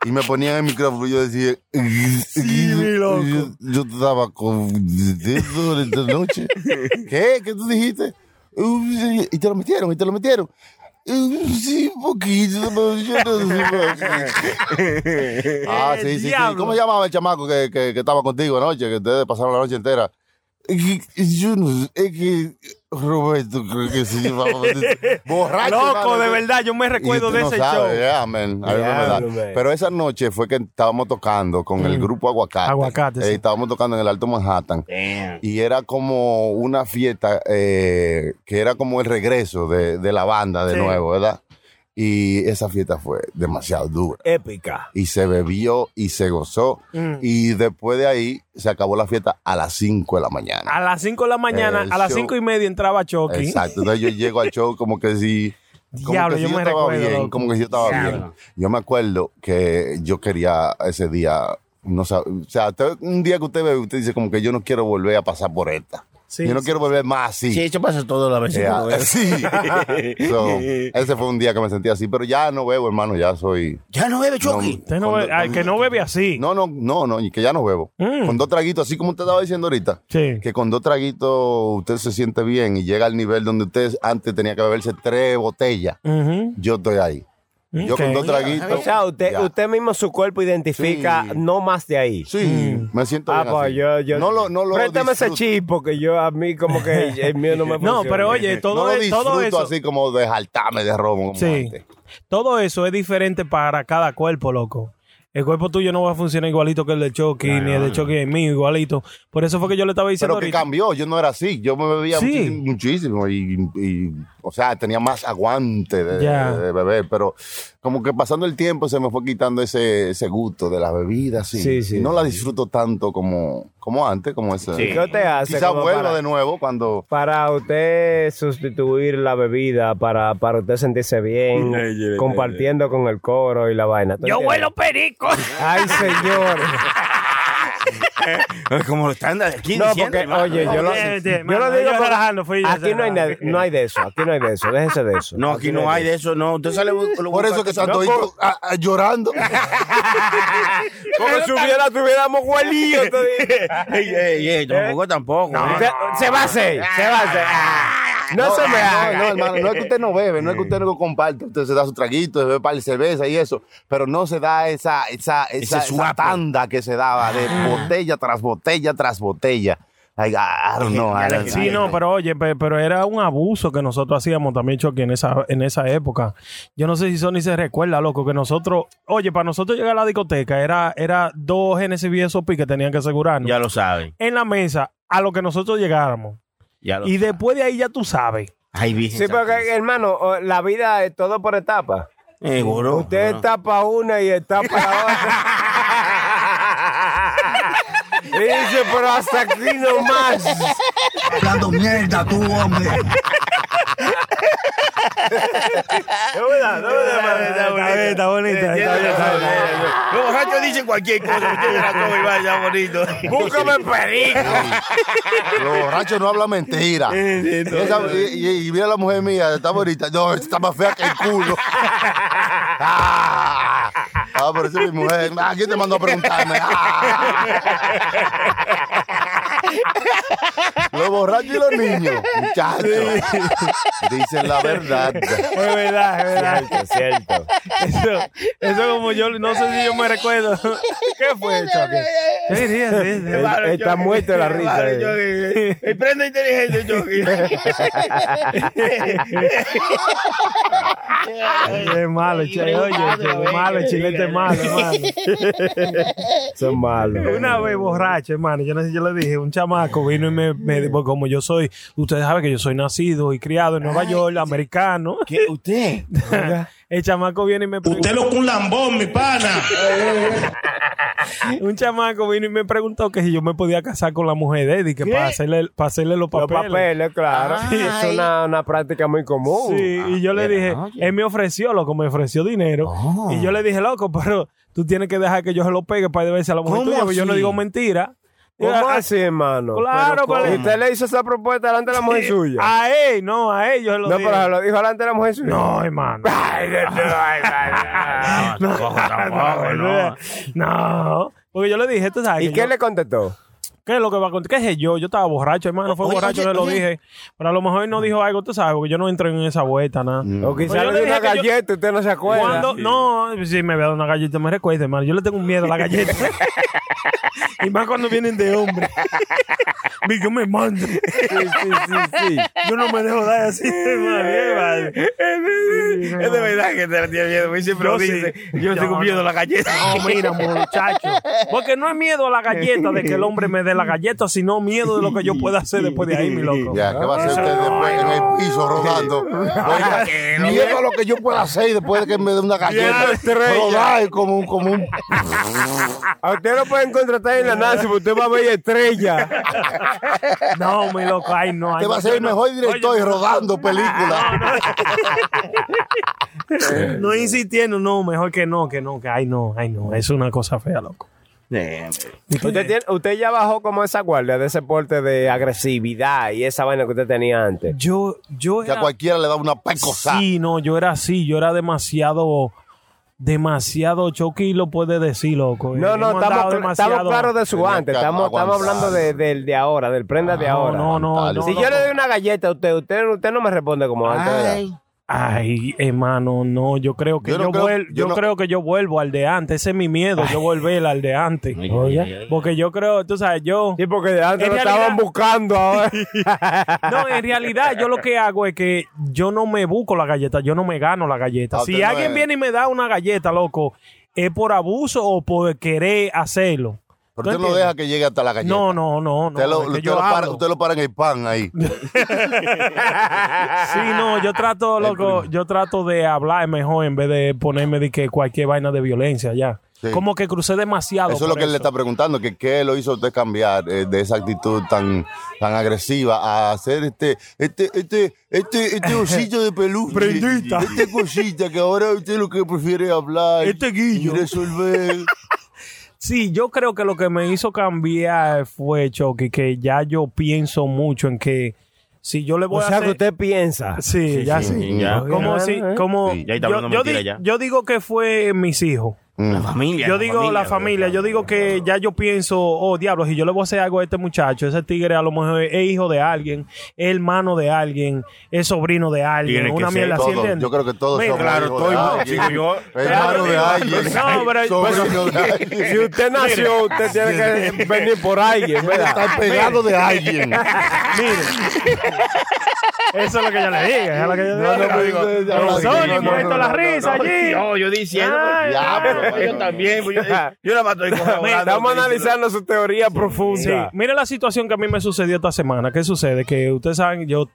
Speaker 5: Y me ponían el micrófono y yo decía,
Speaker 7: mi loco.
Speaker 5: Yo, yo estaba con dedo en la noche. ¿Qué? ¿Qué tú dijiste? Y te lo metieron, y te lo metieron. Sí, un poquito, pero yo no
Speaker 7: (laughs)
Speaker 5: sé. Ah, sí, sí, sí.
Speaker 7: diablo.
Speaker 5: ¿Cómo llamaba el chamaco que, que, que estaba contigo anoche? Que ustedes pasaron la noche entera. Es que- Yo no sé, es que Roberto creo que se
Speaker 7: (laughs)
Speaker 5: llamaba. Borracho.
Speaker 7: Loco,
Speaker 5: hermano.
Speaker 7: de verdad, yo me
Speaker 5: Y
Speaker 7: recuerdo
Speaker 5: usted
Speaker 7: de
Speaker 5: no
Speaker 7: ese
Speaker 5: sabe,
Speaker 7: show.
Speaker 5: ya, man, a mí no me da.
Speaker 6: Diablo, man.
Speaker 5: Pero esa noche fue que estábamos tocando con el grupo Aguacate.
Speaker 7: Mm. Aguacate,
Speaker 5: Eh,
Speaker 7: sí.
Speaker 5: Estábamos tocando en el Alto Manhattan.
Speaker 8: Damn.
Speaker 5: Y era como una fiesta eh, que era como el regreso de, de la banda de
Speaker 7: Sí.
Speaker 5: nuevo, ¿verdad? Y esa fiesta fue demasiado dura.
Speaker 6: Épica.
Speaker 5: Y se bebió y se gozó.
Speaker 7: Mm.
Speaker 5: Y después de ahí se acabó la fiesta a las 5 de la mañana.
Speaker 7: A las 5 de la mañana,
Speaker 5: El
Speaker 7: a las
Speaker 5: show.
Speaker 7: 5 y media entraba Chucky.
Speaker 5: Exacto. Entonces yo llego al show como que si. Como
Speaker 7: Diablo,
Speaker 5: que
Speaker 7: yo
Speaker 5: si
Speaker 7: me
Speaker 5: estaba
Speaker 7: recuerdo,
Speaker 5: bien,
Speaker 7: loco.
Speaker 5: como que si yo estaba bien.
Speaker 8: Diablo.
Speaker 5: Yo me acuerdo que yo quería ese día, no sab- o sea, te- un día que usted bebe, usted dice como que yo no quiero volver a pasar por esta.
Speaker 7: Sí,
Speaker 5: yo no
Speaker 7: sí.
Speaker 5: quiero volver más así.
Speaker 8: Sí, eso pasa todo la vez.
Speaker 5: Eh, ah, sí.
Speaker 8: (laughs)
Speaker 5: So, ese fue un día que me sentí así, pero ya no bebo, hermano, ya soy...
Speaker 8: Ya no bebe, Chucky.
Speaker 7: Usted no bebe- ay, que no bebe así.
Speaker 5: No, no, no, no, y que ya no bebo.
Speaker 7: Mm.
Speaker 5: Con dos traguitos, así como usted estaba diciendo ahorita.
Speaker 7: Sí.
Speaker 5: Que con dos traguitos usted se siente bien y llega al nivel donde usted antes tenía que beberse tres botellas.
Speaker 7: Ujú.
Speaker 5: Yo estoy ahí. Yo con
Speaker 7: Ok.
Speaker 5: dos
Speaker 6: O
Speaker 5: traguitos.
Speaker 6: sea, usted,
Speaker 5: ya.
Speaker 6: usted mismo su cuerpo identifica
Speaker 5: Sí.
Speaker 6: no más de ahí.
Speaker 5: Sí, me siento
Speaker 6: Ah,
Speaker 5: bien
Speaker 6: pues
Speaker 5: así.
Speaker 6: yo, yo.
Speaker 5: no lo, no lo
Speaker 6: Préstame ese
Speaker 5: disfruto.
Speaker 6: chip, porque yo a mí como que el mío
Speaker 5: (laughs)
Speaker 6: no me
Speaker 7: No,
Speaker 6: funciona.
Speaker 7: pero oye, todo,
Speaker 5: no lo
Speaker 7: es- todo
Speaker 5: disfruto
Speaker 7: eso.
Speaker 5: así como de jaltarme de romo como
Speaker 7: Sí.
Speaker 5: antes.
Speaker 7: Todo eso es diferente para cada cuerpo, loco. El cuerpo tuyo no va a funcionar igualito que el de Chucky, ni el de Chucky el mío igualito. Por eso fue que yo le estaba diciendo
Speaker 5: Pero que
Speaker 7: ahorita.
Speaker 5: cambió, yo no era así. Yo me bebía
Speaker 7: Sí.
Speaker 5: muchísimo, muchísimo y, y, o sea, tenía más aguante de,
Speaker 7: Ya.
Speaker 5: de beber. Pero como que pasando el tiempo se me fue quitando ese, ese gusto de las bebidas. Sí.
Speaker 6: Sí, sí.
Speaker 5: Y no la disfruto tanto como, como antes, como ese.
Speaker 8: Sí.
Speaker 6: ¿Qué usted hace?
Speaker 5: Quizás
Speaker 6: como
Speaker 5: vuelva
Speaker 6: para-
Speaker 5: de nuevo cuando...
Speaker 6: Para usted sustituir la bebida, para, para usted sentirse bien, compartiendo con el coro y la vaina. ¿Tú
Speaker 7: Yo
Speaker 6: entiendes?
Speaker 7: huelo perico.
Speaker 6: Ay,
Speaker 7: (laughs)
Speaker 6: señor.
Speaker 8: Como lo están Pues aquí
Speaker 6: No,
Speaker 8: diciendo.
Speaker 6: porque,
Speaker 8: hermano.
Speaker 6: oye, yo lo,
Speaker 7: Oye, oye,
Speaker 6: yo
Speaker 7: mano,
Speaker 6: lo digo
Speaker 7: yo
Speaker 6: porque
Speaker 7: relajando, fui yo,
Speaker 6: Aquí no hay,
Speaker 7: relajando.
Speaker 6: na- no hay de eso, aquí no hay de eso, déjese de eso.
Speaker 8: No, aquí no hay de eso, no. Usted sale.
Speaker 5: Por eso que están
Speaker 8: no,
Speaker 5: toditos, ah, ah, llorando.
Speaker 6: Como si hubiera, tuviéramos huelillo.
Speaker 8: (laughs) (laughs) Ey, ey, ey, tampoco, tampoco. ¿eh?
Speaker 6: Se va a hacer, se va a hacer. Ah, No, se me haga.
Speaker 5: No, hermano, no es que usted no bebe, no es que usted no comparte. Usted se da su traguito, se bebe par de cerveza y eso, pero no se da esa, esa, esa, esa
Speaker 8: suape.
Speaker 5: tanda que se daba de botella tras botella tras botella. Like, I I don't know. I don't-
Speaker 7: Sí,
Speaker 5: I-
Speaker 7: no, pero oye, pe- pero era un abuso que nosotros hacíamos también, Chucky, en esa, en esa época. Yo no sé si Sony se recuerda, loco, que nosotros, oye, para nosotros llegar a la discoteca era, era dos NCB SOP que tenían que asegurarnos.
Speaker 8: Ya lo saben.
Speaker 7: En la mesa, a lo que nosotros llegáramos.
Speaker 8: Ya lo
Speaker 7: Y después de ahí ya tú sabes.
Speaker 8: Ay, Virgen
Speaker 6: Sí, porque
Speaker 8: Santísima.
Speaker 6: hermano, o- la vida es todo por etapas.
Speaker 8: Eh, goró,
Speaker 6: Usted
Speaker 8: goró.
Speaker 6: está para una y está para otra. Y dice, pero hasta aquí no más.
Speaker 9: Hablando mierda, tú, hombre.
Speaker 7: Está bonita, está bonita, está bien, está bien.
Speaker 8: Los borrachos dicen cualquier cosa. Usted verá cómo y vaya bonito. Búscame perico.
Speaker 5: Los borrachos no hablan mentira. Y, esa- y- y- y mira la mujer mía, está bonita. No, está más fea que el
Speaker 6: (laughs)
Speaker 5: culo. Ah, ah, pero esa es mi mujer. Ah, ¿Quién te mandó a preguntarme? Ah. Los borrachos y los niños, muchachos. Dicen la verdad.
Speaker 7: Es verdad, es verdad.
Speaker 6: Cierto, cierto.
Speaker 7: Eso, eso como yo, no sé si yo me recuerdo. (laughs) ¿Qué fue, Choque? Sí, (laughs) ríete, ríete.
Speaker 6: Está- Está muerto de la risa. eh.
Speaker 4: El prenda inteligente, Chucky.
Speaker 7: Es malo, Choque. Oye, Choque, es malo, eh. el chilete es malo, hermano.
Speaker 6: Son malos.
Speaker 7: Una vez borracho, hermano, yo no sé si yo le dije, un chamaco vino y me, me dijo, "Pues como yo soy, ustedes saben que yo soy nacido y criado en Nueva York, americano.
Speaker 8: ¿Qué? ¿Usted?
Speaker 7: (laughs) El chamaco viene y me preguntó,
Speaker 2: Usted lo que un lambón, mi pana.
Speaker 7: (laughs) un chamaco vino y me preguntó que si yo me podía casar con la mujer de Eddie, que para hacerle, para hacerle los
Speaker 6: Los
Speaker 7: papeles.
Speaker 6: papeles, claro. Sí, es una, una práctica muy común.
Speaker 7: Ah, Sí, y yo le
Speaker 6: ah,
Speaker 7: dije, él me ofreció, loco, me ofreció dinero.
Speaker 6: Oh.
Speaker 7: Y yo le dije, loco, pero tú tienes que dejar que yo se lo pegue para deberse a la mujer
Speaker 8: ¿Cómo
Speaker 7: tuya, porque yo no
Speaker 8: así?
Speaker 7: digo mentira.
Speaker 6: ¿Cómo
Speaker 7: Yo,
Speaker 6: así, hermano?
Speaker 7: ah, Claro,
Speaker 6: Pero,
Speaker 7: pero-
Speaker 6: ¿Y usted le hizo esa propuesta delante de la mujer suya?
Speaker 7: A, a él, no, a ellos lo
Speaker 6: no,
Speaker 7: dije.
Speaker 6: pero se lo dijo delante de la mujer suya.
Speaker 7: No, hermano.
Speaker 6: Ay, no, no, ay, ay, ay.
Speaker 7: No, no, no. Porque yo le dije, tú sabes.
Speaker 6: ¿Y
Speaker 7: que
Speaker 6: qué
Speaker 7: yo-
Speaker 6: le contestó?
Speaker 7: ¿Qué es lo que va a contar? ¿Qué sé yo? Yo estaba borracho, hermano. Fue
Speaker 8: Oye,
Speaker 7: borracho,
Speaker 8: oye,
Speaker 7: le lo
Speaker 8: oye.
Speaker 7: dije. Pero a lo mejor no dijo algo, tú sabes, porque yo no entré en esa vuelta, nada.
Speaker 6: O
Speaker 7: Pues
Speaker 6: quizás
Speaker 7: yo
Speaker 6: le
Speaker 7: le
Speaker 6: dio una
Speaker 7: dije que yo-
Speaker 6: galleta y usted no se acuerda.
Speaker 7: Cuando, no, si me había dado una galleta, me recuerda, hermano. Yo le tengo un miedo a la
Speaker 4: (laughs)
Speaker 7: galleta. y más cuando vienen de hombre. Mi, yo me mando.
Speaker 6: Sí, sí, sí, sí.
Speaker 7: Yo no me dejo dar así, hermano. Qué mal. Sí, sí, no.
Speaker 4: Es de verdad que te la tiene miedo. Me siempre
Speaker 7: Yo
Speaker 4: lo dice.
Speaker 7: sí.
Speaker 4: Yo
Speaker 7: Yo
Speaker 4: tengo
Speaker 7: no.
Speaker 4: miedo a la galleta.
Speaker 7: No, mira, muchacho. Porque no es miedo a la galleta, de que el hombre me dé la galleta, sino miedo de lo que yo pueda hacer después de ahí, mi loco.
Speaker 5: Ya, ¿qué va a hacer usted después en el piso rodando?
Speaker 6: (laughs)
Speaker 5: Oiga, miedo a lo que yo pueda hacer después de que me dé una galleta.
Speaker 6: Ya, estrella.
Speaker 5: Rodar como un... Como un
Speaker 6: A usted lo pueden contratar en la NASA porque usted va a ver
Speaker 7: (laughs)
Speaker 6: estrella.
Speaker 7: No, mi loco, ay, no. ay,
Speaker 5: te va a
Speaker 7: no,
Speaker 5: ser el
Speaker 7: yo no-
Speaker 5: mejor director
Speaker 7: Oye,
Speaker 5: y rodando películas.
Speaker 7: No insistiendo, no, mejor que no, que no, que ay, no, ay, no. Es una cosa fea, loco.
Speaker 6: Usted, tiene- usted ya bajó como esa guardia de ese porte de agresividad y esa vaina que usted tenía antes.
Speaker 7: Yo, yo
Speaker 5: Que a
Speaker 7: era.
Speaker 5: cualquiera le da una pecosa.
Speaker 7: Sí, no, yo era así, yo era demasiado. Demasiado Chucky lo puede decir, loco.
Speaker 6: No,
Speaker 7: Pues Hemos
Speaker 6: no, estamos,
Speaker 7: andado
Speaker 6: cl- estamos claros de su
Speaker 5: Tenía
Speaker 6: antes.
Speaker 5: que
Speaker 6: Estamos, estamos
Speaker 5: aguantar.
Speaker 6: hablando de, del de ahora, del prenda de
Speaker 7: No,
Speaker 6: ahora.
Speaker 7: no, no. no,
Speaker 5: Si
Speaker 6: si
Speaker 7: no,
Speaker 6: yo le
Speaker 7: no.
Speaker 6: doy una galleta a usted, usted, usted no me responde como antes. ¿verdad?
Speaker 7: Ay, hermano, no, yo creo que
Speaker 5: Yo
Speaker 7: yo,
Speaker 5: no creo-
Speaker 7: vuel-
Speaker 5: yo
Speaker 7: yo
Speaker 5: no-
Speaker 7: creo que yo vuelvo al de antes, ese es mi miedo, yo volver al de antes. Porque yo creo, tú sabes, yo
Speaker 6: Sí, porque antes
Speaker 7: En
Speaker 6: lo
Speaker 7: realidad-
Speaker 6: estaban
Speaker 7: (laughs)
Speaker 6: buscando ahora.
Speaker 7: No,
Speaker 5: (laughs)
Speaker 7: en realidad yo lo que hago es que yo no me busco la galleta, yo no me gano la galleta.
Speaker 5: Ah,
Speaker 7: si
Speaker 5: usted no
Speaker 7: alguien
Speaker 5: es-
Speaker 7: viene y me da una galleta, loco, es por abuso o por querer hacerlo. ¿Tú
Speaker 5: Pero usted no
Speaker 7: entiendes?
Speaker 5: deja que llegue hasta la galleta.
Speaker 7: No, no, no, no.
Speaker 5: Usted
Speaker 7: es
Speaker 5: lo,
Speaker 7: que
Speaker 5: usted
Speaker 7: yo
Speaker 5: lo para,
Speaker 7: hablo.
Speaker 5: usted lo para en el
Speaker 7: (laughs)
Speaker 5: pan ahí.
Speaker 7: Sí, no, yo
Speaker 5: (laughs)
Speaker 7: trato, loco, yo trato de hablar mejor en vez de ponerme de que cualquier vaina de violencia ya.
Speaker 5: Sí.
Speaker 7: Como que crucé demasiado.
Speaker 5: Eso es lo
Speaker 7: por
Speaker 5: que él le está preguntando, que qué lo hizo usted cambiar eh, de esa actitud tan, tan agresiva a hacer este, este, este,
Speaker 7: (laughs)
Speaker 5: este, este osito de peluche.
Speaker 7: Prendita.
Speaker 5: Este cosita que ahora usted lo que prefiere es hablar.
Speaker 7: Este guillo.
Speaker 5: Y
Speaker 7: (laughs)
Speaker 5: resolver.
Speaker 7: Sí, yo creo que lo que me hizo cambiar fue Chucky, que ya yo pienso mucho en que si yo le voy
Speaker 6: o
Speaker 7: a
Speaker 6: sea,
Speaker 7: hacer-
Speaker 6: que usted piensa.
Speaker 7: Sí, ya sí. ¿eh?
Speaker 8: ya.
Speaker 7: Como si, como
Speaker 8: Sí, ya está
Speaker 7: yo,
Speaker 8: hablando
Speaker 7: yo
Speaker 8: mentira
Speaker 7: di-
Speaker 8: ya.
Speaker 7: yo digo que fue mis hijos.
Speaker 8: Mm. La familia.
Speaker 7: Yo digo la familia, yo digo que ya yo pienso, oh diablo, si yo le voy a hacer algo a este muchacho, ese tigre a lo mejor es hijo de alguien, es hermano de alguien, es sobrino de alguien,
Speaker 8: Tiene que
Speaker 7: una
Speaker 8: ser
Speaker 7: mierda, ¿sí
Speaker 5: Todos,
Speaker 7: entiendes?
Speaker 5: yo creo que todos
Speaker 7: Mira,
Speaker 5: somos
Speaker 7: claro,
Speaker 5: hijos
Speaker 8: estoy-
Speaker 5: de alguien,
Speaker 8: chico, yo-
Speaker 5: hermano de alguien,
Speaker 7: No, pero- pues,
Speaker 5: sobrino
Speaker 7: (laughs)
Speaker 5: de (laughs) alguien.
Speaker 6: Si usted nació,
Speaker 5: (laughs)
Speaker 6: usted tiene que venir por alguien, ¿verdad?
Speaker 5: Está
Speaker 7: Ah,
Speaker 5: pegado de
Speaker 7: (laughs)
Speaker 5: alguien.
Speaker 7: Eso es lo que yo le digo, eso es lo que yo
Speaker 5: No, no,
Speaker 7: le digo.
Speaker 5: pero- no, no,
Speaker 7: Sony,
Speaker 5: no, no,
Speaker 7: muerto
Speaker 5: no,
Speaker 7: la
Speaker 5: no,
Speaker 7: risa allí.
Speaker 4: No, yo diciendo.
Speaker 7: Ay,
Speaker 5: Diablo,
Speaker 4: pues, yo también. pues, yo, yo la
Speaker 6: (laughs)
Speaker 4: mato
Speaker 6: Estamos analizando su teoría
Speaker 7: Sí,
Speaker 6: profunda.
Speaker 7: mira la situación que a mí me sucedió esta semana. ¿Qué sucede? Que ustedes saben, yo,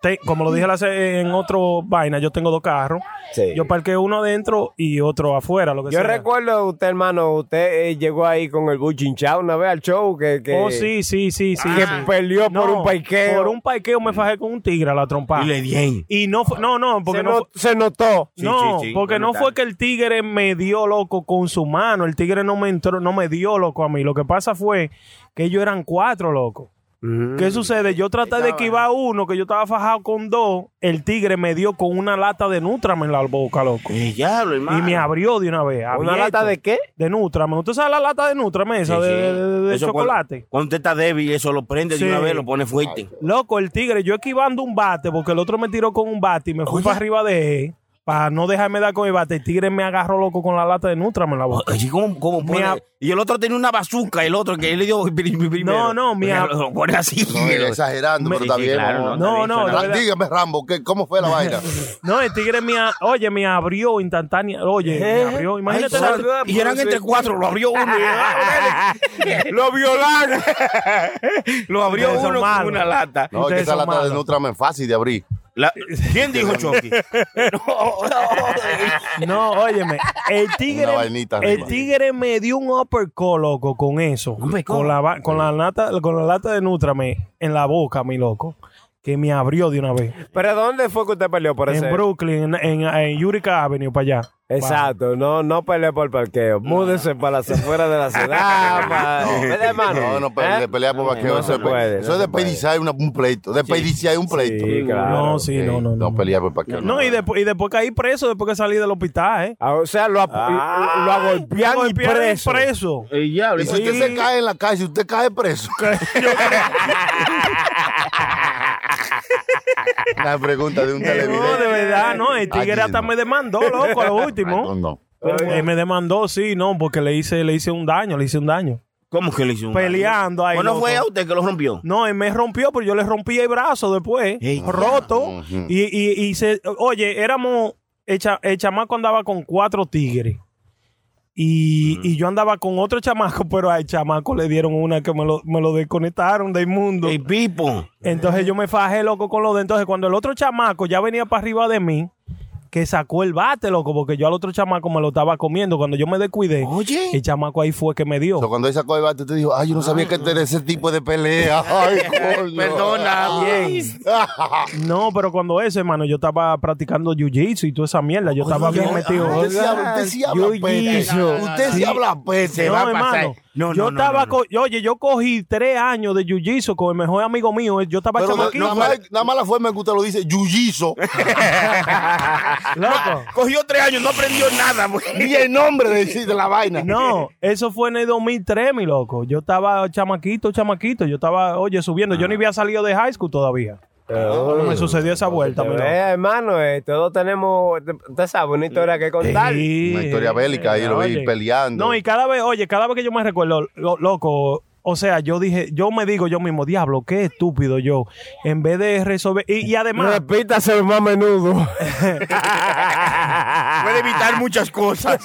Speaker 7: te- como lo dije la se- en otro vaina, yo tengo dos carros.
Speaker 6: Sí.
Speaker 7: Yo parqueo uno adentro y otro afuera, lo que
Speaker 6: Yo
Speaker 7: sea.
Speaker 6: recuerdo, usted hermano, usted eh, llegó ahí con el buchinchao una vez al show que, que,
Speaker 7: Oh, sí, sí, sí, sí.
Speaker 6: que
Speaker 7: sí.
Speaker 6: peleó por
Speaker 7: No,
Speaker 6: un parqueo.
Speaker 7: Por un parqueo me fajé con un tigre a la trompa.
Speaker 8: Y le di ahí.
Speaker 7: Y no fue, no, no, porque
Speaker 6: se,
Speaker 7: no,
Speaker 6: no-
Speaker 7: fue-
Speaker 6: se notó.
Speaker 8: Sí,
Speaker 7: no,
Speaker 8: sí, sí,
Speaker 7: porque no
Speaker 8: brutal.
Speaker 7: fue que el tigre me dio loco con su mano. El tigre no me entró, no me dio loco a mí. Lo que pasa fue que ellos eran cuatro locos.
Speaker 8: Mm.
Speaker 7: ¿Qué sucede? Yo traté de esquivar uno, que yo estaba fajado con dos. El tigre me dio con una lata de Nutrame en la boca, loco.
Speaker 8: Eh, diablo, hermano.
Speaker 7: Y me abrió de una vez.
Speaker 6: ¿Una
Speaker 7: abierto.
Speaker 6: lata de qué?
Speaker 7: De Nutrame. ¿Usted sabe la lata de Nutrame esa
Speaker 8: Sí,
Speaker 7: de,
Speaker 8: sí.
Speaker 7: de- de
Speaker 8: Eso
Speaker 7: chocolate?
Speaker 8: Cuando, cuando usted está débil, eso lo prende
Speaker 7: Sí.
Speaker 8: de una vez, lo pone fuerte.
Speaker 7: Loco, el tigre, yo esquivando un bate, porque el otro me tiró con un bate y me fui
Speaker 8: Oye.
Speaker 7: para arriba de él, para no dejarme dar con el bate. El tigre me agarró loco con la lata de Nutrame en la boca.
Speaker 8: Oye, ¿cómo- cómo
Speaker 7: Me
Speaker 8: pone?
Speaker 7: ab-
Speaker 8: Y el otro tenía una bazuca, el otro que él le dio (laughs) pri- pri- primero.
Speaker 7: No, no, mi ab-
Speaker 8: Pero Lo pone así.
Speaker 5: No, era exagerando,
Speaker 8: Me-
Speaker 5: pero está
Speaker 8: sí, sí,
Speaker 5: bien.
Speaker 8: claro,
Speaker 5: vamos.
Speaker 7: No,
Speaker 8: no, no,
Speaker 7: no,
Speaker 5: Ra-
Speaker 7: de verdad.
Speaker 5: Dígame, Rambo, ¿qué, ¿cómo
Speaker 7: (laughs)
Speaker 5: fue la vaina?
Speaker 7: No, el tigre me, a- oye, me abrió instantánea. Oye, me abrió. Imagínate
Speaker 8: Eh. Ay,
Speaker 7: la-
Speaker 8: sal- y eran entre cuatro, lo
Speaker 7: (laughs)
Speaker 8: abrió uno. y- ah, dale. (laughs) lo violaron. lo abrió
Speaker 7: Ustedes son
Speaker 8: uno con
Speaker 7: malos.
Speaker 8: una lata.
Speaker 5: No, es que
Speaker 7: Ustedes
Speaker 5: esa
Speaker 7: son
Speaker 5: lata de
Speaker 7: malos.
Speaker 5: Nutramen es fácil de abrir.
Speaker 8: La- ¿Quién dijo Chucky?
Speaker 7: No, óyeme, el tigre,
Speaker 5: Una vainita
Speaker 7: el
Speaker 5: arriba.
Speaker 7: tigre me dio un uppercut, loco, con eso.
Speaker 8: Uppercut.
Speaker 7: Con la, va- con, la lata, con la lata de Nutrame en la boca, mi loco. Que me abrió de una vez.
Speaker 6: ¿Pero dónde fue que usted peleó por
Speaker 7: En
Speaker 6: ese?
Speaker 7: Brooklyn, en, en, en Utica Avenue, para allá.
Speaker 6: Exacto, no, no peleé por parqueo. Múdese para las afueras (laughs) de la ciudad. pa- ¿Verdad, hermano?
Speaker 5: No, no, pe-
Speaker 7: Ah,
Speaker 6: ¿Eh?
Speaker 5: de pelear por vaqueo.
Speaker 6: no
Speaker 5: eso
Speaker 6: se
Speaker 5: es-
Speaker 6: puede,
Speaker 5: Eso
Speaker 6: no
Speaker 5: es de
Speaker 6: se puede.
Speaker 5: pediciar una- un pleito. De pediciar un pleito.
Speaker 6: Sí, claro.
Speaker 7: no, sí, no, no, no.
Speaker 5: No pelear por vaqueo.
Speaker 7: No, y, después- y después caí preso, después que salí del hospital, ¿eh?
Speaker 6: Ah, O sea, lo, ap-
Speaker 8: Ah,
Speaker 6: lo agolpean y
Speaker 7: Golpearon
Speaker 6: preso.
Speaker 7: preso.
Speaker 5: Y si usted se cae en la calle, usted
Speaker 7: (laughs)
Speaker 5: cae preso. La pregunta de un televidente.
Speaker 7: (laughs) No, de verdad, no. El tigre
Speaker 5: Allí
Speaker 7: hasta
Speaker 5: no.
Speaker 7: me demandó, loco, a lo último.
Speaker 5: No, no.
Speaker 7: Pero, eh, me demandó, sí, no, porque le hice, le hice un daño, le hice un daño.
Speaker 8: ¿Cómo que le hizo un
Speaker 7: Peleando ahí.
Speaker 8: Bueno,
Speaker 7: loco.
Speaker 8: fue a usted que lo rompió.
Speaker 7: No, él me rompió, pero yo le rompí el brazo después, roto.
Speaker 5: Ujú.
Speaker 7: y, y, y se, oye, éramos, el, cha- el chamaco andaba con cuatro tigres. Y, y yo andaba con otro chamaco, pero al chamaco le dieron una que me lo, me lo desconectaron del mundo.
Speaker 8: El Pipo.
Speaker 7: Entonces yo me fajé loco con los de. Entonces cuando el otro chamaco ya venía para arriba de mí, que sacó el bate, loco, porque yo al otro chamaco me lo estaba comiendo. Cuando yo me descuidé,
Speaker 8: Oye.
Speaker 7: el chamaco ahí fue que me dio.
Speaker 5: O sea, cuando él sacó el bate, usted dijo, ay, yo no sabía que este era ese tipo de pelea. (laughs) Ay, coño.
Speaker 8: Perdona.
Speaker 7: No, pero cuando eso, hermano, yo estaba practicando jiu-jitsu y toda esa mierda. Yo estaba bien metido.
Speaker 5: ah, Usted sí habla, usted sí habla peste. Usted sí habla
Speaker 8: Pues
Speaker 5: peste.
Speaker 7: No,
Speaker 5: va a pasar.
Speaker 7: hermano.
Speaker 8: No, no,
Speaker 7: yo
Speaker 8: no,
Speaker 7: estaba.
Speaker 8: no,
Speaker 7: co- Oye, yo cogí tres años de jiu-jitsu con el mejor amigo mío. eh, Yo estaba
Speaker 5: Pero de-
Speaker 7: chamaquito.
Speaker 5: nada más, nada más la forma en que usted lo dice, yuyizo.
Speaker 7: Loco.
Speaker 8: Cogió tres años, no aprendió
Speaker 5: (laughs)
Speaker 8: nada. güey.
Speaker 5: y el nombre de, sí, de la vaina.
Speaker 7: No, eso fue en el 2003, mi loco. Yo estaba chamaquito, chamaquito. Yo estaba, oye, subiendo.
Speaker 5: Ah.
Speaker 7: Yo ni había salido de high school todavía. Cuando me sucedió esa vuelta, mi loco.
Speaker 6: Eh, hermano, eh, todos tenemos, usted sabe, una historia que contar.
Speaker 7: Sí,
Speaker 5: Una historia bélica, ahí lo vi
Speaker 7: oye.
Speaker 5: peleando.
Speaker 7: No, y cada vez, oye, cada vez que yo me recuerdo, lo- loco, o sea, yo dije, yo me digo yo mismo, diablo, qué estúpido yo. En vez de resolver, y, y
Speaker 5: (laughs)
Speaker 7: además,
Speaker 6: Repítase más menudo. (laughs)
Speaker 8: Puede evitar muchas cosas.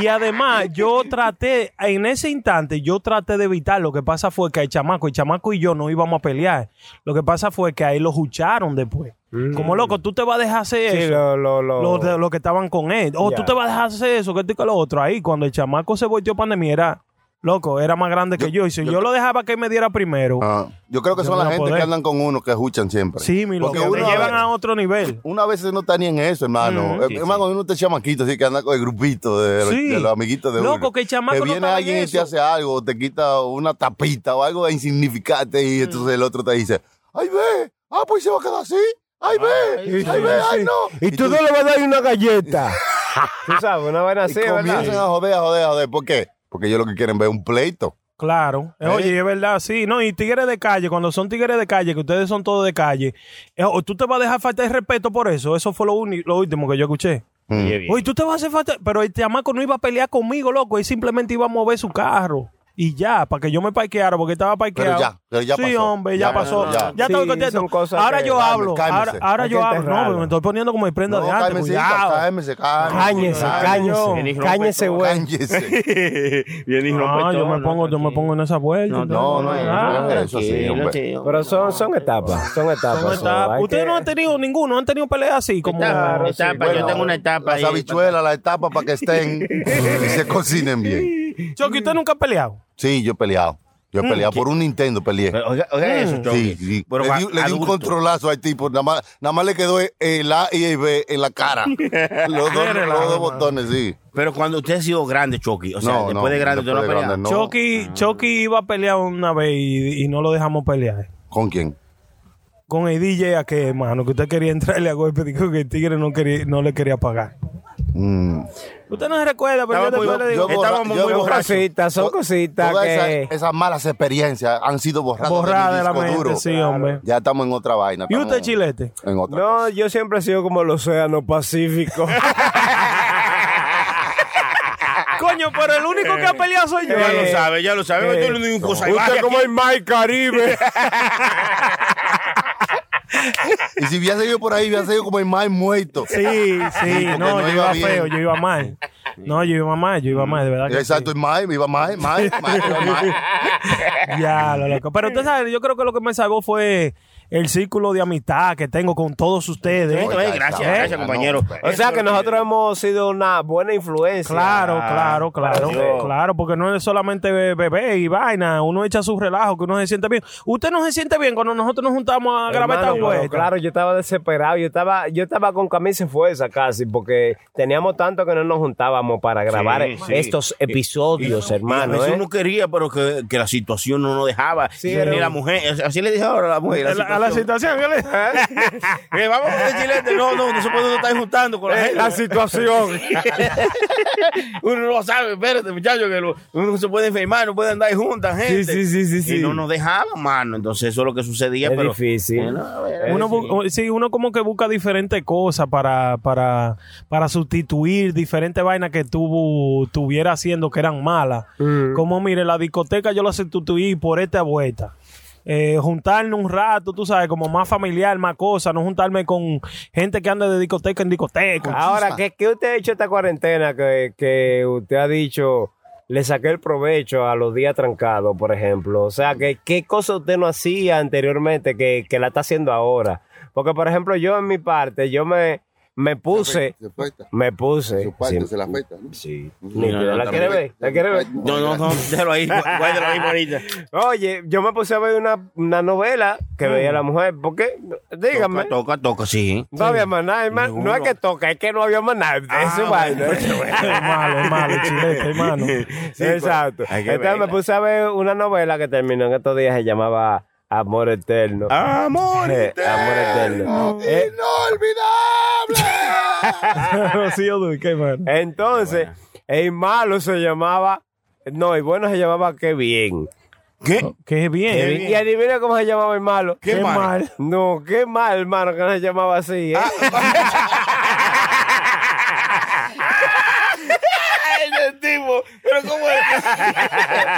Speaker 7: y además, yo traté, en ese instante, yo traté de evitar. Lo que pasa fue que el chamaco, el chamaco y yo no íbamos a pelear. Lo que pasa fue que ahí lo jucharon después.
Speaker 5: Mm.
Speaker 7: Como loco, tú te vas a dejar hacer
Speaker 6: Sí,
Speaker 7: eso.
Speaker 6: lo, lo, lo.
Speaker 7: los,
Speaker 5: Oh.
Speaker 7: de- los que estaban con él. Oh,
Speaker 6: Ya.
Speaker 7: tú te vas a dejar hacer eso, que esto y que lo otro. Ahí, cuando el chamaco se volteó pandemia, era loco, era más grande que yo. Y si yo, lo dejaba que él me diera primero,
Speaker 5: Ah, yo creo que
Speaker 7: Yo no
Speaker 5: son la
Speaker 7: voy a
Speaker 5: gente
Speaker 7: poder.
Speaker 5: que andan con uno, que escuchan siempre.
Speaker 7: sí, mi loco,
Speaker 5: Porque
Speaker 7: te
Speaker 5: uno a
Speaker 7: llevan
Speaker 5: veces-
Speaker 7: a otro nivel.
Speaker 5: Una vez no está ni en eso, hermano. Eh, hermano, uno está chamaquito, así que anda con el grupito de, los-
Speaker 7: Sí.
Speaker 5: de los amiguitos de
Speaker 7: Loco,
Speaker 5: uno.
Speaker 7: que el chamaco no
Speaker 5: viene
Speaker 7: estaba en
Speaker 5: alguien y te
Speaker 7: eso.
Speaker 5: hace algo, o te quita una tapita o algo insignificante y entonces el otro te dice, ay, ve, ah, pues se va a quedar así. Ay, ve, ay, ve, ay, no.
Speaker 6: Y tú no le vas a dar una galleta. (laughs) tú sabes, una vaina
Speaker 5: y
Speaker 6: así, ¿verdad?
Speaker 5: comienzan a joder, a joder, a joder. ¿Por qué? Porque ellos lo que quieren ver es un pleito.
Speaker 7: Claro. Eh, Oye, es verdad, sí. No, y tigres de calle, cuando son tigres de calle, que ustedes son todos de calle, eh, o tú te vas a dejar falta de respeto por eso. Eso fue lo, uni- lo último que yo escuché. Oye, tú te vas a hacer falta. Pero el chamaco no iba a pelear conmigo, loco. Él simplemente iba a mover su carro. Y ya, para que yo me parqueara, porque estaba parqueado.
Speaker 5: Pero ya, pero ya
Speaker 7: sí,
Speaker 5: pasó.
Speaker 7: hombre, ya,
Speaker 5: Ya,
Speaker 7: pasó.
Speaker 5: ya, ya.
Speaker 7: Ya, estaba
Speaker 6: Sí,
Speaker 7: contento.
Speaker 6: son cosas
Speaker 7: Ahora
Speaker 6: que-
Speaker 7: yo
Speaker 5: Cálmese,
Speaker 7: hablo.
Speaker 5: cálmese.
Speaker 7: Ahora, ahora
Speaker 6: Hay que
Speaker 7: yo hablo. No,
Speaker 6: enterrarlo.
Speaker 7: pero me estoy poniendo como el prenda
Speaker 5: No,
Speaker 7: de antes.
Speaker 5: cálmese,
Speaker 7: cuidado.
Speaker 5: cálmese, cálmese.
Speaker 6: Cáñese, cáñese. Cáñese, güey.
Speaker 5: Cáñese.
Speaker 8: Viene y rompe
Speaker 7: No, yo
Speaker 8: todo,
Speaker 7: me
Speaker 8: no,
Speaker 7: pongo, yo me
Speaker 8: tranquilo.
Speaker 7: pongo en esa vuelta.
Speaker 5: No, no,
Speaker 7: Ah,
Speaker 5: no, eso sí,
Speaker 8: Tranquilo,
Speaker 5: hombre.
Speaker 8: tío.
Speaker 6: Pero son, son etapas, son etapas.
Speaker 7: ¿cómo está?
Speaker 6: son, hay
Speaker 7: Ustedes
Speaker 6: que-
Speaker 7: no han tenido ninguno, han tenido peleas así como.
Speaker 8: Etapa, etapa,
Speaker 5: bueno,
Speaker 8: yo tengo una etapa
Speaker 5: Las
Speaker 8: ahí. pues.
Speaker 5: habichuelas, la etapa para que estén y se cocinen bien.
Speaker 7: Choque, ¿usted nunca ha peleado?
Speaker 5: Sí, yo he peleado. Yo he peleado por un Nintendo, peleé.
Speaker 8: Pero Oiga, oiga eso, Chucky.
Speaker 5: Mm. Sí, sí.
Speaker 8: Este Pero
Speaker 5: le di, le di un
Speaker 8: adulto.
Speaker 5: controlazo al tipo, nada E,
Speaker 8: (laughs)
Speaker 5: más, nada más le quedó el A y el B en la cara. Los dos, los dos botones, sí.
Speaker 8: Pero cuando usted ha sido grande, Chucky, o sea,
Speaker 5: No,
Speaker 8: después
Speaker 5: no,
Speaker 8: de grande, usted no
Speaker 5: después
Speaker 8: ha
Speaker 5: de
Speaker 8: peleado.
Speaker 5: grande, no.
Speaker 7: Chucky, Chucky iba a pelear una vez y, y no lo dejamos pelear.
Speaker 5: ¿Con quién?
Speaker 7: Con el DJ a que, hermano, que usted quería entrarle a golpe, dijo que el tigre no, quería, no le quería pagar.
Speaker 5: Mm.
Speaker 7: Usted no se recuerda, pero yo
Speaker 8: Estaba muy
Speaker 7: después le digo,
Speaker 8: yo- estábamos muy
Speaker 5: borra-
Speaker 8: borrachos.
Speaker 6: Cositas, son
Speaker 5: to-
Speaker 6: cositas
Speaker 5: todas
Speaker 6: que-
Speaker 5: esas, esas malas experiencias han sido borradas
Speaker 7: borrada de la
Speaker 5: de mi disco
Speaker 7: mente,
Speaker 5: duro.
Speaker 7: sí, hombre.
Speaker 5: Ya estamos en otra vaina.
Speaker 7: ¿Y
Speaker 5: estamos
Speaker 7: usted, Chilete?
Speaker 5: En otra.
Speaker 6: No, yo siempre he sido como el océano Pacífico.
Speaker 7: Coño, pero el único que ha peleado (laughs) soy yo.
Speaker 4: Ya lo
Speaker 6: Eh,
Speaker 4: sabe, ya lo sabe.
Speaker 6: eh,
Speaker 4: Yo no tengo ningún cosa
Speaker 6: Usted como el Mar
Speaker 7: (laughs)
Speaker 6: Caribe.
Speaker 5: (laughs) Y si hubiese ido por ahí, hubiese ido como el más muerto.
Speaker 7: Sí, sí,
Speaker 5: porque
Speaker 7: no,
Speaker 5: no
Speaker 7: yo
Speaker 5: iba
Speaker 7: iba
Speaker 5: bien. Mm.
Speaker 7: feo, yo iba mal. No, yo iba mal, yo iba mal, de verdad. que
Speaker 5: Exacto, el más, iba más, más, más, iba más.
Speaker 7: sí. Ya, lo loco. Pero usted sabe, yo creo que lo que me salvó fue el círculo de amistad que tengo con todos ustedes.
Speaker 8: Oye, Gracias,
Speaker 5: Esta
Speaker 8: gracias,
Speaker 5: vaina,
Speaker 8: compañero.
Speaker 5: eh, no, pues,
Speaker 6: o sea que nosotros hemos sido una buena influencia.
Speaker 7: Claro, claro, claro,
Speaker 8: Dios.
Speaker 7: claro, porque no es solamente be- beber y vaina, uno echa su relajo, que uno se siente bien. Usted no se siente bien cuando nosotros nos juntamos a grabar
Speaker 6: Hermano,
Speaker 7: esta
Speaker 6: pero
Speaker 7: vuelta.
Speaker 6: claro, yo estaba desesperado, yo estaba, yo estaba con camisa y fuerza casi, porque teníamos tanto que no nos juntábamos para grabar
Speaker 8: sí.
Speaker 6: estos episodios, hermano.
Speaker 8: Pues, Eso
Speaker 6: ¿eh?
Speaker 8: (laughs) no quería, pero que, que la situación no nos dejaba.
Speaker 6: Sí,
Speaker 8: ni
Speaker 6: era un-
Speaker 8: la mujer. Así le dije ahora a la mujer.
Speaker 7: A la- a la situación, ¿qué le-
Speaker 8: Eh, vamos con el chilete. No, no, no se puede estar juntando con la gente.
Speaker 6: Eh,
Speaker 8: (laughs)
Speaker 6: situación.
Speaker 8: Uno no lo sabe, espérate, muchachos, que lo- uno se puede enfermar, no puede andar juntas, gente.
Speaker 6: sí, sí, sí, sí.
Speaker 8: Y no nos dejaban, mano. Entonces, eso es lo que sucedía.
Speaker 6: es
Speaker 8: pero,
Speaker 6: difícil.
Speaker 8: Bueno, a ver,
Speaker 7: Uno,
Speaker 6: Es
Speaker 7: bu-
Speaker 6: difícil.
Speaker 7: o- sí, uno como que busca diferentes cosas para, para, para sustituir diferentes vainas que tuvo, tuviera haciendo que eran malas. Como mire, la discoteca yo la sustituí por esta vuelta. Eh, juntarnos un rato, tú sabes, como más familiar, más cosas, no juntarme con gente que anda de discoteca en
Speaker 6: (laughs)
Speaker 7: discoteca. (laughs)
Speaker 6: Ahora, ¿qué, qué usted ha hecho esta cuarentena que, que usted ha dicho? Le saqué el provecho a los días trancados, por ejemplo. O sea, ¿qué, qué cosa usted no hacía anteriormente que, que la está haciendo ahora? Porque, por ejemplo, yo en mi parte, yo me, me puse,
Speaker 5: Se afecta.
Speaker 6: me puse.
Speaker 5: Su parte
Speaker 6: sí,
Speaker 5: se la afecta. ¿no?
Speaker 6: sí.
Speaker 8: No, no,
Speaker 6: ¿La quiere ver? ¿La quiere ver?
Speaker 8: No, no, no, déjalo ahí, guárdalo ahí ahorita.
Speaker 6: Oye, yo me puse a ver una, una novela que veía la mujer. ¿Por qué? Díganme.
Speaker 8: Toca, toca, toca, sí.
Speaker 6: No había más nada, hermano. No es que toca, es que no había más nada. Eso es vaina.
Speaker 7: Es malo, es malo, chilete, hermano.
Speaker 6: Sí, exacto.
Speaker 8: hay que
Speaker 6: Entonces
Speaker 8: verla.
Speaker 6: me puse a ver una novela que terminó en estos días, se llamaba Amor Eterno.
Speaker 8: Amor.
Speaker 6: Eh, (laughs) Amor Eterno. Eh,
Speaker 7: Rocío Duque, hermano.
Speaker 6: Eh, entonces, el malo se llamaba, no, el bueno se llamaba Qué Bien.
Speaker 8: ¿Qué?
Speaker 7: Qué bien.
Speaker 8: Qué
Speaker 6: Eh, Y adivina cómo se llamaba el malo.
Speaker 8: Qué mal.
Speaker 6: No, qué mal, hermano, que no se llamaba así. ¿eh?
Speaker 8: (laughs) Ay, el tipo, pero cómo es.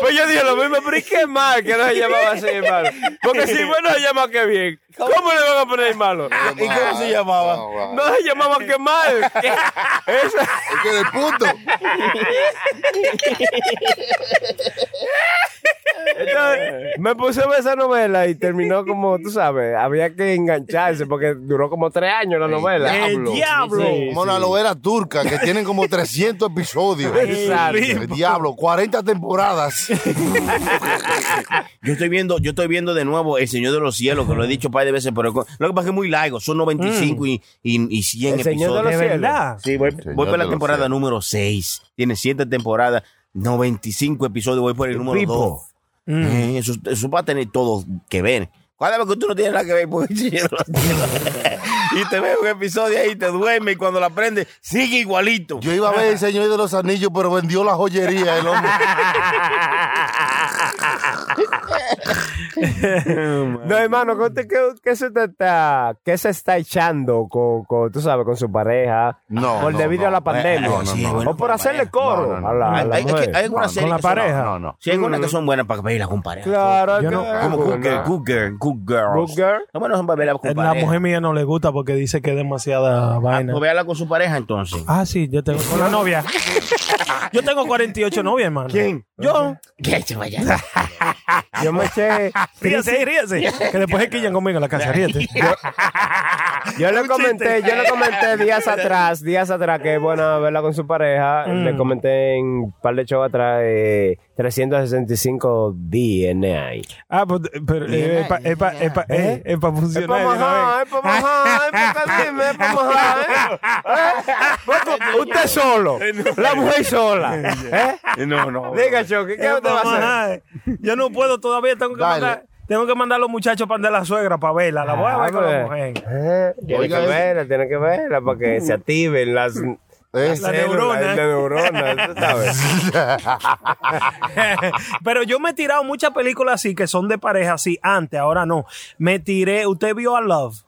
Speaker 6: Pues yo dije lo mismo, pero ¿y qué mal que no se llamaba así, hermano? Porque si bueno se llama Qué Bien, ¿cómo le van a poner el malo?
Speaker 8: ¿Y cómo se llamaba?
Speaker 5: Ah, va.
Speaker 6: No se llamaba Qué Mal.
Speaker 8: (laughs)
Speaker 6: Esa-
Speaker 5: Es que el punto.
Speaker 7: Eh.
Speaker 6: Entonces, me puse a ver esa novela y terminó como, tú sabes, había que engancharse porque duró como tres años la novela.
Speaker 7: El diablo.
Speaker 5: Como una novela turca que tienen como 300 episodios.
Speaker 6: Exacto.
Speaker 5: El diablo, 40 temporadas.
Speaker 8: Yo estoy viendo, yo estoy viendo de nuevo El Señor de los Cielos, que lo he dicho un par de veces, pero co- lo que pasa es que es muy largo, son 95 y, y, y 100
Speaker 6: Mm. El Señor de
Speaker 8: episodios.
Speaker 6: los
Speaker 7: De
Speaker 6: cielos.
Speaker 7: verdad.
Speaker 8: Sí, voy,
Speaker 5: Señor
Speaker 8: voy por
Speaker 5: de
Speaker 8: la
Speaker 5: los
Speaker 8: temporada
Speaker 5: cielos.
Speaker 8: número 6. Tiene 7 temporadas, 95 episodios, voy por el número
Speaker 6: Pipo. Mm.
Speaker 8: 2. Eh, eso, eso va a tener todo que ver. Cada vez que tú no tienes nada que ver, pues, (laughs) y te ves un episodio ahí, te duermes y cuando la prendes, sigue igualito.
Speaker 5: Yo iba a ver el Señor de los Anillos, pero vendió la joyería el hombre.
Speaker 6: No, hermano, ¿qué, qué, qué se te está, qué se está echando con, con, tú sabes, con su pareja?
Speaker 5: No,
Speaker 6: Por
Speaker 5: no,
Speaker 6: debido
Speaker 5: no. Eh,
Speaker 6: a la pandemia.
Speaker 5: No, no, no.
Speaker 6: o por hacerle
Speaker 5: No, no,
Speaker 6: coro
Speaker 5: no.
Speaker 6: a la, a
Speaker 8: hay,
Speaker 6: la
Speaker 8: hay- es que
Speaker 6: mujer.
Speaker 8: hay algunas
Speaker 5: No,
Speaker 8: series
Speaker 7: con la
Speaker 8: que son-
Speaker 7: pareja.
Speaker 5: No, no.
Speaker 8: Sí, hay algunas que son buenas para verlas con pareja.
Speaker 6: Claro,
Speaker 7: Yo
Speaker 6: que-
Speaker 7: no-
Speaker 8: Como Good Girl, Good Girl, Good Girls.
Speaker 6: Good Girl.
Speaker 8: No, bueno, son para verlas con
Speaker 7: La
Speaker 8: pareja.
Speaker 7: mujer mía no le gusta porque dice que es demasiada vaina.
Speaker 8: Pues véala con su pareja entonces.
Speaker 7: Ah, (laughs) sí, yo tengo con la novia. Yo tengo 48 novias, hermano. ¿Quién? Yo.
Speaker 6: Yo me eché (laughs)
Speaker 7: Ríase, ríase. Que después se quillan conmigo en la casa, ríete.
Speaker 6: Yo le
Speaker 7: Un
Speaker 6: comenté,
Speaker 7: chiste.
Speaker 6: yo le comenté días atrás, días atrás, que es bueno verla con su pareja. Le comenté en un par de shows atrás, eh, 365 DNA.
Speaker 7: Ah, pues, pero eh, es para
Speaker 6: ¿Eh?
Speaker 7: funcionar. de una vez.
Speaker 6: es
Speaker 7: (laughs)
Speaker 6: pa' mojar, es pa' dime, es pa' mojar, ¿eh? ¿Eh? Bueno, Usted solo, la mujer sola. ¿eh?
Speaker 4: No, no.
Speaker 6: Diga, Choque, ¿qué
Speaker 7: Eh,
Speaker 6: usted va a hacer?
Speaker 7: mamá, Yo no puedo todavía, tengo que
Speaker 5: Dale.
Speaker 7: mandar. Tengo que mandar a los muchachos para andar a la suegra para verla. La voy a ver con la
Speaker 6: Ah,
Speaker 7: mujer.
Speaker 6: Eh, Tiene
Speaker 5: Oiga,
Speaker 6: que
Speaker 5: es-
Speaker 6: verla, tiene que verla para que se activen las,
Speaker 5: Es-
Speaker 7: La neurona.
Speaker 6: células, las neuronas, ¿tú ¿sabes?
Speaker 7: (laughs) Pero yo me he tirado muchas películas así que son de pareja así antes, ahora no. Me tiré, usted vio a Love.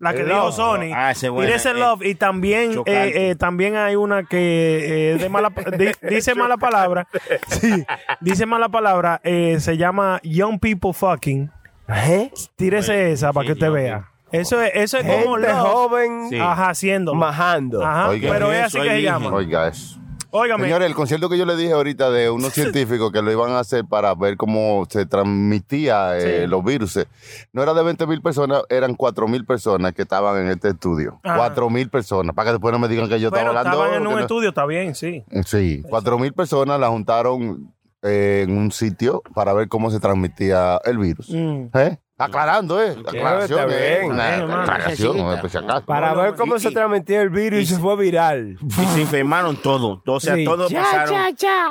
Speaker 7: La que
Speaker 6: El
Speaker 7: dijo
Speaker 6: Love.
Speaker 7: Sony.
Speaker 8: Ah, esa es buena,
Speaker 7: Tiré ese
Speaker 8: eh.
Speaker 7: Love. Y también,
Speaker 8: Chocante.
Speaker 7: eh, eh, también hay una que eh, de
Speaker 8: (laughs)
Speaker 7: mala, di- dice mala palabra. Sí, dice mala palabra. eh, se llama Young People Fucking.
Speaker 6: ¿Eh?
Speaker 7: Tírese esa para que usted vea. Eso es, eso es como Love.
Speaker 6: Gente Este joven
Speaker 8: Sí.
Speaker 7: Ajá, haciéndolo.
Speaker 6: majando.
Speaker 7: Ajá,
Speaker 5: Oiga,
Speaker 7: pero es
Speaker 8: eso,
Speaker 7: así
Speaker 8: ahí
Speaker 7: que se
Speaker 8: mismo.
Speaker 7: llama.
Speaker 5: (laughs) Oiga, eso.
Speaker 7: Óigame.
Speaker 5: Señores, el concierto que yo le dije ahorita de unos científicos que lo iban a hacer para ver cómo se transmitía eh, los virus, no era de 20 mil personas, eran 4 mil personas que estaban en este estudio.
Speaker 7: Ajá.
Speaker 5: 4 mil personas, para que después no me digan que yo
Speaker 7: Bueno,
Speaker 5: estaba hablando.
Speaker 7: estaban en un
Speaker 5: que no-
Speaker 7: estudio, está bien, sí.
Speaker 5: Eh, Sí, 4 mil personas la juntaron eh, en un sitio para ver cómo se transmitía el virus.
Speaker 7: Mm.
Speaker 5: ¿Eh? Aclarando, ¿eh? Aclaración,
Speaker 6: está
Speaker 5: ¿eh?
Speaker 6: bien.
Speaker 5: Una
Speaker 8: Está bien,
Speaker 5: aclaración,
Speaker 8: hermano.
Speaker 5: eh, por si acaso.
Speaker 6: Para ver cómo
Speaker 8: y-
Speaker 6: se transmitía el virus y se fue viral.
Speaker 8: Y se enfermaron todo. O sea,
Speaker 6: Sí.
Speaker 8: todo pasaron.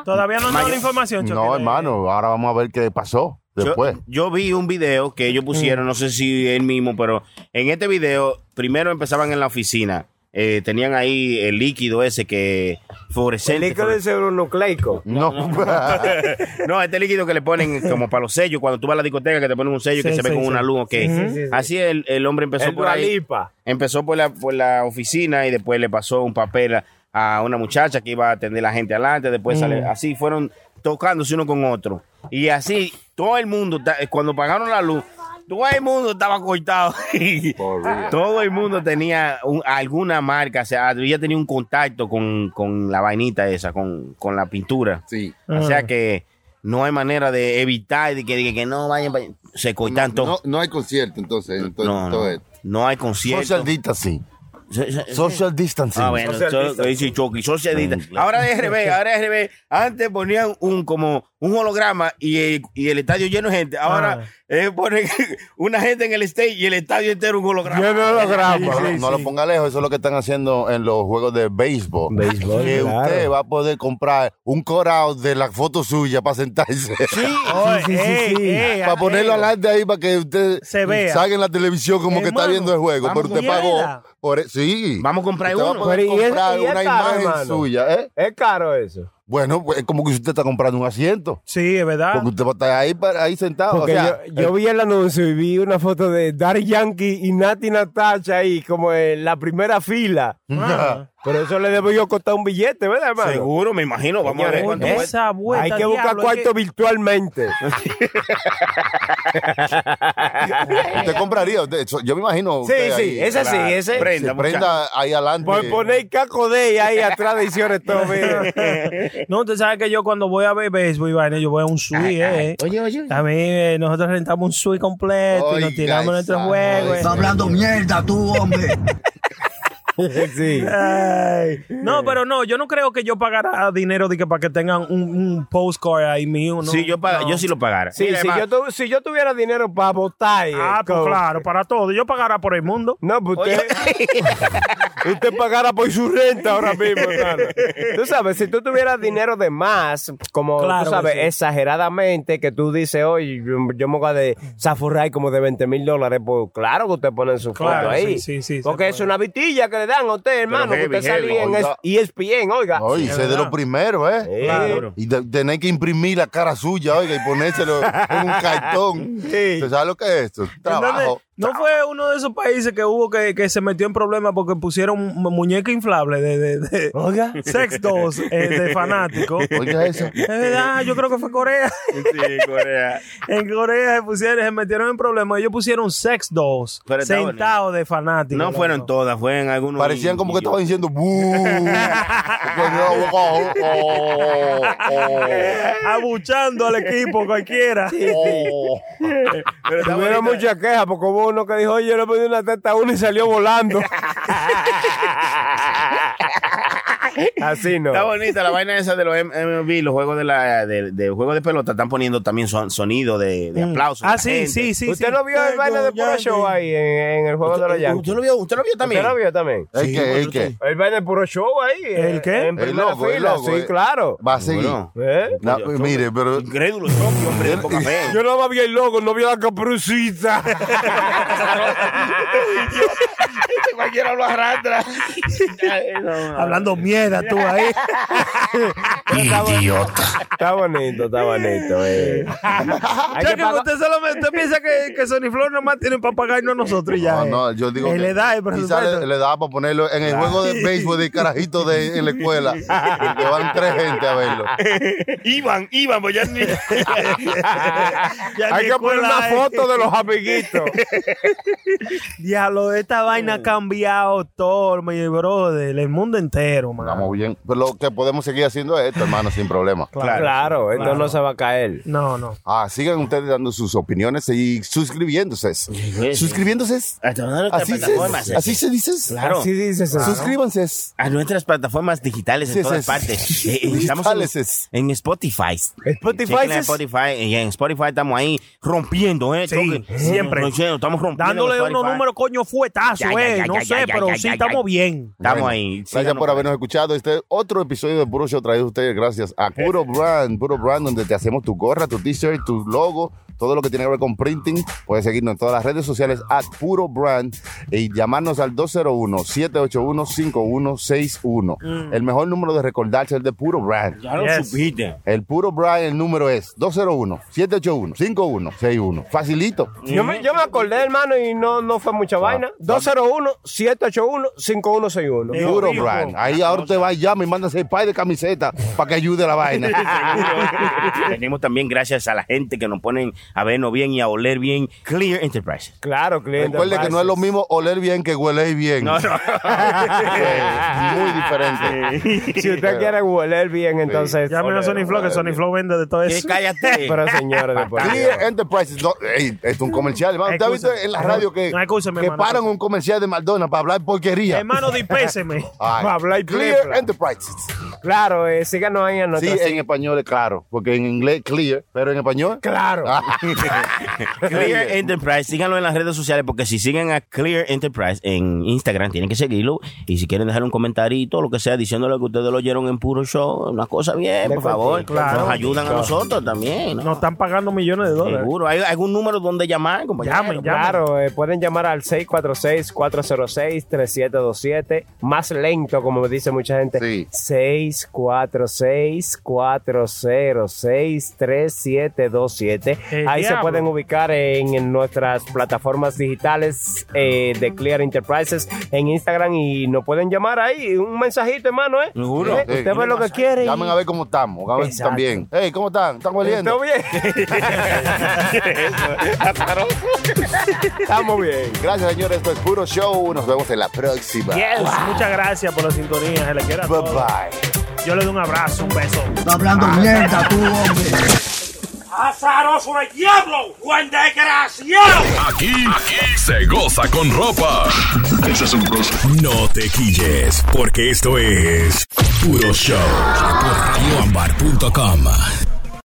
Speaker 7: Todavía no nos da
Speaker 8: Mayor-
Speaker 7: la información, Choque.
Speaker 5: No, hermano, ahora vamos a ver qué pasó
Speaker 8: Yo,
Speaker 5: después.
Speaker 8: yo vi un video que ellos pusieron, no sé si él mismo, pero en este video, primero empezaban en la oficina. Eh, tenían ahí el líquido ese que fluorescente.
Speaker 6: Película de nucleico.
Speaker 5: No, (laughs)
Speaker 8: (laughs) No, este líquido que le ponen como para los sellos, cuando tú vas a la discoteca que te ponen un sello que
Speaker 7: Sí,
Speaker 8: se ve
Speaker 7: sí,
Speaker 8: con
Speaker 7: sí.
Speaker 8: una luz, ok.
Speaker 6: sí, sí.
Speaker 8: Así el, el hombre empezó
Speaker 6: El
Speaker 8: por ahí.
Speaker 6: Dualipa.
Speaker 8: Empezó por la, por la oficina y después le pasó un papel a, a una muchacha que iba a atender la gente adelante. Después sale, así fueron tocándose uno con otro. Y así todo el mundo, ta- eh, cuando pagaron la luz, todo el mundo estaba cortado. (laughs) todo el mundo tenía un- alguna marca. O sea, ya tenía un contacto con, con la vainita esa, con, con la pintura.
Speaker 5: sí.
Speaker 8: O sea que no hay manera de evitar de que, de que no vayan. pa- Se coitan
Speaker 5: No,
Speaker 8: todos.
Speaker 5: no hay concierto, entonces. en to-
Speaker 8: No,
Speaker 5: todo
Speaker 8: no,
Speaker 5: esto.
Speaker 8: no hay concierto.
Speaker 5: Social distancing.
Speaker 8: Se- se-
Speaker 5: Social distancing.
Speaker 8: Ah, bueno,
Speaker 6: Socialista.
Speaker 8: todo lo que dice Chucky, socialista. Ahora es RB, ahora es RB. Antes ponían un como un holograma y el, y el estadio lleno de gente. Ahora eh, ponen (laughs) una gente en el stage y el estadio entero un holograma.
Speaker 6: Yo no lo grabo.
Speaker 5: Ah, No, no lo ponga lejos, eso es lo que están haciendo en los juegos de béisbol.
Speaker 6: Béisbol,
Speaker 5: que
Speaker 6: claro.
Speaker 5: usted va a poder comprar un corao de la foto suya para sentarse.
Speaker 7: Oye,
Speaker 6: sí, sí,
Speaker 7: ey,
Speaker 6: sí.
Speaker 7: ey,
Speaker 5: para ponerlo
Speaker 7: ey.
Speaker 5: adelante ahí para que usted
Speaker 7: Se vea.
Speaker 5: salga en la televisión como que está
Speaker 7: Hermano,
Speaker 5: viendo el juego.
Speaker 8: vamos
Speaker 5: Pero usted
Speaker 8: con-
Speaker 7: Mierda.
Speaker 5: pagó. Por, e- sí.
Speaker 8: Vamos a comprar
Speaker 5: Usted va
Speaker 8: uno.
Speaker 5: a poder
Speaker 6: Pero, ¿y es-
Speaker 5: comprar
Speaker 6: y es
Speaker 5: una
Speaker 6: caro,
Speaker 5: imagen
Speaker 6: hermano?
Speaker 5: suya. ¿eh?
Speaker 6: Es caro eso.
Speaker 5: Bueno, pues, es como que usted está comprando un asiento.
Speaker 7: Sí, es verdad.
Speaker 5: Porque usted va a estar ahí, para- ahí sentado.
Speaker 6: Porque
Speaker 5: o sea,
Speaker 6: yo, yo vi el anuncio y vi una foto de Dar Yankee y Nati Natacha ahí, como en la primera fila. (laughs)
Speaker 7: Ah.
Speaker 6: Por eso le debo yo costar un billete, ¿verdad, hermano?
Speaker 8: Seguro, me imagino. Vamos a ver
Speaker 6: Señores,
Speaker 8: cuánto
Speaker 6: ¿eh?
Speaker 8: cuesta.
Speaker 7: Esa vuelta.
Speaker 6: Hay que buscar
Speaker 7: diablo,
Speaker 6: cuarto
Speaker 7: es que-
Speaker 6: (laughs) virtualmente.
Speaker 5: Usted compraría, usted- eso- yo me imagino.
Speaker 6: Sí,
Speaker 5: usted
Speaker 6: sí,
Speaker 5: ahí,
Speaker 6: ese sí,
Speaker 5: la-
Speaker 6: ese.
Speaker 5: Prenda, se
Speaker 8: Prenda,
Speaker 5: prenda ahí adelante.
Speaker 6: Por poner caco de ahí atrás de Isiones todo, (laughs) mira.
Speaker 7: No, usted sabe que yo cuando voy a ver béisbol, y vaina, yo voy a un sui, eh.
Speaker 8: Oye, oye.
Speaker 7: A mí, eh, nosotros rentamos un sui completo y nos
Speaker 5: Oiga,
Speaker 7: tiramos nuestro
Speaker 5: esa
Speaker 7: juego. eh.
Speaker 9: Está hablando mierda tú, hombre.
Speaker 6: Sí.
Speaker 7: Ay. No, pero no, yo no creo que yo pagara dinero de que para que tengan un, un postcard ahí mío. ¿no?
Speaker 8: Sí, yo, pag-
Speaker 7: No.
Speaker 8: yo sí lo pagara.
Speaker 6: Sí,
Speaker 8: Mira,
Speaker 6: si,
Speaker 8: hermano,
Speaker 6: yo tu- si yo tuviera dinero para votar. eh,
Speaker 7: Ah, pues
Speaker 6: con-
Speaker 7: claro, para todo. Yo pagara por el mundo.
Speaker 6: No, pues usted,
Speaker 8: (laughs)
Speaker 6: usted pagara por su renta ahora
Speaker 7: (laughs)
Speaker 6: mismo, hermano. Tú sabes, si tú tuvieras dinero de más, como
Speaker 7: Claro que
Speaker 6: tú sabes,
Speaker 7: sí.
Speaker 6: exageradamente, que tú dices, oye, yo, yo me voy a de zafurrar como de 20 mil dólares, pues claro que usted pone su foto
Speaker 7: Claro, sí,
Speaker 6: ahí.
Speaker 7: sí, sí, se
Speaker 6: porque es
Speaker 7: puede.
Speaker 6: una vitilla que le dan a usted, hermano,
Speaker 8: heavy,
Speaker 6: que usted salía
Speaker 8: heavy.
Speaker 6: en E es-
Speaker 5: Oiga.
Speaker 6: ESPN, oiga.
Speaker 5: Oye,
Speaker 7: es
Speaker 5: ese es de
Speaker 7: verdad.
Speaker 5: los primeros, ¿eh?
Speaker 6: Sí.
Speaker 7: Claro.
Speaker 5: Y de- tener que imprimir la cara suya, oiga, y ponérselo en un cartón.
Speaker 6: Sí.
Speaker 5: ¿Usted sabe lo que es esto?
Speaker 7: Entonces,
Speaker 5: Trabajo.
Speaker 7: no fue uno de esos países que hubo que, que se metió en problemas porque pusieron mu- muñeca inflable de, de, de-
Speaker 6: Oiga.
Speaker 7: sex dolls eh, de fanáticos. Es
Speaker 5: Oiga eso.
Speaker 7: verdad, yo creo que fue Corea.
Speaker 8: (laughs)
Speaker 7: (laughs)
Speaker 8: sí, Corea.
Speaker 7: En Corea se, pusieron, se metieron en problemas. Ellos pusieron sex dolls
Speaker 8: Pero está bueno.
Speaker 7: sentados de fanáticos.
Speaker 8: No fueron
Speaker 7: loco.
Speaker 8: todas, fueron
Speaker 7: (laughs)
Speaker 8: algunos.
Speaker 5: Parecían como que estaban diciendo. "Bú". Porque no, oh, oh, oh,
Speaker 7: Abuchando al equipo cualquiera.
Speaker 5: oh.
Speaker 4: Pero está
Speaker 6: Tuvieron
Speaker 4: bonita.
Speaker 6: muchas quejas porque hubo uno que dijo, oye, yo le pedí una teta a uno y salió volando. Así no.
Speaker 8: Está bonita la vaina esa de los M- MLB, los juegos de la de, de juego de pelota están poniendo también son- sonido de, de aplausos.
Speaker 7: Ah, sí, sí, sí.
Speaker 6: ¿Usted
Speaker 7: sí.
Speaker 6: no vio el baile de puro show ahí en, en el juego de los
Speaker 8: ¿Usted,
Speaker 6: Yankees?
Speaker 8: usted lo vio, usted lo vio también.
Speaker 6: ¿Usted lo vio también?
Speaker 5: ¿El qué? ¿El qué?
Speaker 6: El baile de puro show ahí.
Speaker 7: ¿El
Speaker 6: eh,
Speaker 7: qué?
Speaker 6: En
Speaker 5: El
Speaker 6: primera
Speaker 5: logo, el
Speaker 6: fila,
Speaker 5: logo.
Speaker 6: sí,
Speaker 5: eh.
Speaker 6: claro.
Speaker 5: Va a seguir.
Speaker 8: Bueno.
Speaker 6: ¿Eh?
Speaker 5: No, pues, mire, pero
Speaker 8: Ah, Incrédulo, Chopi, hombre, de
Speaker 7: (laughs)
Speaker 8: poca fe.
Speaker 6: Yo no vi el logo, no vi la caprucita.
Speaker 4: Este cualquiera lo arrastra. Ay, no, no.
Speaker 7: Hablando mierda tú ahí.
Speaker 6: está bonito, está
Speaker 7: (laughs)
Speaker 6: bonito. eh. (laughs) Hay
Speaker 7: Ya
Speaker 6: que
Speaker 7: que
Speaker 6: pagar-
Speaker 7: usted solamente usted piensa que, que Sony Flow nomás tiene para pagarnos a nosotros y ya.
Speaker 5: No,
Speaker 7: eh.
Speaker 5: no, yo digo.
Speaker 7: Él
Speaker 5: que
Speaker 7: le da el
Speaker 5: quizá
Speaker 7: presupuesto.
Speaker 5: le, le daba para ponerlo en el juego de béisbol de carajito de, en
Speaker 7: (laughs)
Speaker 5: la escuela. que van tres gente a verlo.
Speaker 4: Iban, Iban, pues ya
Speaker 8: (laughs)
Speaker 4: ni.
Speaker 7: Ya
Speaker 6: Hay
Speaker 7: ni
Speaker 6: que poner
Speaker 7: escuela
Speaker 6: una
Speaker 7: hay.
Speaker 6: foto de los (laughs) amiguitos.
Speaker 7: Diablo, esta vaina
Speaker 6: Mm.
Speaker 7: ha cambiado todo, mi brother, el mundo entero, man.
Speaker 5: Estamos bien. Pero lo que podemos seguir haciendo es esto, hermano, sin problema.
Speaker 6: Claro, esto no se va a caer.
Speaker 7: No, no.
Speaker 5: Ah, sigan ustedes dando sus opiniones y suscribiéndose. Suscribiéndose.
Speaker 8: A nuestras
Speaker 5: Así se,
Speaker 8: plataformas. eh.
Speaker 5: así se dice.
Speaker 8: Claro.
Speaker 6: Así dices.
Speaker 7: Ah,
Speaker 5: Suscríbanse.
Speaker 8: A nuestras plataformas digitales
Speaker 5: Sí,
Speaker 8: en todas
Speaker 5: sí, sí.
Speaker 8: partes. Eh, eh, estamos en,
Speaker 5: Digitales es.
Speaker 8: en Spotify.
Speaker 6: Spotify
Speaker 8: Chequen en
Speaker 6: es-
Speaker 8: Spotify. eh, Y en Spotify estamos ahí rompiendo, ¿eh?
Speaker 7: Sí,
Speaker 8: Choque.
Speaker 7: siempre.
Speaker 8: No, no, Estamos rompiendo.
Speaker 7: Dándole
Speaker 8: en
Speaker 7: unos
Speaker 8: Spotify.
Speaker 7: números, coño, fuetazo,
Speaker 8: Ya, ya,
Speaker 7: eh.
Speaker 8: ya,
Speaker 7: no
Speaker 8: ya,
Speaker 7: sé,
Speaker 8: ya,
Speaker 7: pero
Speaker 8: ya,
Speaker 7: sí
Speaker 8: ya,
Speaker 7: estamos
Speaker 8: ya.
Speaker 7: bien.
Speaker 8: Estamos
Speaker 5: Bueno,
Speaker 8: ahí.
Speaker 5: Gracias
Speaker 8: Síganos
Speaker 5: por habernos escuchado. Este otro episodio de Puro Show traído a ustedes gracias a Puro Brand. Puro Brand, donde te hacemos tu gorra, tu t-shirt, tu logo, todo lo que tiene que ver con printing. Puedes seguirnos en todas las redes sociales a Puro Brand y llamarnos al 201-781-5161. El mejor número de recordarse es el de Puro Brand.
Speaker 8: Mm. Ya lo
Speaker 7: Yes.
Speaker 8: supiste.
Speaker 5: El Puro Brand, el número es 201-781-5161. Facilito.
Speaker 6: Yo me, yo me acordé, hermano, y no, no fue mucha vaina. 201-781-5161.
Speaker 5: Puro Brand. Ahí ahora usted va y llama y manda seis pares de camiseta para que ayude a la
Speaker 6: (laughs)
Speaker 5: vaina.
Speaker 8: (laughs) Venimos también gracias a la gente que nos ponen a vernos bien y a oler bien. Clear Enterprises.
Speaker 6: Claro, cliente.
Speaker 5: Recuerde que no es lo mismo oler bien que huele bien. Sí, muy diferente.
Speaker 6: Si usted quiere hueler bien, entonces.
Speaker 7: Llamen a Sony Flow, que Sony Flow vende de todo
Speaker 8: Eh,
Speaker 7: eso.
Speaker 8: (laughs) Cállate.
Speaker 6: Pero señores, (laughs) después.
Speaker 5: Clear Enterprises. no, ey, es un comercial, hermano. ¿Usted ha visto
Speaker 7: Excusa.
Speaker 5: en la radio que,
Speaker 7: No, excúsame,
Speaker 5: que
Speaker 7: hermano,
Speaker 5: paran
Speaker 7: excusa.
Speaker 5: un comercial de McDonald's para hablar porquería?
Speaker 8: (laughs)
Speaker 7: Hermano, dispéseme.
Speaker 5: Ay,
Speaker 6: para hablar y
Speaker 5: Clear
Speaker 6: plepla.
Speaker 5: Enterprises.
Speaker 6: Claro, eh, síganos ahí en
Speaker 5: Sí,
Speaker 6: nuestra.
Speaker 5: en español es claro, porque en inglés clear, pero en español. Ah,
Speaker 6: Claro.
Speaker 5: (laughs)
Speaker 8: Clear Enterprise, síganlo en las redes sociales porque si siguen a Clear Enterprise en Instagram tienen que seguirlo y si quieren dejar un comentarito, lo que sea, diciéndole que ustedes lo oyeron en puro show, una cosa bien, por favor,
Speaker 7: claro.
Speaker 8: nos ayudan a nosotros también. ¿no?
Speaker 7: Nos están pagando millones de dólares.
Speaker 8: Seguro, hay algún número donde llamar, compañero.
Speaker 7: Llamen, llamen.
Speaker 6: Claro, eh, pueden llamar al 646-406-3727. Más lento, como me dice mucha gente.
Speaker 5: Sí.
Speaker 6: 646-406-3727.
Speaker 7: El
Speaker 6: Ahí se
Speaker 7: diablo.
Speaker 6: pueden ubicar en, en nuestras plataformas digitales eh, de Clear Enterprises en Instagram y nos pueden llamar ahí. Un mensajito, hermano, ¿eh?
Speaker 8: Seguro.
Speaker 6: Eh,
Speaker 5: Sí.
Speaker 6: Usted ve lo que quiere. y-
Speaker 5: Llamen a ver cómo estamos. A ver si
Speaker 6: Exacto.
Speaker 5: están bien. Hey, ¿cómo están? ¿Están
Speaker 6: ¿Está
Speaker 5: oliendo?
Speaker 6: bien? Estamos bien.
Speaker 5: Gracias, señores. Esto es Puro Show. Nos vemos en la próxima.
Speaker 7: (laughs) Yes, muchas gracias por la sintonía. Se le quiere a
Speaker 5: Bye
Speaker 7: todos.
Speaker 5: bye.
Speaker 7: Yo le doy un abrazo, un beso.
Speaker 9: Está hablando mierda, tú, hombre.
Speaker 1: Aquí, aquí se goza con ropa. No te quilles, porque esto es Puro Show por radioambar.com.